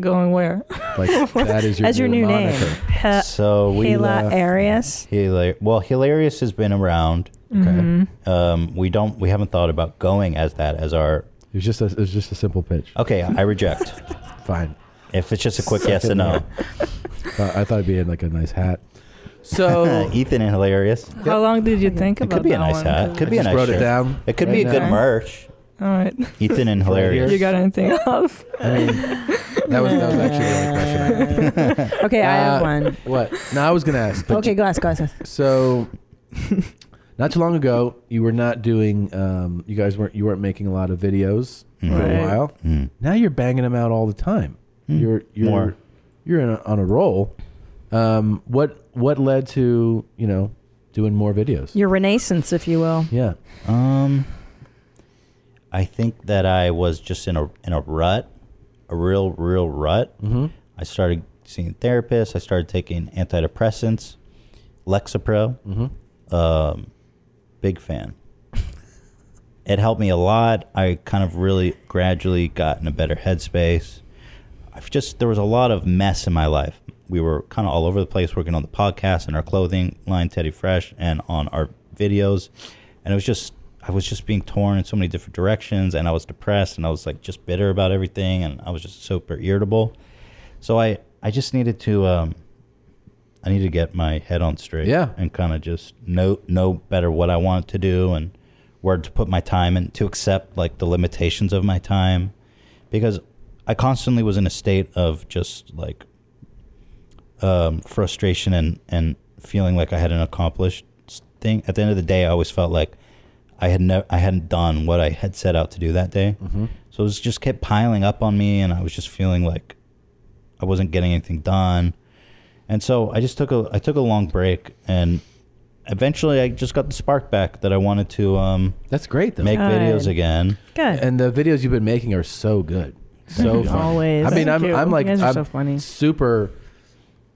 Going where?
[laughs] Like that is your
As your new name. Ha-
So we
Hela Arias.
Hilar- well, hilarious has been around.
Okay.
Mm-hmm.
Mhm.
Um, we don't. We haven't thought about going as that as our.
It was just a. It was just a simple pitch.
Okay, I reject.
[laughs] Fine.
If it's just a quick
Suck
yes
it
and no.
up. Uh, I thought it'd be in like a nice hat.
[laughs]
So-
Ethan and hilarious.
How long did you think
It
about
could be a
that
nice
one?
hat. Could be a
just
nice
wrote it
shirt.
down
It could
right
be a good
now.
merch.
All right.
[laughs]
Ethan and hilarious.
You got anything
[laughs]
else?
I mean, that was that was actually the only question. I had.
Okay, I have
Uh,
one.
What? No, I was gonna ask. but-
Okay, go ask. Go ask. ask.
So, [laughs] not too long ago, you were not doing. Um, you guys weren't. You weren't making a lot of videos for a
Right. Hmm.
while. Now you're banging them out all the time. You're you're
More.
you're in a, on a roll. Um, what what led to you know doing more videos?
Your renaissance, if you will.
Yeah.
Um, I think that I was just in a in a rut, a real real rut.
Mhm.
I started seeing therapists. I started taking antidepressants, Lexapro.
Mhm.
Um, big fan. It helped me a lot. I kind of really gradually got in a better headspace. I've just there was a lot of mess in my life. We were kind of all over the place working on the podcast and our clothing line, Teddy Fresh, and on our videos, and it was just I was just being torn in so many different directions, and I was depressed, and I was like just bitter about everything, and I was just super irritable. So I I just needed to um, I need to get my head on straight,
Yeah.
and kind of just know know better what I want to do and where to put my time and to accept like the limitations of my time, because I constantly was in a state of just like um, frustration and and feeling like I hadn't accomplished s- thing. At the end of the day, I always felt like I had never I hadn't done what I had set out to do that day.
Mm-hmm.
Mhm.
So it was just kept piling up on me, and I was just feeling like I wasn't getting anything done. And so I just took a I took a long break, and eventually I just got the spark back that I wanted to. Um,
That's great though.
Make videos
Good.
again.
Good.
And the videos you've been making are so good. So
Thank you.
funny.
Always.
I mean,
Thank
I'm,
you.
I'm like,
You guys are
I'm
so
super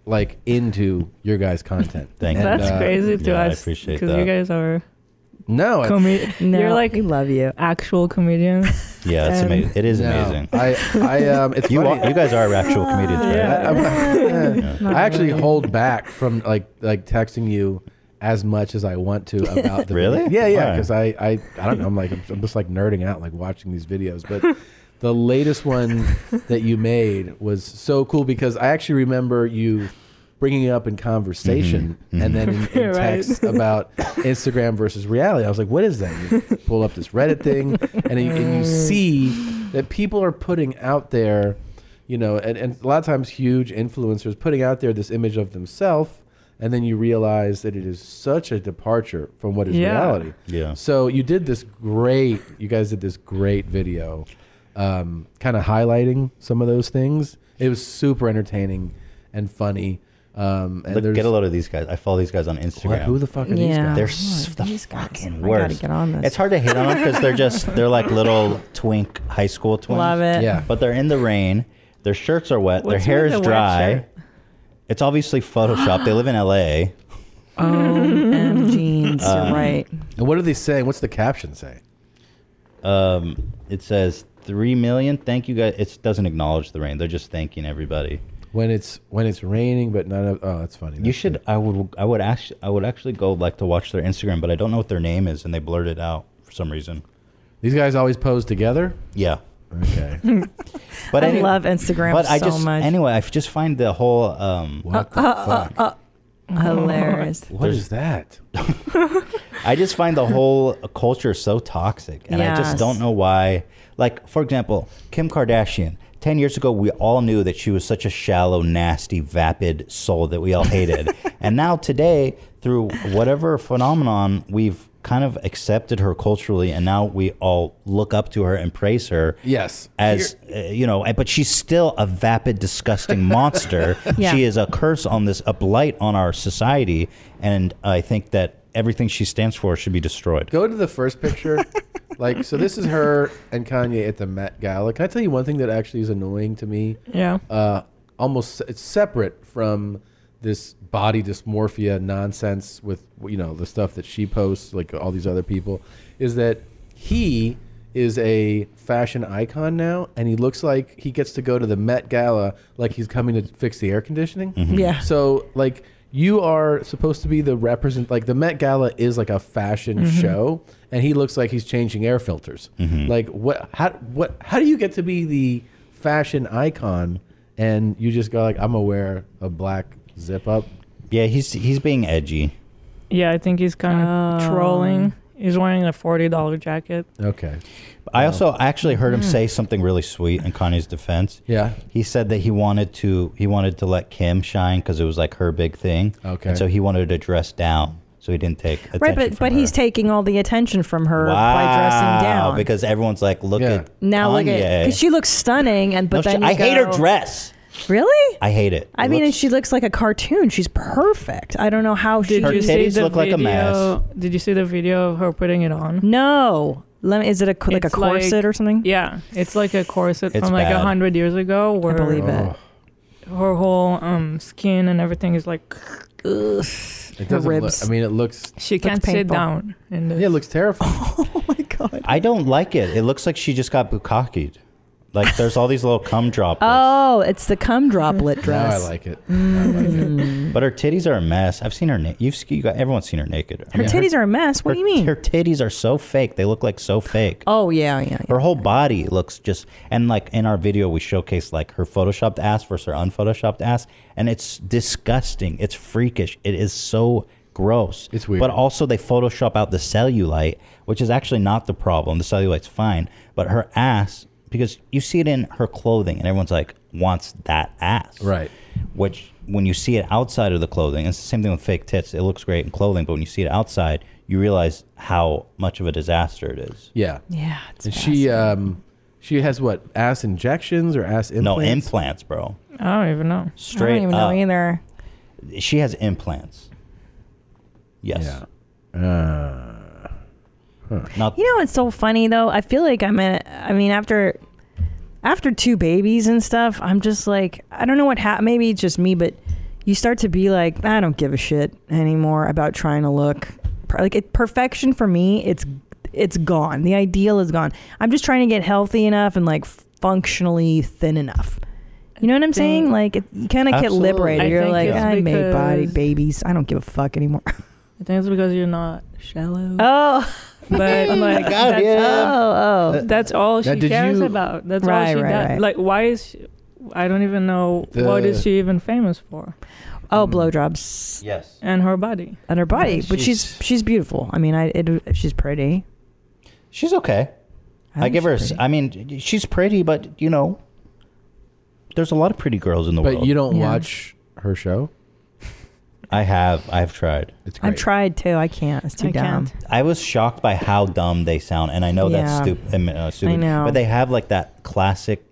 like into your guys' content.
Thank
And,
That's
uh,
crazy to us. Because you guys are
No, I-
comed-
No,
you're like
we love you. Um,
actual comedians.
Yeah, it's
And-
amazing. It is
No.
amazing.
I, I, um, it's
[laughs] you,
funny.
are, you guys are actual comedians, right?
I, I'm- [laughs] I actually hold back from like like texting you as much as I want to about the
[laughs] Really?
video. yeah yeah
Why?
because I, I I don't know I'm like I'm, I'm just like nerding out like watching these videos but the latest one that you made was so cool because I actually remember you bringing it up in conversation
Mm-hmm.
and then in, in
Right.
text about Instagram versus reality I was like what is that you pull up this Reddit thing and you, and you see that people are putting out there you know, and, and a lot of times huge influencers putting out there this image of themselves, and then you realize that it is such a departure from what is
Yeah.
reality.
Yeah.
So you did this great. You guys did this great video, um, kind of highlighting some of those things. It was super entertaining and funny. Um, and
Look,
there's
get a load of these guys. I follow these guys on Instagram.
What- who the fuck are these Yeah. guys?
They're
Who
s- the fucking
I gotta
worst.
get on this.
It's hard to hit on them
[laughs]
because they're just they're like little twink high school twins.
Love it. Yeah.
But they're in the rain. Their shirts are wet.
What's
their hair
with the
is
wet
dry.
shirt?
It's obviously Photoshop. they live in L.A. [laughs]
OM jeans.
Um,
you're right.
And what are they saying? What's the caption say?
Um, it says three million. Thank you guys. It doesn't acknowledge the rain. They're just thanking everybody.
when it's when it's raining, but none of oh, that's funny.
You should. I would. I would actually. I would actually go like to watch their Instagram, but I don't know what their name is, and they blurred it out for some reason.
These guys always pose together.
Yeah.
[laughs]
Okay.
I
any-
love Instagram
But I
so
just
much.
anyway, I just find the whole um.
Uh, uh, uh, uh, hilarious.
What is that?
[laughs] I just find the whole culture so toxic, and I
Yes.
just don't know why. Like, for example, Kim Kardashian. Ten years ago, we all knew that she was such a shallow, nasty, vapid soul that we all hated. and now, today, through whatever phenomenon, we've kind of accepted her culturally, and now we all look up to her and praise her.
Yes.
as uh, you know, but she's still a vapid,
[laughs]
disgusting monster.
Yeah.
She is a curse on this, a blight on our society, and I think that everything she stands for should be destroyed.
Go to the first picture. like, so this is her and Kanye at the Met Gala. Can I tell you one thing that actually is annoying to me?
Yeah.
Uh, almost it's separate from this body dysmorphia nonsense with you know the stuff that she posts, like all these other people, is that he is a fashion icon now, and he looks like he gets to go to the Met Gala like he's coming to fix the air conditioning.
Mhm. Yeah.
So like you are supposed to be the represent like the Met Gala is like a fashion
Mhm.
show and he looks like he's changing air filters.
Mm-hmm.
Like what how what how do you get to be the fashion icon and you just go like I'm gonna wear a black zip up?
Yeah, he's he's being edgy.
Yeah, I think he's kind of
Oh.
trolling. He's wearing a forty dollar jacket.
Okay.
I also I actually heard him
Mm.
say something really sweet in Kanye's defense.
Yeah.
He said that he wanted to he wanted to let Kim shine because it was like her big thing.
Okay.
And so he wanted to dress down, so he didn't take attention
Right, but
from
but he's taking all the attention from her by dressing down.
Because everyone's like, look at
now
Kanye.
look at because she looks stunning, and but
No, she-
then you
I hate her
go-
dress.
Really?
I hate it.
I mean, and she looks like a cartoon. She's perfect. I don't know how she.
Did you see the video- Did you see the video of her putting it on?
No. Let me, is it a co- like a
It's like-
corset or something?
Yeah, it's like a corset
It's
from like a
bad.
hundred years ago. Where Oh.
believe it.
Her whole um, skin and everything is like. Ugh,
It doesn't look I mean it looks
She can't sit down. In the
yeah, it looks terrifying.
I don't like it. It looks like she just got bukakied. Like there's all these little cum drops.
[laughs] Oh, it's the cum droplet dress. Mm.
it.
But her titties are a mess. I've seen her. Na- you've sk- you got everyone's seen her naked.
Her titties are a mess. What do you mean?
Her titties are so fake. They look like so fake.
Oh yeah, yeah.
Her whole body looks just and like in our video we showcase like her photoshopped ass versus her unphotoshopped ass, and it's disgusting. It's freakish. It is so gross. It's weird. But also they photoshop out the cellulite, which is actually not the problem. The cellulite's fine, but her ass because you see it in her clothing, and everyone's like wants that ass,
right?
Which when you see it outside of the clothing, it's the same thing with fake tits. It looks great in clothing, but when you see it outside, you realize how much of a disaster it is.
Yeah.
Yeah.
and she um she has what, ass injections or ass implants?
implants, bro.
[laughs] I don't even know.
Straight even know up.
either.
She has implants. Yes.
Uh,
Not
You know what's so funny though? I feel like I'm in. I mean, after after two babies and stuff, I'm just like I don't know what happened. Maybe it's just me, but you start to be like I don't give a shit anymore about trying to look per- like it, perfection for me. It's it's gone. The ideal is gone. I'm just trying to get healthy enough and like functionally thin enough. You know what I'm saying? Like it, you kind of get
Absolutely. I
liberated. You're
think
like
it's
I made body
because-
babies. I don't give a fuck anymore. [laughs]
I think it's because you're not shallow.
Oh, [laughs]
but
Oh my
like,
God,
that's,
yeah. Oh, oh.
that's all
Now,
she
did
cares
you-
about. That's
Right,
all she
right,
does.
right.
Like, why is she, I don't even know what
The-
is she even famous for?
Oh, blowjobs.
Yes.
And her body.
And her body,
Yeah,
but she's she's beautiful. I mean, I it, she's pretty.
She's okay. I, give her. a s I mean, she's pretty, but you know, there's a lot of pretty girls in the
But
world.
you don't Yeah. watch her show.
I have. I've tried.
It's
I've tried too. I can't. It's too dumb.
I was shocked by how dumb they sound, and I know that's
Yeah.
stupid. I, mean, uh, stupid,
know.
But they have like that classic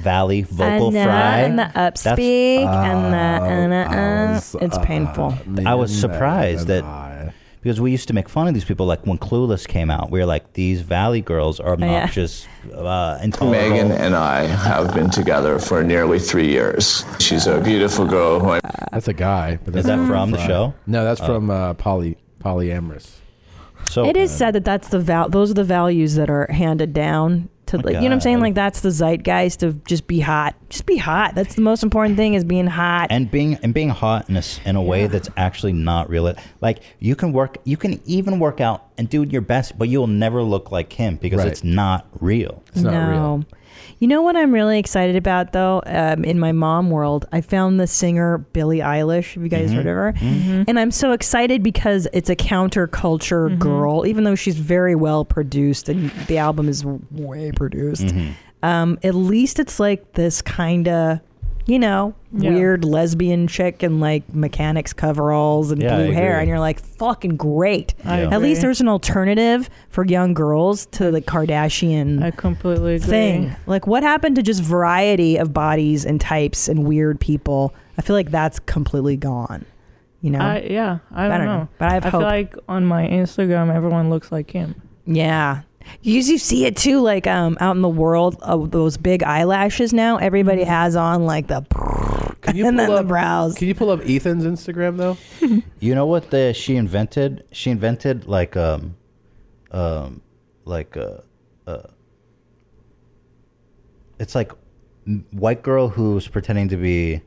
valley vocal
and, uh,
fry
and the
That's-
upspeak and the and the, uh, it's painful.
I was surprised that because we used to make fun of these people. Like when Clueless came out, we were like, "These Valley girls are
Oh, yeah.
obnoxious, uh, intolerable."
Megan and I have been together for nearly three years. She's a beautiful girl. Who I
that's a guy. But
Is that from the show?
No, that's
Oh.
from uh, poly polyamorous.
So
it is sad that that's the val. Those are the values that are handed down to like, you know what I'm saying? Like that's the zeitgeist of just be hot. Just be hot. That's the most important thing is being hot.
and being and being hot in a, s- in a way that's actually not real. Like you can work, you can even work out and do your best, but you'll never look like him because
Right.
it's not real.
You know what I'm really excited about though? Um, in my mom world, I found the singer Billie Eilish. Have you guys
Mhm.
heard of her?
Mhm.
And I'm so excited because it's a counterculture
Mhm.
girl, even though she's very well produced and the album is way produced.
Mhm.
Mm-hmm.
Um, at least it's like this kind of, you know,
Yeah.
weird lesbian chick in like mechanics coveralls and
Yeah, I
blue hair,
agree.
and you're like, fucking great.
I
At
agree.
least there's an alternative for young girls to the Kardashian.
completely agree.
thing. Like, what happened to just variety of bodies and types and weird people? I feel like that's completely gone. You know?
I, yeah, I don't, know.
But I have
feel
hope.
like on my Instagram, everyone looks like him.
yeah. You, you see it too, like um, out in the world, uh, those big eyelashes now,
Mm-hmm.
everybody has on
[laughs]
like the
Can you
[laughs] and
pull
then the
up-
brows.
Can you pull up Ethan's Instagram though?
[laughs] You know what the, she invented? She invented like um, um, like uh, uh, it's like m- white girl who's pretending to be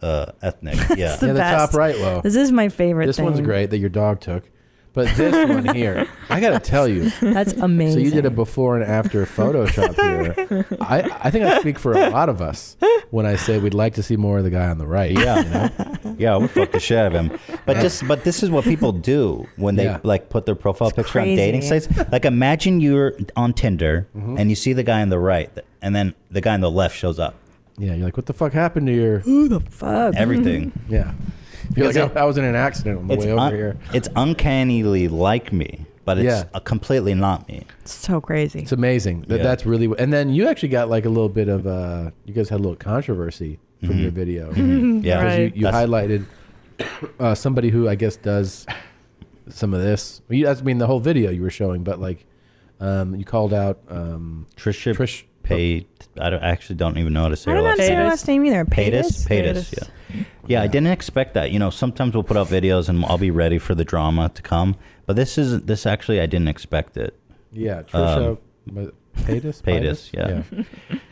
uh
[laughs]
ethnic. yeah,
It's the best.
top right low.
This is my favorite
This one's
thing.
great that your dog took, but this one here, I gotta tell you,
[laughs] That's amazing.
So you did a before and after Photoshop here. I, I think I speak for a lot of us when I say we'd like to see more of the guy on the right.
Yeah. yeah, we fuck the shit out of him. But this, but this is what people do when they
Yeah.
like put their profile picture on dating
crazy.
sites. Like, imagine you're on Tinder
Mm-hmm.
and you see the guy on the right, and then the guy on the left shows up.
Yeah, you're like, what the fuck happened to your?
Who the fuck?
Everything.
Mm-hmm.
yeah, you're like,
Because
I, I was in an accident on the
It's
way over
un-
here.
It's uncannily like me, but it's
Yeah.
uh, completely not me.
so crazy.
It's amazing. That
Yeah.
that's really. And then you actually got like a little bit of uh you guys had a little controversy from your video.
Mhm. Mm-hmm. Yeah.
'Cause
Right.
you, you
That's-
highlighted uh, somebody who I guess does some of this. Well, you, I mean, the whole video you were showing, but like um you called out um
Trisha
Trish
Pay. I, don't, I actually don't even know how to say
I
her
don't know how to
last
say her
name.
last name either.
Paytas? Paytas, yeah. Yeah, I didn't expect that. You know, sometimes we'll put out videos and I'll be ready for the drama to come. But this is this actually I didn't expect it.
Yeah, Trisha
Um,
Ma- Paytas.
Paytas, yeah.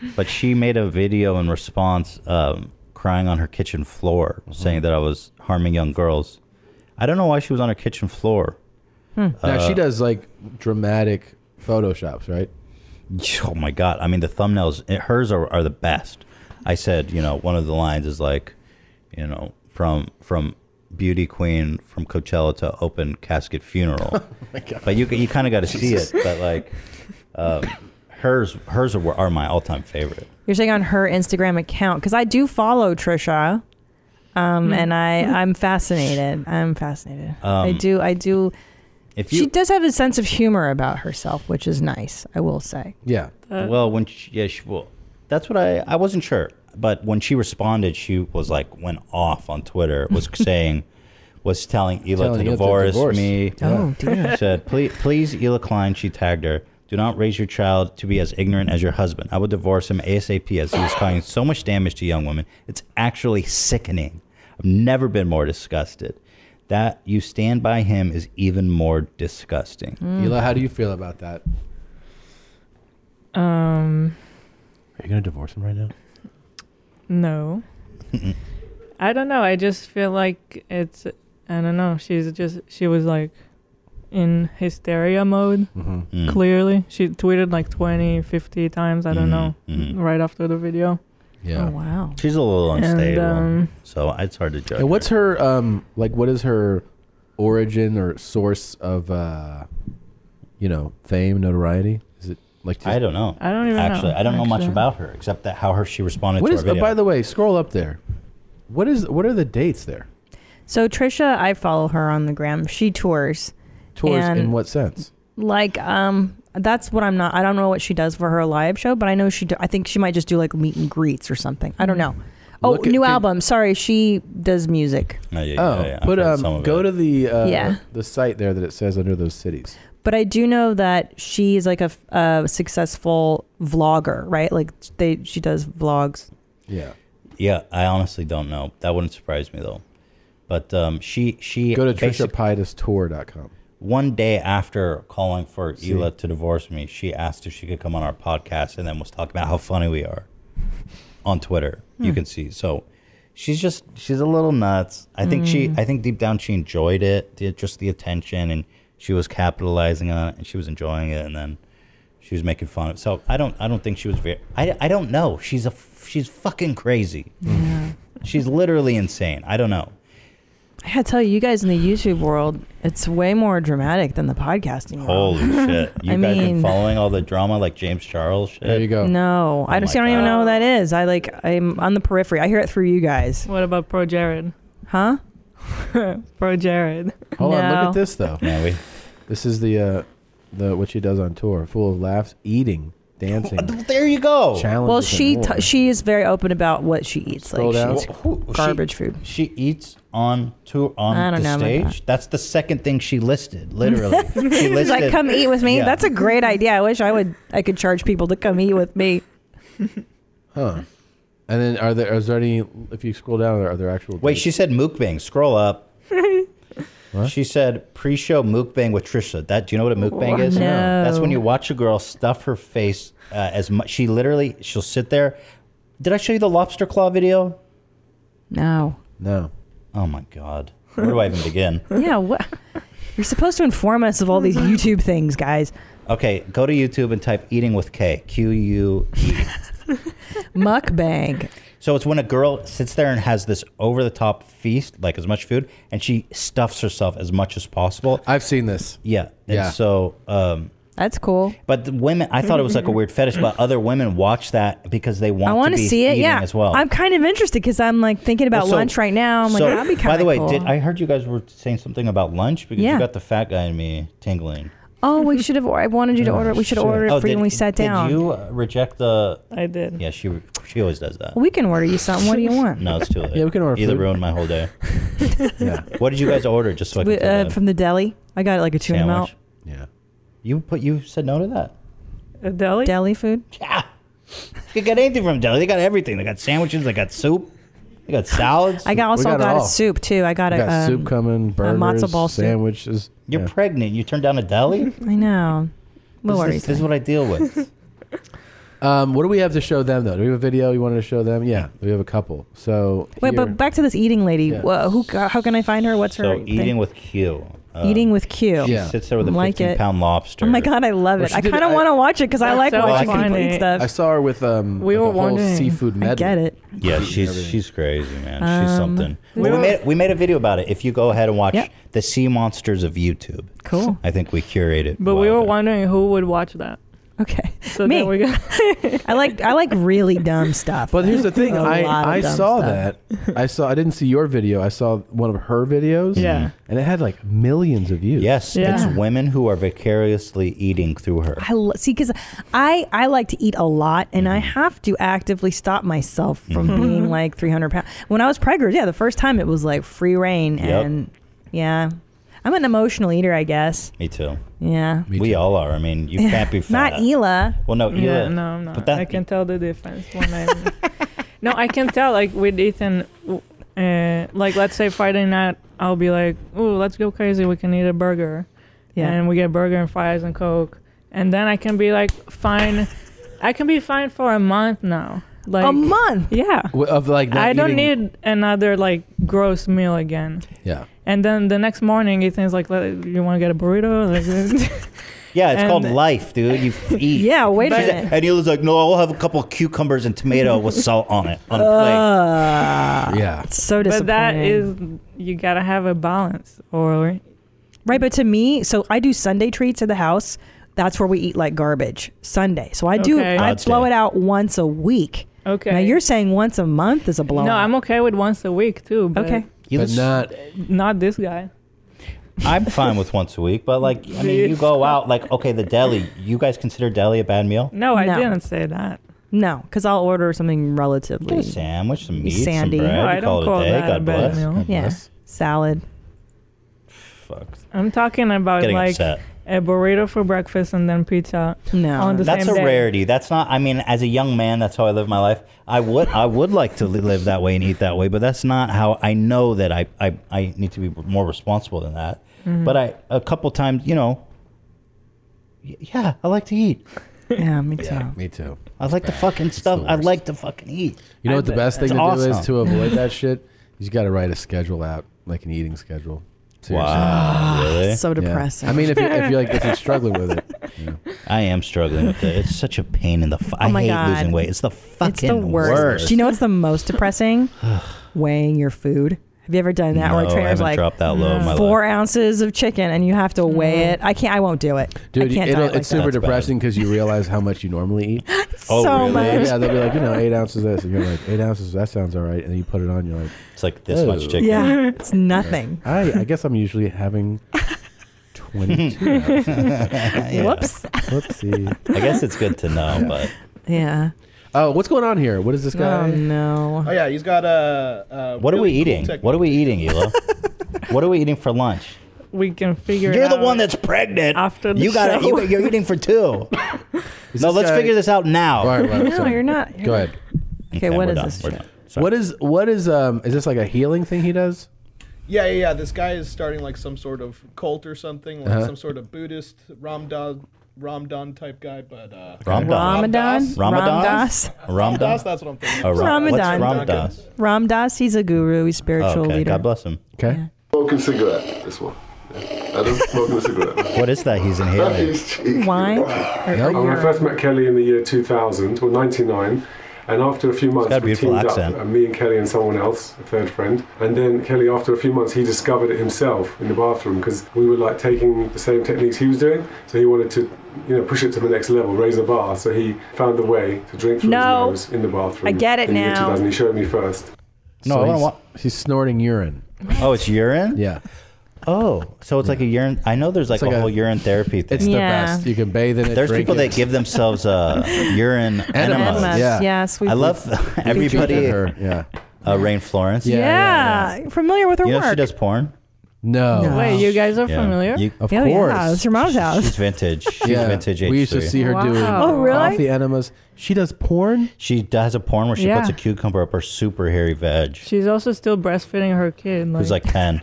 [laughs] but she made a video in response, um, crying on her kitchen floor,
Mm-hmm.
saying that I was harming young girls. I don't know why she was on her kitchen floor. Uh,
Hmm. Now, she
does
like dramatic photoshops, right?
Oh my god! I mean, the thumbnails, it- hers are, are the best. I said, you know, one of the lines is like, you know, from from beauty queen from Coachella to open casket funeral.
[laughs] Oh my God.
But you you kind of got to see it.
Jesus.
But like, um, hers hers are, are my all time favorite.
You're saying on her Instagram account because I do follow Trisha, um,
Hmm.
and I I'm fascinated. I'm fascinated. I
Um,
do I do.
If
she
you-
does have a sense of humor about herself, which is nice. I will say.
Yeah.
Uh,
well, when she, yeah, she, well, that's what I I wasn't sure, but when she responded, she was like went off on Twitter,
[laughs]
was saying, was telling Ela
Telling Ela
to
to
divorce,
divorce.
me.
Oh, Yeah. dear.
[laughs] Said please, please, Ela Klein. She tagged her. Do not raise your child to be as ignorant as your husband. I would divorce him ASAP as he is causing so much damage to young women. It's actually sickening. I've never been more disgusted. That you stand by him is even more disgusting.
Mm. Ela, how do you feel about that?
Um,
Are you gonna divorce him right now?
[laughs]
no. I don't know. I just feel like it's. I don't know. She's just. She was like in hysteria mode.
Mhm.
Mm.
Clearly, she tweeted like 20, 50 times. I don't know.
Mhm.
Right after the video.
Yeah.
Oh, wow.
She's a little
And,
unstable,
um,
so it's hard to judge.
And what's her um like? What is her origin or source of uh, you know, fame, notoriety? Is it like
I don't know.
I don't even know,
actually. I don't know much
actually.
about her except that how her she responded
What
to
is?
our
uh,
video.
by the way, scroll up there. What is? What are the dates there?
So Trisha, I follow her on the gram. She tours.
Tours
and
in what sense?
Like um, that's what I'm not. I don't know what she does for her live show, but I know she. Do, I think she might just do like meet and greets or something. I don't know.
Mm.
Oh,
Look at-
new
can-
album. Sorry, she does music.
Oh, yeah,
oh,
yeah, yeah. I've
but
heard some
um,
of
go to the uh,
Yeah.
the site there that it says under those cities.
But I do know that she's like a, f- a successful vlogger, right? Like they, she does vlogs.
Yeah.
Yeah, I honestly don't know. That wouldn't surprise me though. But um, she she
Go to
basic-
TrishaPitusTour.com.
one day after calling for Ela to divorce me, she asked if she could come on our podcast and then was talking about how funny we are on Twitter. You
Hmm.
can see. So she's just she's a little nuts. I think she
Hmm.
Mm.
I think deep down she enjoyed it, the, just the attention and she was capitalizing on it and she was enjoying it and then she was making fun of it. So I don't I don't think she was very I, I don't know. She's a f- she's fucking crazy. She's literally insane. I don't know.
I gotta tell you, you guys in the YouTube world, it's way more dramatic than the podcasting. world.
[laughs] Holy shit. You
I
guys been
mean-
following all the drama like James Charles shit? There you go. Oh
No, I don't see. I don't even know who that is. I like. I'm on the periphery. I hear it through you guys.
What about Pro Jared?
Huh?
[laughs] Pro Jared.
Hold on, look at this though.
Yeah, we.
This is the uh, the what she does on tour, full of laughs,
[laughs]
eating, dancing.
There you go.
Challenges
Well,
and
she
more.
t- she is very open about what she eats.
Scroll
like
down.
she eats
Who- who-
garbage
she,
food.
She eats on tour on
I don't
the
know about
stage. That's the second thing she listed. [laughs]
[laughs]
Literally, she
She's
listed.
like, "Come eat with me."
Yeah.
That's a great idea. I wish I would. I could charge people to come eat with me.
Huh. And then are there is there any if you scroll down are there actual
Wait, she said mukbang. Scroll up. She said pre-show mukbang with Trisha. That do you know what a mukbang is?
No.
That's when you watch a girl stuff her face uh, as much. She literally she'll sit there. Did I show you the lobster claw video?
No.
No.
Oh my god. Where do I even begin? [laughs]
[laughs] Yeah. What? You're supposed to inform us of all these YouTube things, guys.
Okay, go to YouTube and type "eating with K." Q U E.
Mukbang.
So it's when a girl sits there and has this over the top feast, like as much food, and she stuffs herself as much as possible.
I've seen this.
Yeah. And
Yeah.
so um
That's cool.
but the women I thought it was like a weird fetish, but other women watch that because they want
I
want to
to
be
see it.
eating
Yeah.
as well.
I'm kind of interested because I'm like thinking about
Well, so-
lunch right now. I'm
so,
like, that'd be kind of
By the way,
cool.
did I heard you guys were saying something about lunch because
Yeah.
you got the fat guy in me tingling.
Oh, we should have. I wanted you to order it. We should
Shit.
order it
[laughs] Oh,
for you when
did-
we sat down.
Did you uh, reject the
I did.
Yeah, she she always does that.
We can order you
[laughs]
something. What do you want?
No, it's too late.
Yeah, we can order
Either
food.
ruined my whole
[laughs]
day. yeah. What did you guys order? Just so I can
We-
feel
uh,
bad?
from the deli. I got like a tuna melt.
Sandwich? You put you said no to that.
A deli?
Deli food?
Yeah. You got anything from deli? They got everything. They got sandwiches. They got soup. They got salads.
I got also got, a soup too. I got a um, a matzo ball soup.
sandwiches.
You're pregnant. You turned down a deli.
[laughs] I know. We'll
This
order
is-
you
this is
something.
what I deal with.
Um, what do we have to show them though? Do we have a video you wanted to show them? Yeah, we have a couple. So
[laughs] Wait,
here-
but back to this eating lady.
Yeah.
Wha- who? How can I find her? What's her?
So eating
thing?
with Q. uh,
eating with Q.
She sits there with a
Like
15
it.
pound lobster.
Oh my god, I love
Well,
it.
she
I
did-
kind of
I-
want to watch it because I
That's
like
so
watching
funny.
people eat stuff.
I saw her with um
We
like
were
a whole
wondering.
seafood
I
medley.
get it.
Yeah, she's she's crazy, man. she's
Um,
something.
we
Well, we
were-
made we made a video about it. If you go ahead and watch
Yeah.
the sea monsters of YouTube,
Cool.
I think we curated.
But we were wondering who would watch that.
Okay.
So
Me.
then we got
[laughs] I like I like really dumb stuff.
But here's the thing,
[laughs] A lot of
I, I
dumb
saw
stuff. [laughs]
that. I saw I didn't see your video. I saw one of her videos.
Yeah.
And it had like millions of
[laughs]
views.
Yes,
Yeah.
it's women who are vicariously eating through her.
I lo- see because I I like to eat a lot and I
Mm-hmm.
have to actively stop myself from
Mhm.
being like 300 pounds. When I was pregnant, yeah, the first time it was like free reign
Yep.
and yeah, I'm an emotional eater, I guess.
Me too.
Yeah,
we all are. I mean, you can't be fat.
[laughs] not Ela. Mm.
Well, no,
E-
Ela.
Yeah, no, I'm not.
But that
I can tell the difference when I'm. no, I can tell. Like with Ethan, w- uh, like let's say Friday night, I'll be like, "Ooh, let's go crazy. We can eat a burger."
Yeah.
And we get burger and fries and coke, and then I can be like, fine. I can be fine for a month now. Like
a month.
Yeah.
W- Of like not
I don't
eating-
need another like gross meal again.
Yeah.
And then the next morning, Ethan's like, "Let- "You want to get a burrito?" Like, [laughs]
yeah, it's called
and-
life, dude.
[laughs]
You eat.
Yeah, wait a
She's
minute.
and Ela's like, no, I'll have a couple cucumbers and tomato with salt on it on a
Uh, plate.
Yeah.
So
But [laughs] that is
disappointing.
you gotta have a balance, or
Right, but to me, so I do Sunday treats at the house. That's where we eat like garbage Sunday. So I do
Okay.
I
God's
blow
day.
it out once a week.
Okay.
Now you're saying once a month is a blow.
no, I'm okay with once a week too. But
Okay.
But Ela's- not-
not this guy.
I'm fine with once a week, but like, I mean, you
[laughs]
go out, like, okay, the deli. You guys consider deli a bad meal?
No, I
No.
didn't say that.
No, because I'll order something relatively
A sandwich, some meat,
sandy.
some bread.
No, I
you
don't call
it a day.
that a
God
bad
bless.
meal.
God
yeah,
bless.
salad.
Fuck.
I'm talking about
Getting
like
upset.
a burrito for breakfast and then pizza.
No,
on the
that's
same
a
day.
rarity. That's not. I mean, as a young man, that's how I live my life. I would, I would like to li- live that way and eat that way, but that's not how. I know that I, I, I need to be more responsible than that.
Mm-hmm.
But I a couple times, you know, y- yeah, I like to
[laughs]
eat.
Yeah, me too.
Me too.
I like the fucking stuff. I like to fucking eat.
You know what the best thing
It's
to do is
awesome.
to
[laughs]
avoid
[laughs]
that shit? You just got to write a schedule out, like an eating schedule.
Wow,
Ah,
really? So
Ah, Yeah.
depressing.
I mean, if you're, if you're
[laughs]
like if you're struggling with it,
I am struggling with it. It's such a pain in the. F- I
Oh my
hate
God.
losing weight. It's the fucking
it's the worst.
worst.
Do you know what's the most depressing?
[sighs]
Weighing your food. Have you ever done that? where a
No, I
trainer's
haven't
like "Mm,
dropped that low in my
four ounces of chicken, and you have to weigh it. I can't. I won't do it.
dude,
I can't
it'll,
diet
it's
like
super
that.
depressing because you realize how much you normally
[laughs]
eat.
Oh, So really? much.
Yeah, they'll be like, you know, eight ounces of this, and you're like, eight ounces. That sounds all right, and then you put it on, you're like, "Oh."
it's like this much chicken.
Yeah, [laughs] it's nothing.
I I guess I'm usually
[laughs]
having twenty two.
Yeah.
Whoops.
Whoopsie.
I guess it's good to know, but
Yeah.
Oh, what's going on here? What is this guy?
Oh no.
Oh yeah, he's got a. a
what are we
really cool
eating?
technique.
What are we eating, Ela? what are we eating for lunch?
We can figure.
You're
it
the
out
one that's pregnant.
After the
you got
show.
you, you're eating for two. no,
this
let's
guy-
figure this out now.
Right, right,
No, you're not.
Go ahead.
Okay, what
we're
is
done,
this?
we're
shit?
done.
What is what is um is this like a healing thing he does?
Yeah, yeah, yeah. This guy is starting like some sort of cult or something, like
Uh-huh.
some sort of Buddhist Ramdas Ramdan type guy, but uh,
Ramadan?
Ramdas?
Ramdas?
Ramdas?
That's what I'm thinking.
Oh, Ram- what's
Ramadan.
Ramdas?
Ram Das, he's a guru. He's spiritual
okay,
leader.
God bless him.
Okay.
Smoking cigarette. This one. I don't smoke a cigarette.
What is that he's
That
inhaling?
is cheap.
Wine?
When I first met Kelly in the year 2000 or 99, and after a few months
got a
we
beautiful
teamed
accent.
up, and me and Kelly and someone else, a third friend, and then Kelly after a few months he discovered it himself in the bathroom because we were like taking the same techniques he was doing, so he wanted to, you know, push it to the next level, raise the bar. So he found a way to drink through
No.
his nose in the bathroom.
I get it
in the year
now.
2000. He showed me first.
No, I
he's,
wanna wa-
he's snorting urine.
Oh, it's urine.
Yeah.
Oh, so it's like a urine. I know there's like,
It's like
a,
a-
whole urine therapy thing.
It's the Yeah. best. You can bathe in it,
There's
drink
people
it.
that give themselves
[laughs]
uh, urine enemas.
Enemas, Yeah. yes, we've-
I love [laughs]
we've- we've
everybody.
featured
her, Yeah.
Uh, Rain Florence.
Yeah, familiar with her
You know
work.
she does porn.
No.
No.
Wait, you guys are
Yeah.
familiar?
You-
Of
Yeah,
course.
Yeah, it's your mom's house.
She's vintage. She's
Yeah.
vintage.
We used to
H3.
see her doing
Wow. Oh, really?
coffee enemas. She does porn.
She has a porn where she puts a
Yeah.
cucumber up her super hairy veg.
She's also still breastfeeding her kid. Like,
Who's like ten?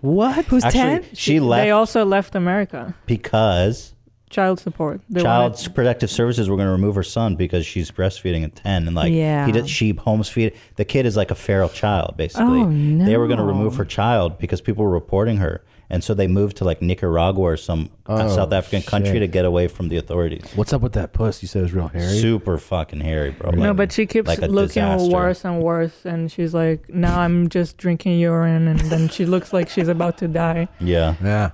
what?
Who's
Actually, 10? she left-
They also left America.
Because
Child support. They
Child
wanted-
Protective Services were going to remove her son because she's breastfeeding at ten, and like
Yeah.
he did, she homes feed the kid is like a feral child basically.
Oh,
They were going to
no.
remove her child because people were reporting her, and so they moved to like Nicaragua or some uh,
Oh,
South African country
shit.
to get away from the authorities.
What's up with that puss? You said it was real hairy.
Super fucking hairy, bro.
No,
Like-
but she keeps
like a
looking
disaster.
worse and worse, and she's like, "Now I'm just drinking urine," and then she looks like she's about to die.
Yeah.
Yeah.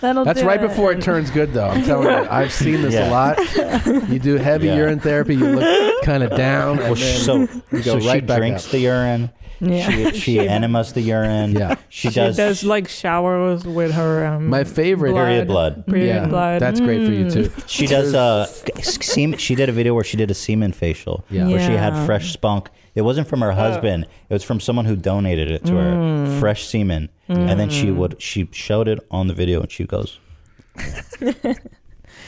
That'll
That's
do
right
it.
before it turns good, though. I'm telling you, I've seen this a
Yeah.
lot. You do heavy
Yeah.
urine therapy, you look kind of down.
Well,
and then
so
you
so
go
she
right back
drinks
up.
the urine.
Yeah.
She,
[laughs]
she enemas the urine. Yeah. She does.
She does like showers with her. Um,
My favorite- Period blood.
Period
Yeah,
blood.
that's great for you,
Mm.
too. [laughs] She does. Uh, semen, she did a video where she did a semen facial.
Yeah.
Where she
Yeah.
had fresh spunk. It wasn't from her husband. It was from someone who donated it to
Mm.
her. Fresh semen. And then she
Mm.
would. She showed it on the video, and she goes,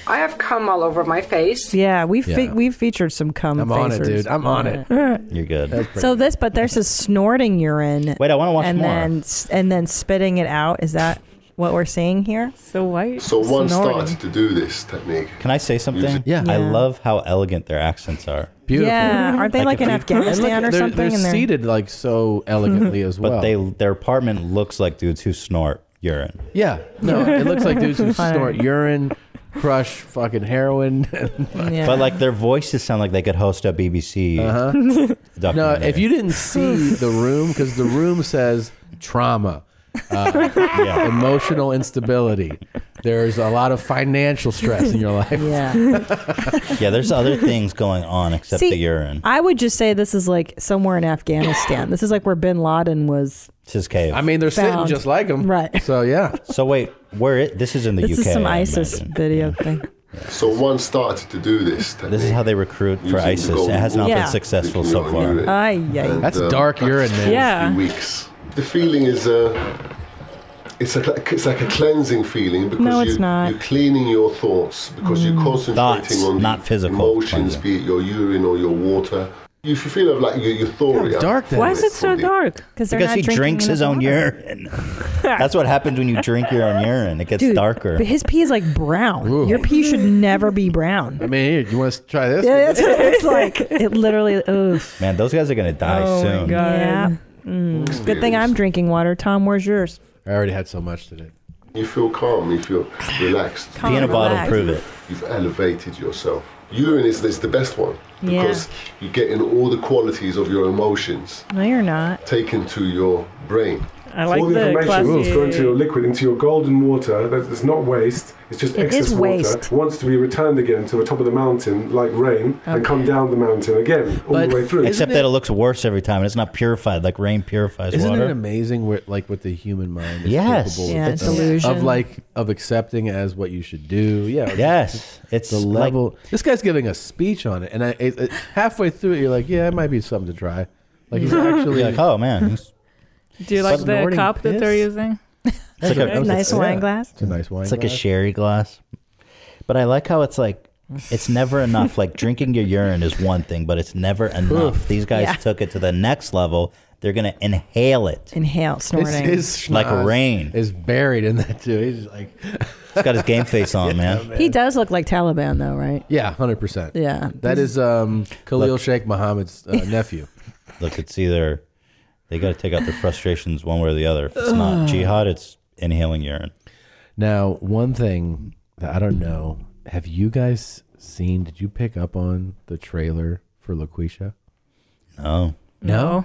I have cum all over my face.
Yeah, we've fe-
Yeah.
we've featured some cum.
I'm on it,
phasers.
dude. I'm on
[laughs] Uh,
"You're good."
So this, but there's this snorting urine.
Wait, I wanna watch
and
more.
Then, s- and then spitting it out. Is that what we're seeing here?
So white.
So one starts to do this technique.
Can I say something?
Yeah.
I
Yeah.
love how elegant their accents are.
Beautiful.
Yeah, aren't they like,
if
in
you-
Afghanistan
and
or
look, they're-
something?
They're
and they're- [laughs]
seated like so elegantly as well.
But they their apartment looks like dudes who snort urine.
yeah, no, it looks like dudes who
Fire.
snort urine, crush fucking heroin. [laughs]
Yeah.
But like their voices sound like they could host a BBC.
Uh-huh. no,
documentary.
if you didn't see the room, because the room says trauma,
[laughs]
uh, emotional instability. There's a lot of financial stress in your life.
Yeah.
yeah, there's other things going on except
See,
the urine.
I would just say this is like somewhere in Afghanistan. this is like where Bin Laden was.
It's his cave.
I mean, they're sitting
Found.
just like them.
Right.
So yeah.
So wait, where it? This is in the UK.
This is some
I
ISIS
imagine.
video thing.
So one started to do this technique.
This is how they recruit for ISIS. It has not
Yeah.
been successful so far.
Ay, ay.
And,
That's
uh,
dark
that's
urine, man.
for a
Yeah.
few weeks. The feeling is uh, it's like a, it's like a cleansing feeling because
No,
you,
it's not. Mm.
you're cleaning your thoughts because you're concentrating on the
not physical
emotions, be it your urine or your water.
You should feel of like eu- euphoria.
Why is it so dark?
because he drinks his own urine. That's what happens when you drink your own urine. It gets
Dude,
darker.
But his pee is like brown. Your pee should never be brown.
I mean, here, you want to try this?
Yeah, that's what it looks like. It literally. Ugh.
Man, those guys are gonna die
Oh my
soon.
God. Yeah. Mm. Good thing I'm drinking water. Tom, where's yours?
I already had so much today.
You feel calm. You feel relaxed.
Calm, Pee in a bottle, relaxed. prove it.
You've elevated yourself. Urine is, is the best one
Yeah.
because you get in all the qualities of your emotions
No, you're not.
taken to your brain.
I
like
all the,
the
information that's
classy-
going to your liquid, into your golden water, that, that's not waste, it's just
It
excess
is
water,
waste.
wants to be returned again to the top of the mountain like rain and come down the mountain again all the way through.
Except that it looks worse every time, and it's not purified like rain purifies
Isn't
water.
it amazing where like what the human mind is
Yes.
capable
Yeah,
of,
it's
of-
delusion.
of like of accepting as what you should do. Yeah.
Yes. It's
the
like-
level. this guy's giving a speech on it and I it, it- halfway through it you're like, yeah, it might be something to try. Like he's
[laughs] You're
actually
like, oh, man, he's-
Do you like the
Snorting
cup that they're using?
It's like a
nice wine glass.
It's a nice wine
It's like a
glass.
sherry glass. But I like how it's like it's never enough. like drinking your urine is one thing, but
[laughs]
it's never enough. These guys
Yeah.
took it to the next level. They're gonna inhale it.
Inhale, snorting.
like rain.
Is buried in that too. He's just like
He's got his game face
[laughs]
on, man.
He does look like Taliban, though, right?
Yeah, hundred percent.
Yeah.
that is um, Khalil Sheikh Mohammed's
[laughs]
uh, nephew.
Look, it's either they gotta take out their frustrations one way or the other. If it's not
Ugh.
jihad, it's inhaling urine.
Now, one thing that I don't know, have you guys seen? Did you pick up on the trailer for LaQuisha?
No.
No.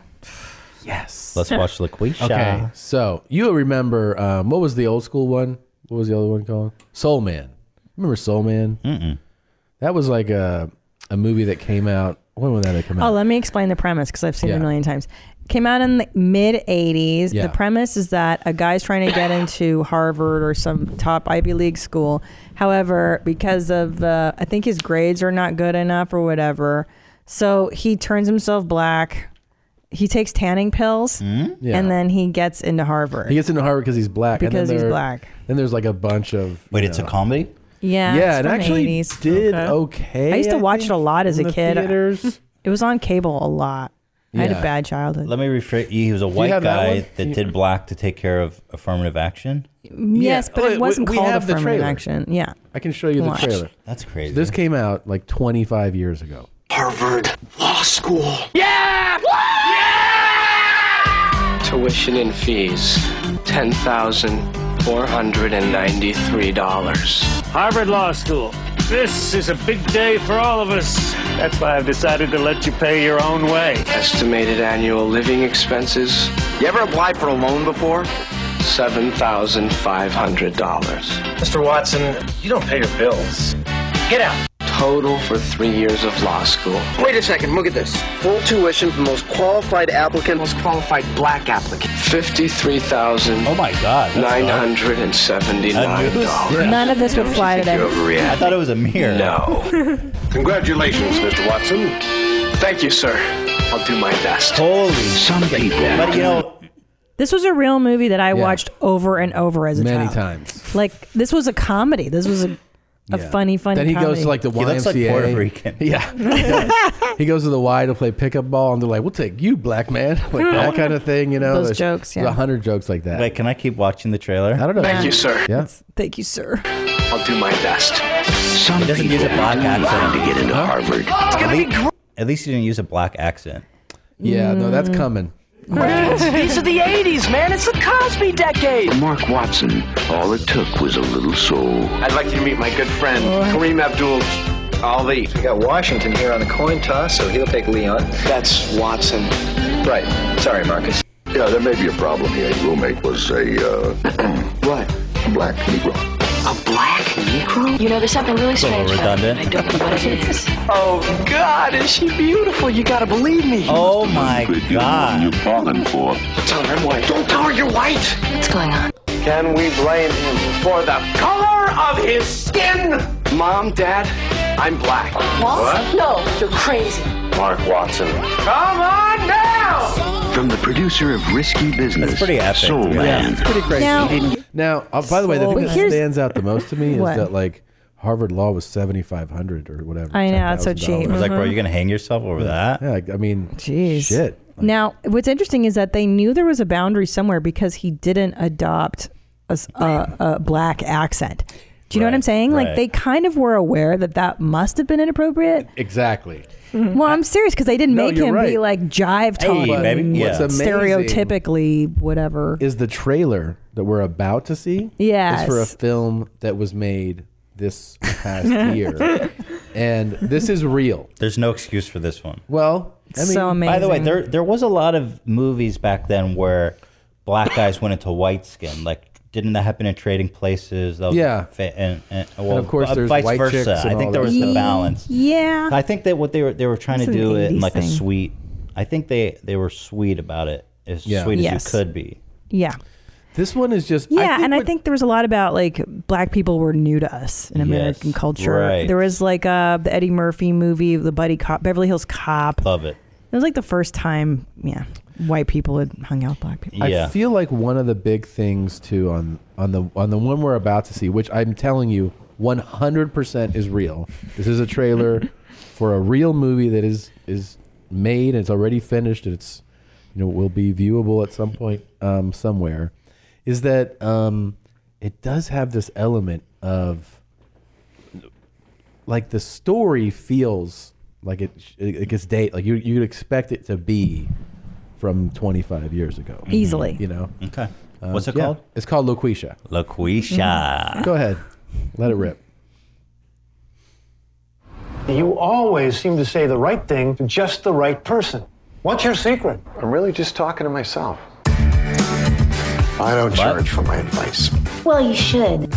Yes. [laughs]
Let's watch LaQuisha.
Okay. So you remember um, what was the old school one? What was the other one called? Soul Man. Remember Soul Man?
Mm-mm.
That was like a a movie that came out. When was that that come
Oh,
out?
let me explain the premise because I've seen it
Yeah.
a million times. Came out in the mid 80s.
Yeah.
The premise is that a guy's trying to get into Harvard or some top Ivy League school. However, because of, uh, I think his grades are not good enough or whatever. So he turns himself black. He takes tanning pills
Mm? Yeah.
and then he gets into Harvard.
He gets into Harvard because he's black. and then
Because he's
there-
black.
Then there's like a bunch of.
Wait, it's a comedy.
Yeah.
Yeah,
it's
it
from the
actually
80s.
did okay,
I used to
I
watch it a lot as
in
a
the
kid.
theaters.
[laughs] It was on cable a lot. I had
Yeah.
a bad childhood.
Let me rephrase. He was a white
have that
guy
one?
that did black to take care of affirmative action.
Yes, but
Wait,
it wasn't
we
called
have the
affirmative
trailer.
action. Yeah.
I can show you the
Watch.
trailer.
That's crazy.
This came out like 25 years ago.
Harvard Law School.
Yeah!
Tuition and fees $10,493.
Harvard Law School. This is a big day for all of us. That's why I've decided to let you pay your own way.
Estimated annual living expenses. You ever applied for a loan before? $7,500. Mr. Watson, you don't pay your bills. Get out. Total for three years of law school. Wait a second, look at this. Full tuition for most qualified applicant, most qualified black applicant. Fifty-three thousand. Oh
my God,
nine hundred and
I knew
seventy-nine
[laughs]
this.
dollars.
None of this would fly today.
I thought it was
[laughs]
a mirror.
No. [laughs] Congratulations, Mr. Watson. Thank you, sir. I'll do my best.
Holy
some people,
but you know,
This was a real movie that I watched over and over as a
Many
child.
times.
Like this was a comedy. This was a, a
Yeah.
funny, funny.
Then he
comedy.
goes to like the YMCA.
He looks like Puerto Rican.
[laughs] Yeah. he goes to the Y to play pickup ball, and they're like, "We'll take you, black man," [laughs] like that kind of thing. You know,
Those
There's-
jokes,
there's
yeah.
A hundred jokes like that.
Wait, can I keep watching the trailer? I
don't know.
Thank you, sir.
Yeah.
Thank you, sir.
I'll do my best. Some
He doesn't
people
use a black
do
accent
want to get into Harvard.
It's gonna be At least he didn't use a black accent.
Yeah, no,
Mm.
that's coming.
These are the 80s, man. It's the Cosby decade. Mark Watson, all it took was a little soul. I'd like you to meet my good friend, Kareem Abdul Ali. We got Washington here on the coin toss, so he'll take Leon. That's Watson. Right. Sorry, Marcus.
Yeah, there may be a problem here. Your roommate was a,
[clears throat]
uh, what? Black Negro.
A black Negro?
You know, there's something really
It's a little redundant.
[laughs] Oh, God, is she beautiful? You gotta believe me.
Oh, my God.
You're falling for.
Tell her I'm white. Don't tell her you're white. What's going on? Can we blame him for the color of his skin? Mom, Dad, I'm black.
What? No, you're crazy.
Mark Watson.
Come on now!
From the producer of Risky Business. That's pretty epic. Soul Man.
It's pretty crazy.
Now-
Now, uh, by the way, the
So-
thing
Wait,
that
here's-
stands out the most to me is
What?
that like Harvard Law was seventy five hundred or whatever.
I know, it's so
$10,000.
cheap. I was like, bro, Mhm. you
gonna hang yourself over
Yeah. Yeah, like, I mean,
jeez,
shit.
Now, what's interesting is that they knew there was a boundary somewhere because he didn't adopt a, s- a- a black accent. Do you know what I'm saying?
right.
Like they kind of were aware that that must have been inappropriate.
Exactly.
Well, I'm serious because they didn't
No,
make
you're
him
right.
be like jive
Hey,
talking,
baby. Yeah. What's amazing-
stereotypically whatever.
Is the trailer that we're about to see?
Yes.
Is for a film that was made this past
[laughs]
year, and this is real.
There's no excuse for this one.
Well, I mean,
By the way, there there was a lot of movies back then where black guys went into white skin. Like, didn't that happen in Trading Places? That was
Yeah.
fa- and, and, well,
of course
uh,
there's
vice
white chicks
versa.
and
I
all
think there
that
was the
stuff.
balance.
Yeah.
I think that what they were they were trying to
It's an
do it in
80s
like a
thing.
sweet. I think they they were sweet about it, as
Yeah.
sweet
Yes.
as you could be.
Yeah.
This one is just
Yeah, and I think there was a lot about like black people were new to us in
Yes,
American culture.
right.
There was like uh, the Eddie Murphy movie, the Buddy Cop, Beverly Hills Cop.
Love it.
It was like the first time, yeah, white people had hung out with black people.
I feel like one of the big things too on on the on the one we're about to see, which I'm telling you, 100% is real. This is a trailer for a real movie that is is made and it's already finished and it's you know will be viewable at some point um, somewhere. Is that um, it does have this element of like the story feels like it it gets date like you you'd expect it to be from 25 years ago
Easily.
you know Um,
okay What's it called?
it's called loquisha
LaQuisha.
Mm-hmm. go ahead let it rip
You always seem to say the right thing to just the right person. What's your secret? I'm really just talking to myself.
I don't charge for my advice.
Well, you should.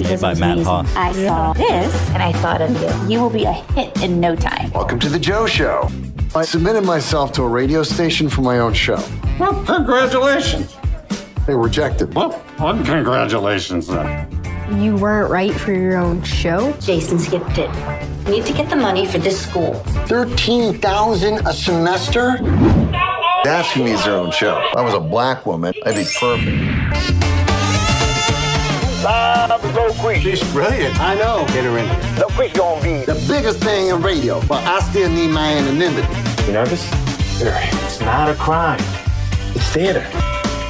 Made by Matt Hoff.
I saw this and I thought of you. You will be a hit in no time.
Welcome to the Joe Show. I submitted myself to a radio station for my own show.
Well, congratulations.
They rejected. Well,
Congratulations, then.
You weren't right for your own show? Jason skipped it. We need to get the money for this school.
13,000 a semester? That's who needs their own show. If I was a black woman, I'd be perfect.
Bob LaQuisha.
She's brilliant. I know. Get her in here.
LaQuisha gonna be
The biggest thing in radio, but I still need my anonymity. You nervous? It's not a crime. It's theater.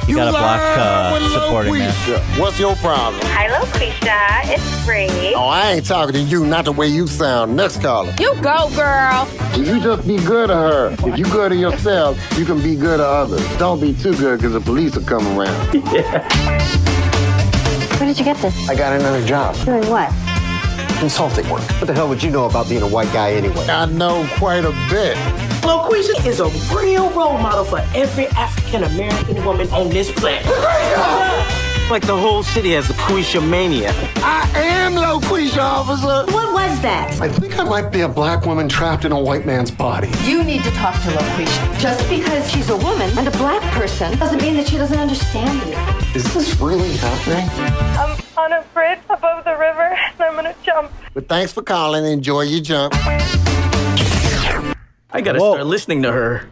You got a black uh, supporting there.
What's your problem?
Hi, Loquisha. It's Bree.
Oh, I ain't talking to you, not the way you sound. Next caller.
You go, girl.
You just be good to her. If you good to yourself, you can be good to others. Don't be too good because the police will come
[laughs]
around.
Where did you get this?
I got another job.
Doing what?
Consulting work. What the hell would you know about being a white guy anyway? I know quite a bit.
Loquisha is a real role model for every African American woman on this planet.
Like the whole city has LaQuisha mania.
I am Loquisha, officer. What was that? I think I might be a black woman trapped in a white man's body.
You need to talk to Loquisha. Just because she's a woman and a black person doesn't mean that she doesn't understand you.
Is this really happening?
I'm on a bridge above the river and I'm gonna jump.
But thanks for calling. Enjoy your jump.
I gotta start listening to her.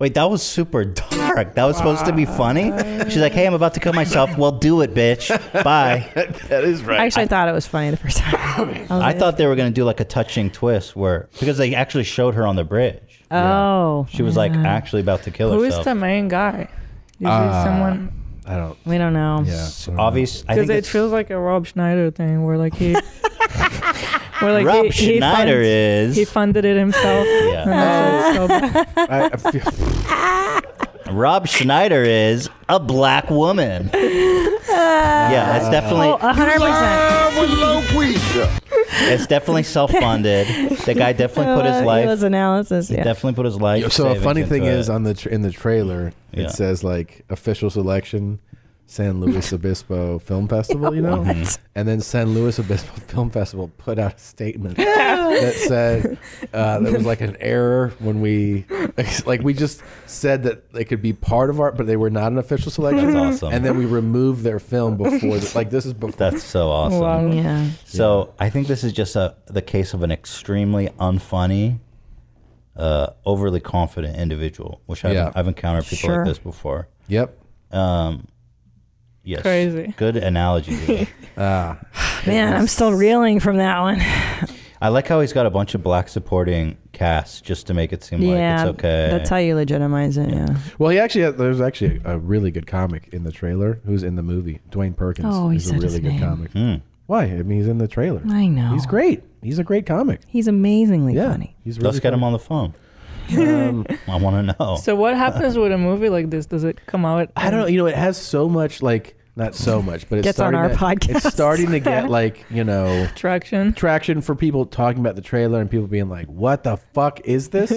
Wait, that was super dark. That was supposed to be funny. She's like, "Hey, I'm about to kill myself. Well, do it, bitch. Bye."
[laughs] that is
Actually, I thought it was funny the
[coughs]
first time. I, was
I
like,
thought they were gonna do like a touching twist where because they actually showed her on the bridge.
Oh.
She was like actually about to kill
Who is
herself.
the main guy? Usually
Uh,
someone.
I don't.
We don't know.
Yeah. Obvious. I
Because
think
it
it's-
feels like a Rob Schneider thing, where
[laughs]
like he, where like
Rob
he, he
Schneider
funds-
is-
he funded it himself.
Yeah.
And that's why it's so
[laughs]
bad.
I, I feel,
[laughs]
Rob Schneider is a black woman. [laughs] yeah, it's definitely
Oh, 100%.
it's definitely self funded. The guy definitely put his
Uh,
life.
His analysis,
he
yeah.
definitely put his life.
so a
savings
funny thing
into
is um,
it.
on the tr in the trailer
Yeah.
it says like official selection san
[laughs]
luis obispo film festival you know
What?
and then san luis obispo [laughs] film festival put out a
[laughs]
statement that said uh, that was like an error when we [laughs] like we just said that they could be part of art but they were not an official selection
That's awesome.
and then we removed their film before the, like this is before
That's so awesome.
Wow.
Yeah.
So I think this is just a the case of an extremely unfunny, uh, overly confident individual, which I've,
Yeah.
I've encountered people
Sure.
like this before.
Yep.
Um, Yes.
Crazy.
Good
[laughs]
analogy. Diego.
Ah.
Man, I'm still reeling from that one.
I like how he's got a bunch of black supporting cast just to make it seem
[laughs] yeah,
like it's okay.
that's how you legitimize it. Yeah.
Well, he actually had, there's actually a, a really good comic in the trailer who's in the movie. Dwayne Perkins
Oh, he
is a
said
really
his
good
name.
comic.
Hmm.
Why? I mean, he's in the trailer.
I know.
He's great. He's a great comic.
He's amazingly funny. [laughs]
He's
Let's get him on the phone.
Um,
[laughs] I want to know.
So what happens with a movie like this? Does it come out?
I don't know. You know, it has so much like not so much, but it's
Gets on
starting
our
to,
podcast.
It's starting to
[laughs]
get like you know
traction,
traction for people talking about the trailer and people being like, "What the fuck is this?"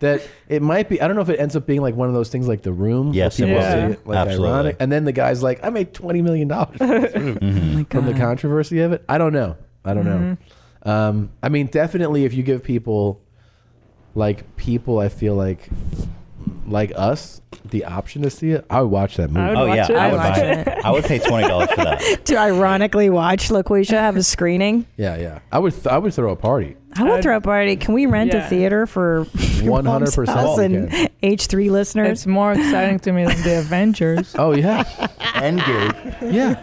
That it might be. I don't know if it ends up being like one of those things like The Room. where
Yes, it
people
will.
see
Yeah.
like
Absolutely.
ironic, and then the guy's like, "I made twenty million dollars
[laughs] Mm-hmm.
Oh
from the controversy of it." I don't know. I don't
Mhm.
Mm-hmm.
know. Um, I mean, definitely, if you give people like people, I feel like like us the option to see it, I would watch that movie.
would Oh, watch yeah, it. I I would would buy watch it. it. I would pay $20
for that.
to ironically watch Laquisha have a screening.
[laughs] Yeah, yeah. I would th- I would throw a party.
I will throw a party. Can we rent
Yeah.
a
[laughs]
theater for your mom's [laughs]
100%
house
we
and
can.
H three listeners?
It's more exciting
[laughs]
to me than the Avengers. [laughs]
Oh yeah, Endgame. Yeah.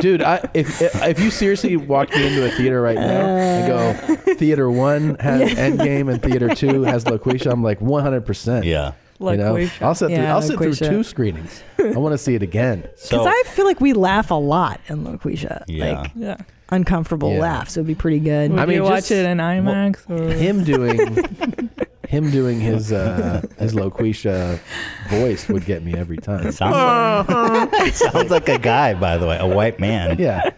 Dude, I, if if you seriously walked me into a theater right now and go, theater one has
Yeah.
Endgame and theater two has Loquisha, I'm like 100. percent Yeah, you know,
Loquacious.
I'll sit through
Yeah,
I'll sit through
Loquacious.
two screenings. I want to see it again.
Because I feel like we laugh a lot in Loquisha.
Yeah.
Like
Yeah.
uncomfortable
Yeah.
laughs. It would be pretty good.
Would I mean, you watch just- it in
IMAX or
[laughs]
him doing him doing his uh, his Loquisha voice would get me every time.
[laughs] Sounds it sounds like [laughs] a guy, by the way, a white man.
[laughs] Yeah.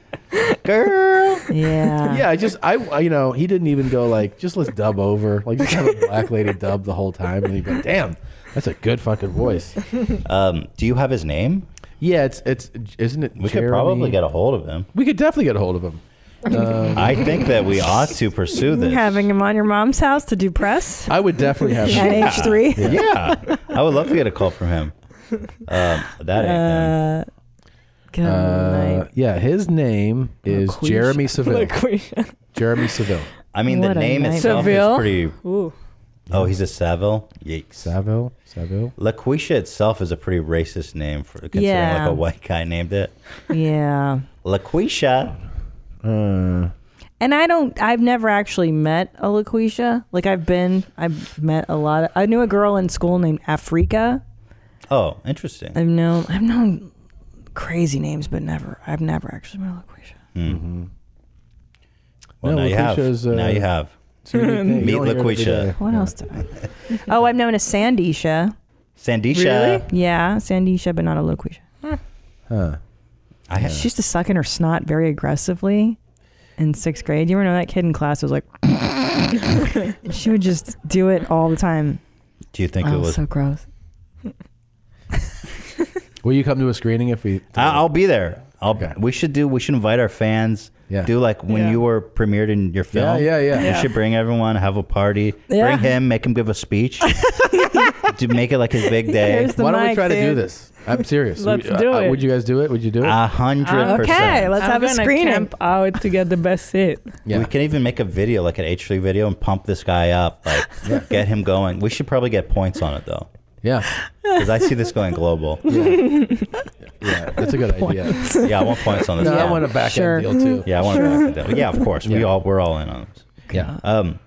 Girl.
Yeah.
Yeah, I just I I- you know he didn't even go like just let's dub over like just have
[laughs]
a black lady dub the whole time and he'd be like damn that's a good fucking voice.
Um, do you have his name?
Yeah, it's it's isn't it?
We could probably
Jeremy?
get a hold of him.
We could definitely get a hold of him. Um,
I think that we ought to pursue this.
Mm, Having him on your mom's house to
[laughs]
do press.
I would definitely have
At
Yeah.
age three.
Yeah. I would love to get a call from him. Um, that ain't him.
Uh, good
Uh,
night.
yeah, his name is
Laquisha. [laughs]
Jeremy Seville.
Laquisha.
Jeremy Seville.
I mean, the
What a
name
nightmare.
itself
Seville?
is pretty.
Ooh.
Oh, he's a Saville. Yikes.
Saville. Saville.
LaQuisha itself is a pretty racist name for considering
Yeah.
like a white guy named it.
Uh, yeah.
LaQuisha.
Uh,
And I don't. I've never actually met a Laquisha. Like I've been. I've met a lot. Of, I knew a girl in school named Afrika.
oh, interesting.
I've known. I've known crazy names, but never. I've never actually met a Laquisha.
Mm-hmm. Well,
No,
now, you have.
LaQuisha's, uh,
now you have.
two new things. You
Meet
don't hear it every day.
LaQuisha.
What else did I?
[laughs]
Oh, I've known a Sandisha.
Sandisha.
Yeah, Sandisha, but not a Loquisha.
Huh.
I have.
She used to suck in her snot very aggressively in sixth grade. You ever know that kid in class was like, And [laughs] she would just do it all the time.
Do you think
Oh,
it was?
so gross?
Will you come to a screening if we?
I- I'll be there. I'll, We should do. We should invite our fans.
Yeah.
Do like when
Yeah.
you were premiered in your film.
yeah, yeah.
You
Yeah.
should bring everyone, have a party,
Yeah.
bring him, make him give a speech, to make it like his big day.
Why don't we try to do this? I'm serious.
Let's
Uh,
do
uh,
it.
Would you guys do it? Would you do it?
A hundred
Okay,
percent.
let's
I'm
have a
gonna
screening.
Camp out to get the best seat.
We can even make a video, like an H3 video, and pump this guy up,
[laughs]
like get him going. We should probably get points on it though, [laughs]
Yeah.
because I see this going global.
Yeah, that's a good idea.
[laughs] yeah, I want points on this.
No, I
one.
want a back end Sure. deal, too.
Yeah, I want
Sure.
a back end deal. Yeah, of course. We
Yeah.
all we're all in on this.
Yeah.
Um,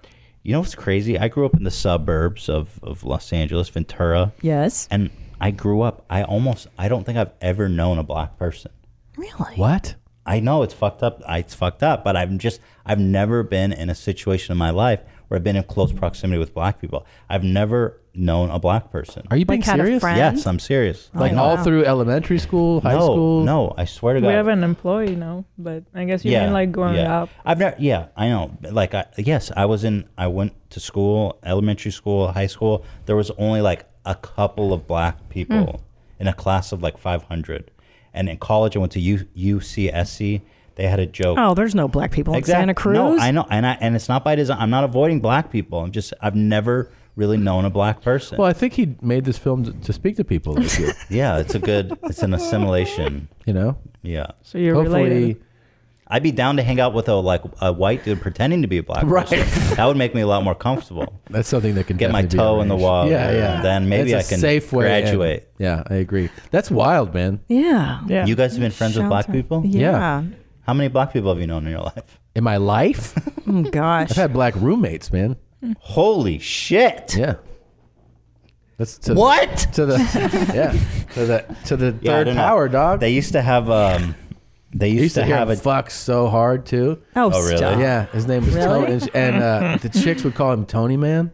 you know what's crazy? I grew up in the suburbs of of Los Angeles, Ventura.
Yes.
And I grew up. I almost. I don't think I've ever known a black person.
Really?
What?
I know it's fucked up. I, it's fucked up. But I'm just. I've never been in a situation in my life where I've been in close proximity with black people. I've never known a black person.
Are you being Like had a serious? friend? Oh,
Yes, I'm serious.
Like all through elementary school, high
no,
school.
No, I swear to
We
God.
have an employee now, but I guess you mean like growing
yeah.
up.
I've never. Yeah, I know. But, Like, I, yes, I was in. I went to school, elementary school, high school. There was only like a couple of black people
Hmm.
in a class of like 500. And in college, I went to U, UCSC. They had a joke.
Oh, there's no black people in
Exact-
Santa Cruz.
No, I know, and I and it's not by design. I'm not avoiding black people. I'm just I've never really known a black person.
Well, I think he made this film to, to speak to people like you.
yeah, it's a good. It's an assimilation.
You know.
Yeah.
So you're
Hopefully,
related.
I'd be down to hang out with a like a white dude pretending to be a black
Right. [laughs]
person. That would make me a lot more comfortable.
That's something that can
Get my
definitely be
toe in the
arranged.
water.
Yeah, yeah.
Then maybe
That's a
I can
safe way in.
graduate.
Yeah, I agree. That's wild, man.
Yeah.
Yeah.
You guys have been friends with black
Shelter.
people?
Yeah. Yeah.
How many black people have you known in your life?
In my life?
[laughs] Oh gosh.
I've had black roommates, man.
Holy shit!
Yeah. That's to
What?
to
[laughs]
the yeah to the to the
Yeah, I
third
don't know.
power dog.
They used to have um they used,
used to hear
have a
him fuck so hard too.
Oh, Oh, really? stop.
Yeah, his name was
Really?
Tony, and- and uh, the chicks would call him Tony Man.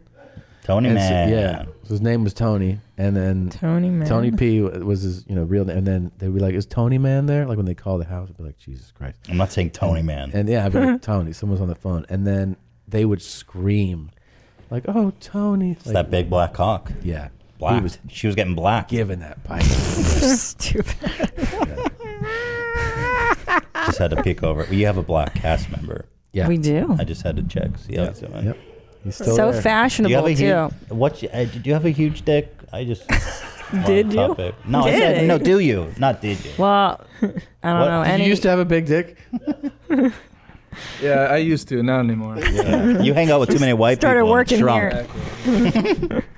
Tony
And so-
Man.
yeah, so his name was Tony, and then
Tony Man.
Tony P was his you know real name, and then they'd be like, "Is Tony Man there?" Like when they call the house, I'd be like, "Jesus Christ!"
I'm not saying Tony Man.
And yeah, I'd be like, "Tony, someone's on the phone," and then they would scream, like, "Oh, Tony!"
It's that [laughs] big black cock.
Yeah.
Black.
He was-
she was getting black.
Given that pipe.
Stupid.
[laughs] Just had to peek over. You have a black cast member.
Yeah.
We do.
I just had to check. See how he's doing. Yep.
He's
still So there. fashionable,
too. What? you- uh, Did you have a huge dick? I
[laughs]
just. I'm on
Did you?
topic. No, I
Did
said
he?
no. Do you? Not did you?
Well, I don't
What?
know.
Did you
Any
used
to have a big
[laughs]
dick?
Yeah, I used to, not anymore.
Yeah. You hang out with too many white
Started
people. and
working
shrunk.
here.
[laughs]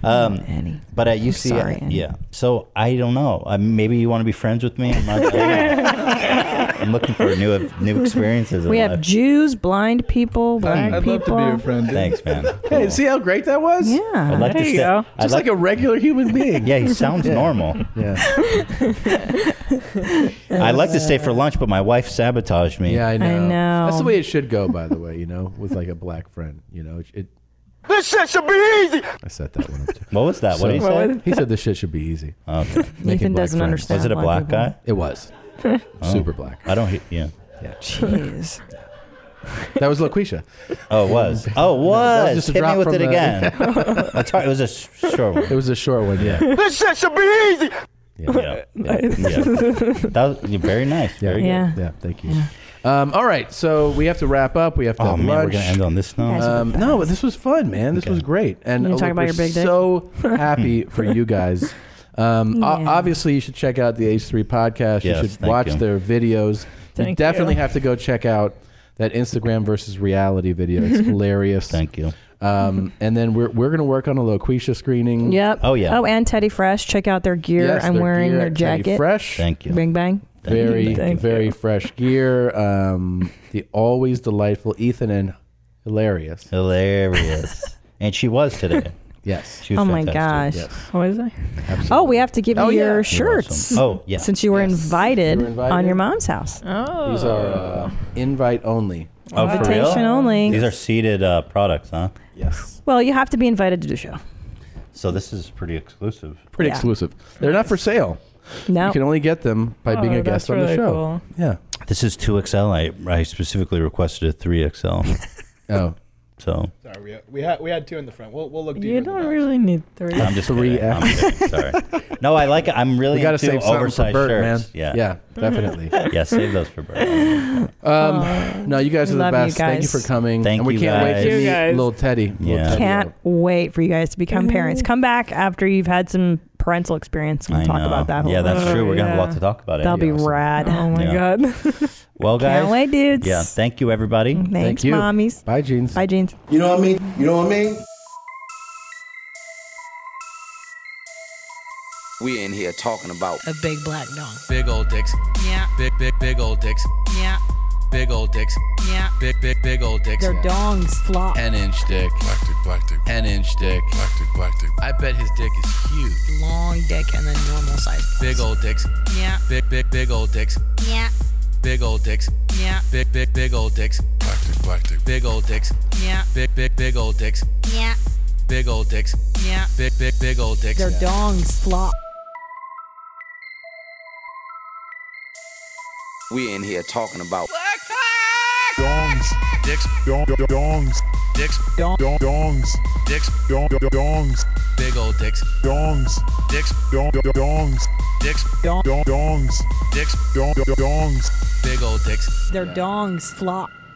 Um, but at UC,
sorry, Annie.
uh, yeah. So I don't know. Uh, maybe you want to be friends with me. I'm, [laughs] not-
[laughs]
I'm looking for new new experiences. in
we have
life.
Jews, blind people, black people.
friend. Thanks, man.
Hey, see how great that was? Yeah.
I'd like to stay- I'd
Just like, a regular
[laughs]
human being.
Yeah, he sounds
Yeah.
normal.
Yeah.
I'd like to stay for lunch, but my wife sabotaged me.
Yeah, I know. That's the way it should go, by the way, you
[laughs]
know, with like a black friend, you know. It, it-
This shit should be easy.
I set that one up. Too.
[laughs] What was that? What did he
So-
say?
He said this shit should be easy.
Okay.
Making black friends.
Was it a black guy?
It was.
Oh.
Super black.
I don't. he- Yeah.
Yeah.
Jeez.
That was Laquisha.
Oh, it was. Oh,
[laughs] That
it was.
was just a
Hit me
drop
with
from
it
the-
again. [laughs] That's right. Oh, It was a sh- short one.
It was a short one,
[laughs]
yeah.
This shit should be easy.
Yeah. yeah, yeah. [laughs] That was you're very nice. Very
Yeah.
good.
Yeah, thank you. Um, all right, so we have to wrap up. We have to
Oh,
have
man, we're
lunch.
gonna end on this now? You guys are
Um, no, but this was fun, man. This was great, and
You wanna talk
uh,
about
we're
your big dick?
so
[laughs]
happy for you guys. Um, o-
Yeah.
Obviously, you should check out the H3 podcast.
Yes,
you should
thank
watch
you.
their videos. you
Thank
definitely
you.
have to go check out that Instagram versus reality video.
[laughs]
It's hilarious.
Thank you.
Um, and then we're we're gonna work on a Loquisha
Mm.
screening.
Yep. Oh, and Teddy Fresh. Check out their gear.
Yes,
I'm
their
wearing
gear
their
at Teddy
jacket.
Fresh. Thank you.
Bing bang.
very
Thank
very fresh gear. Um, the always delightful Ethan and hilarious. [laughs]
Hilarious. and she was today.
yes.
She was
oh my gosh.
fantastic.
What is it? Oh, we have to give
Oh,
you
yeah.
your
You're
shirts.
awesome. Oh, yeah.
[laughs] Since you were, invited
You were invited.
on your mom's house.
Oh.
These are uh, invite only.
Oh, for real?
Invitation only.
These are seated uh, products, huh?
Yes.
Well, you have to be invited to the show.
So this is pretty exclusive.
Pretty
Yeah.
exclusive. They're not for sale.
No.
You can only get them by being
Oh,
a guest
that's
on the
really
show.
cool.
Yeah.
This is 2XL. I, I specifically requested a 3XL.
[laughs] oh.
So
Sorry, we had, we had we had two in the front. We'll we'll look deeper.
You don't really need three.
I'm just kidding. I'm kidding. Sorry. No, I like it. I'm really
We gotta
into
save something for
oversized
Bert,
shirts.
man.
Yeah.
Yeah, definitely.
yeah, save those for Bert.
Um, no, you guys are the
Love you
best. Thank you
guys.
for coming.
Thank
and we
you
can't
guys.
wait
Thank
to
you
meet
guys.
little Teddy. Little
Yeah.
Teddy.
Can't wait for you guys to become parents. Come back after you've had some parental experience. We'll
I
talk
know.
about that. a
Yeah,
little
that's
bit.
true. We're gonna have a lot to talk about. it.
That'll be rad.
Oh my
Yeah.
[laughs]
god.
Well, guys.
Can't wait, dudes.
Yeah. Thank you, everybody.
Thanks, mommies.
Bye, jeans.
Bye, jeans.
You know what I mean? You know what I mean?
We in here talking about
a big black dog.
Big old dicks.
Yeah.
Big big big old dicks.
Yeah.
Big old dicks.
Yeah.
Big big big old dicks.
Their dongs flop.
Ten inch dick. Black dick, black dick. Ten inch dick. Black dick, black dick. I bet his dick is huge.
Long dick and then normal size.
Big old dicks.
Yeah.
Big big big old dicks.
Yeah.
Big old dicks.
Yeah.
Big big big old dicks. Black dick, black dick. Big old dicks.
Yeah.
Big big big old dicks.
Yeah.
Big old dicks.
Yeah.
Big big big old dicks.
Their dongs flop.
We in here talking about dongs, dicks,
dongs,
dicks,
dongs,
dicks,
dongs,
big old dicks,
dongs,
dicks,
dongs,
dicks,
dongs,
dicks,
dongs.
big old dicks.
Their dongs flop.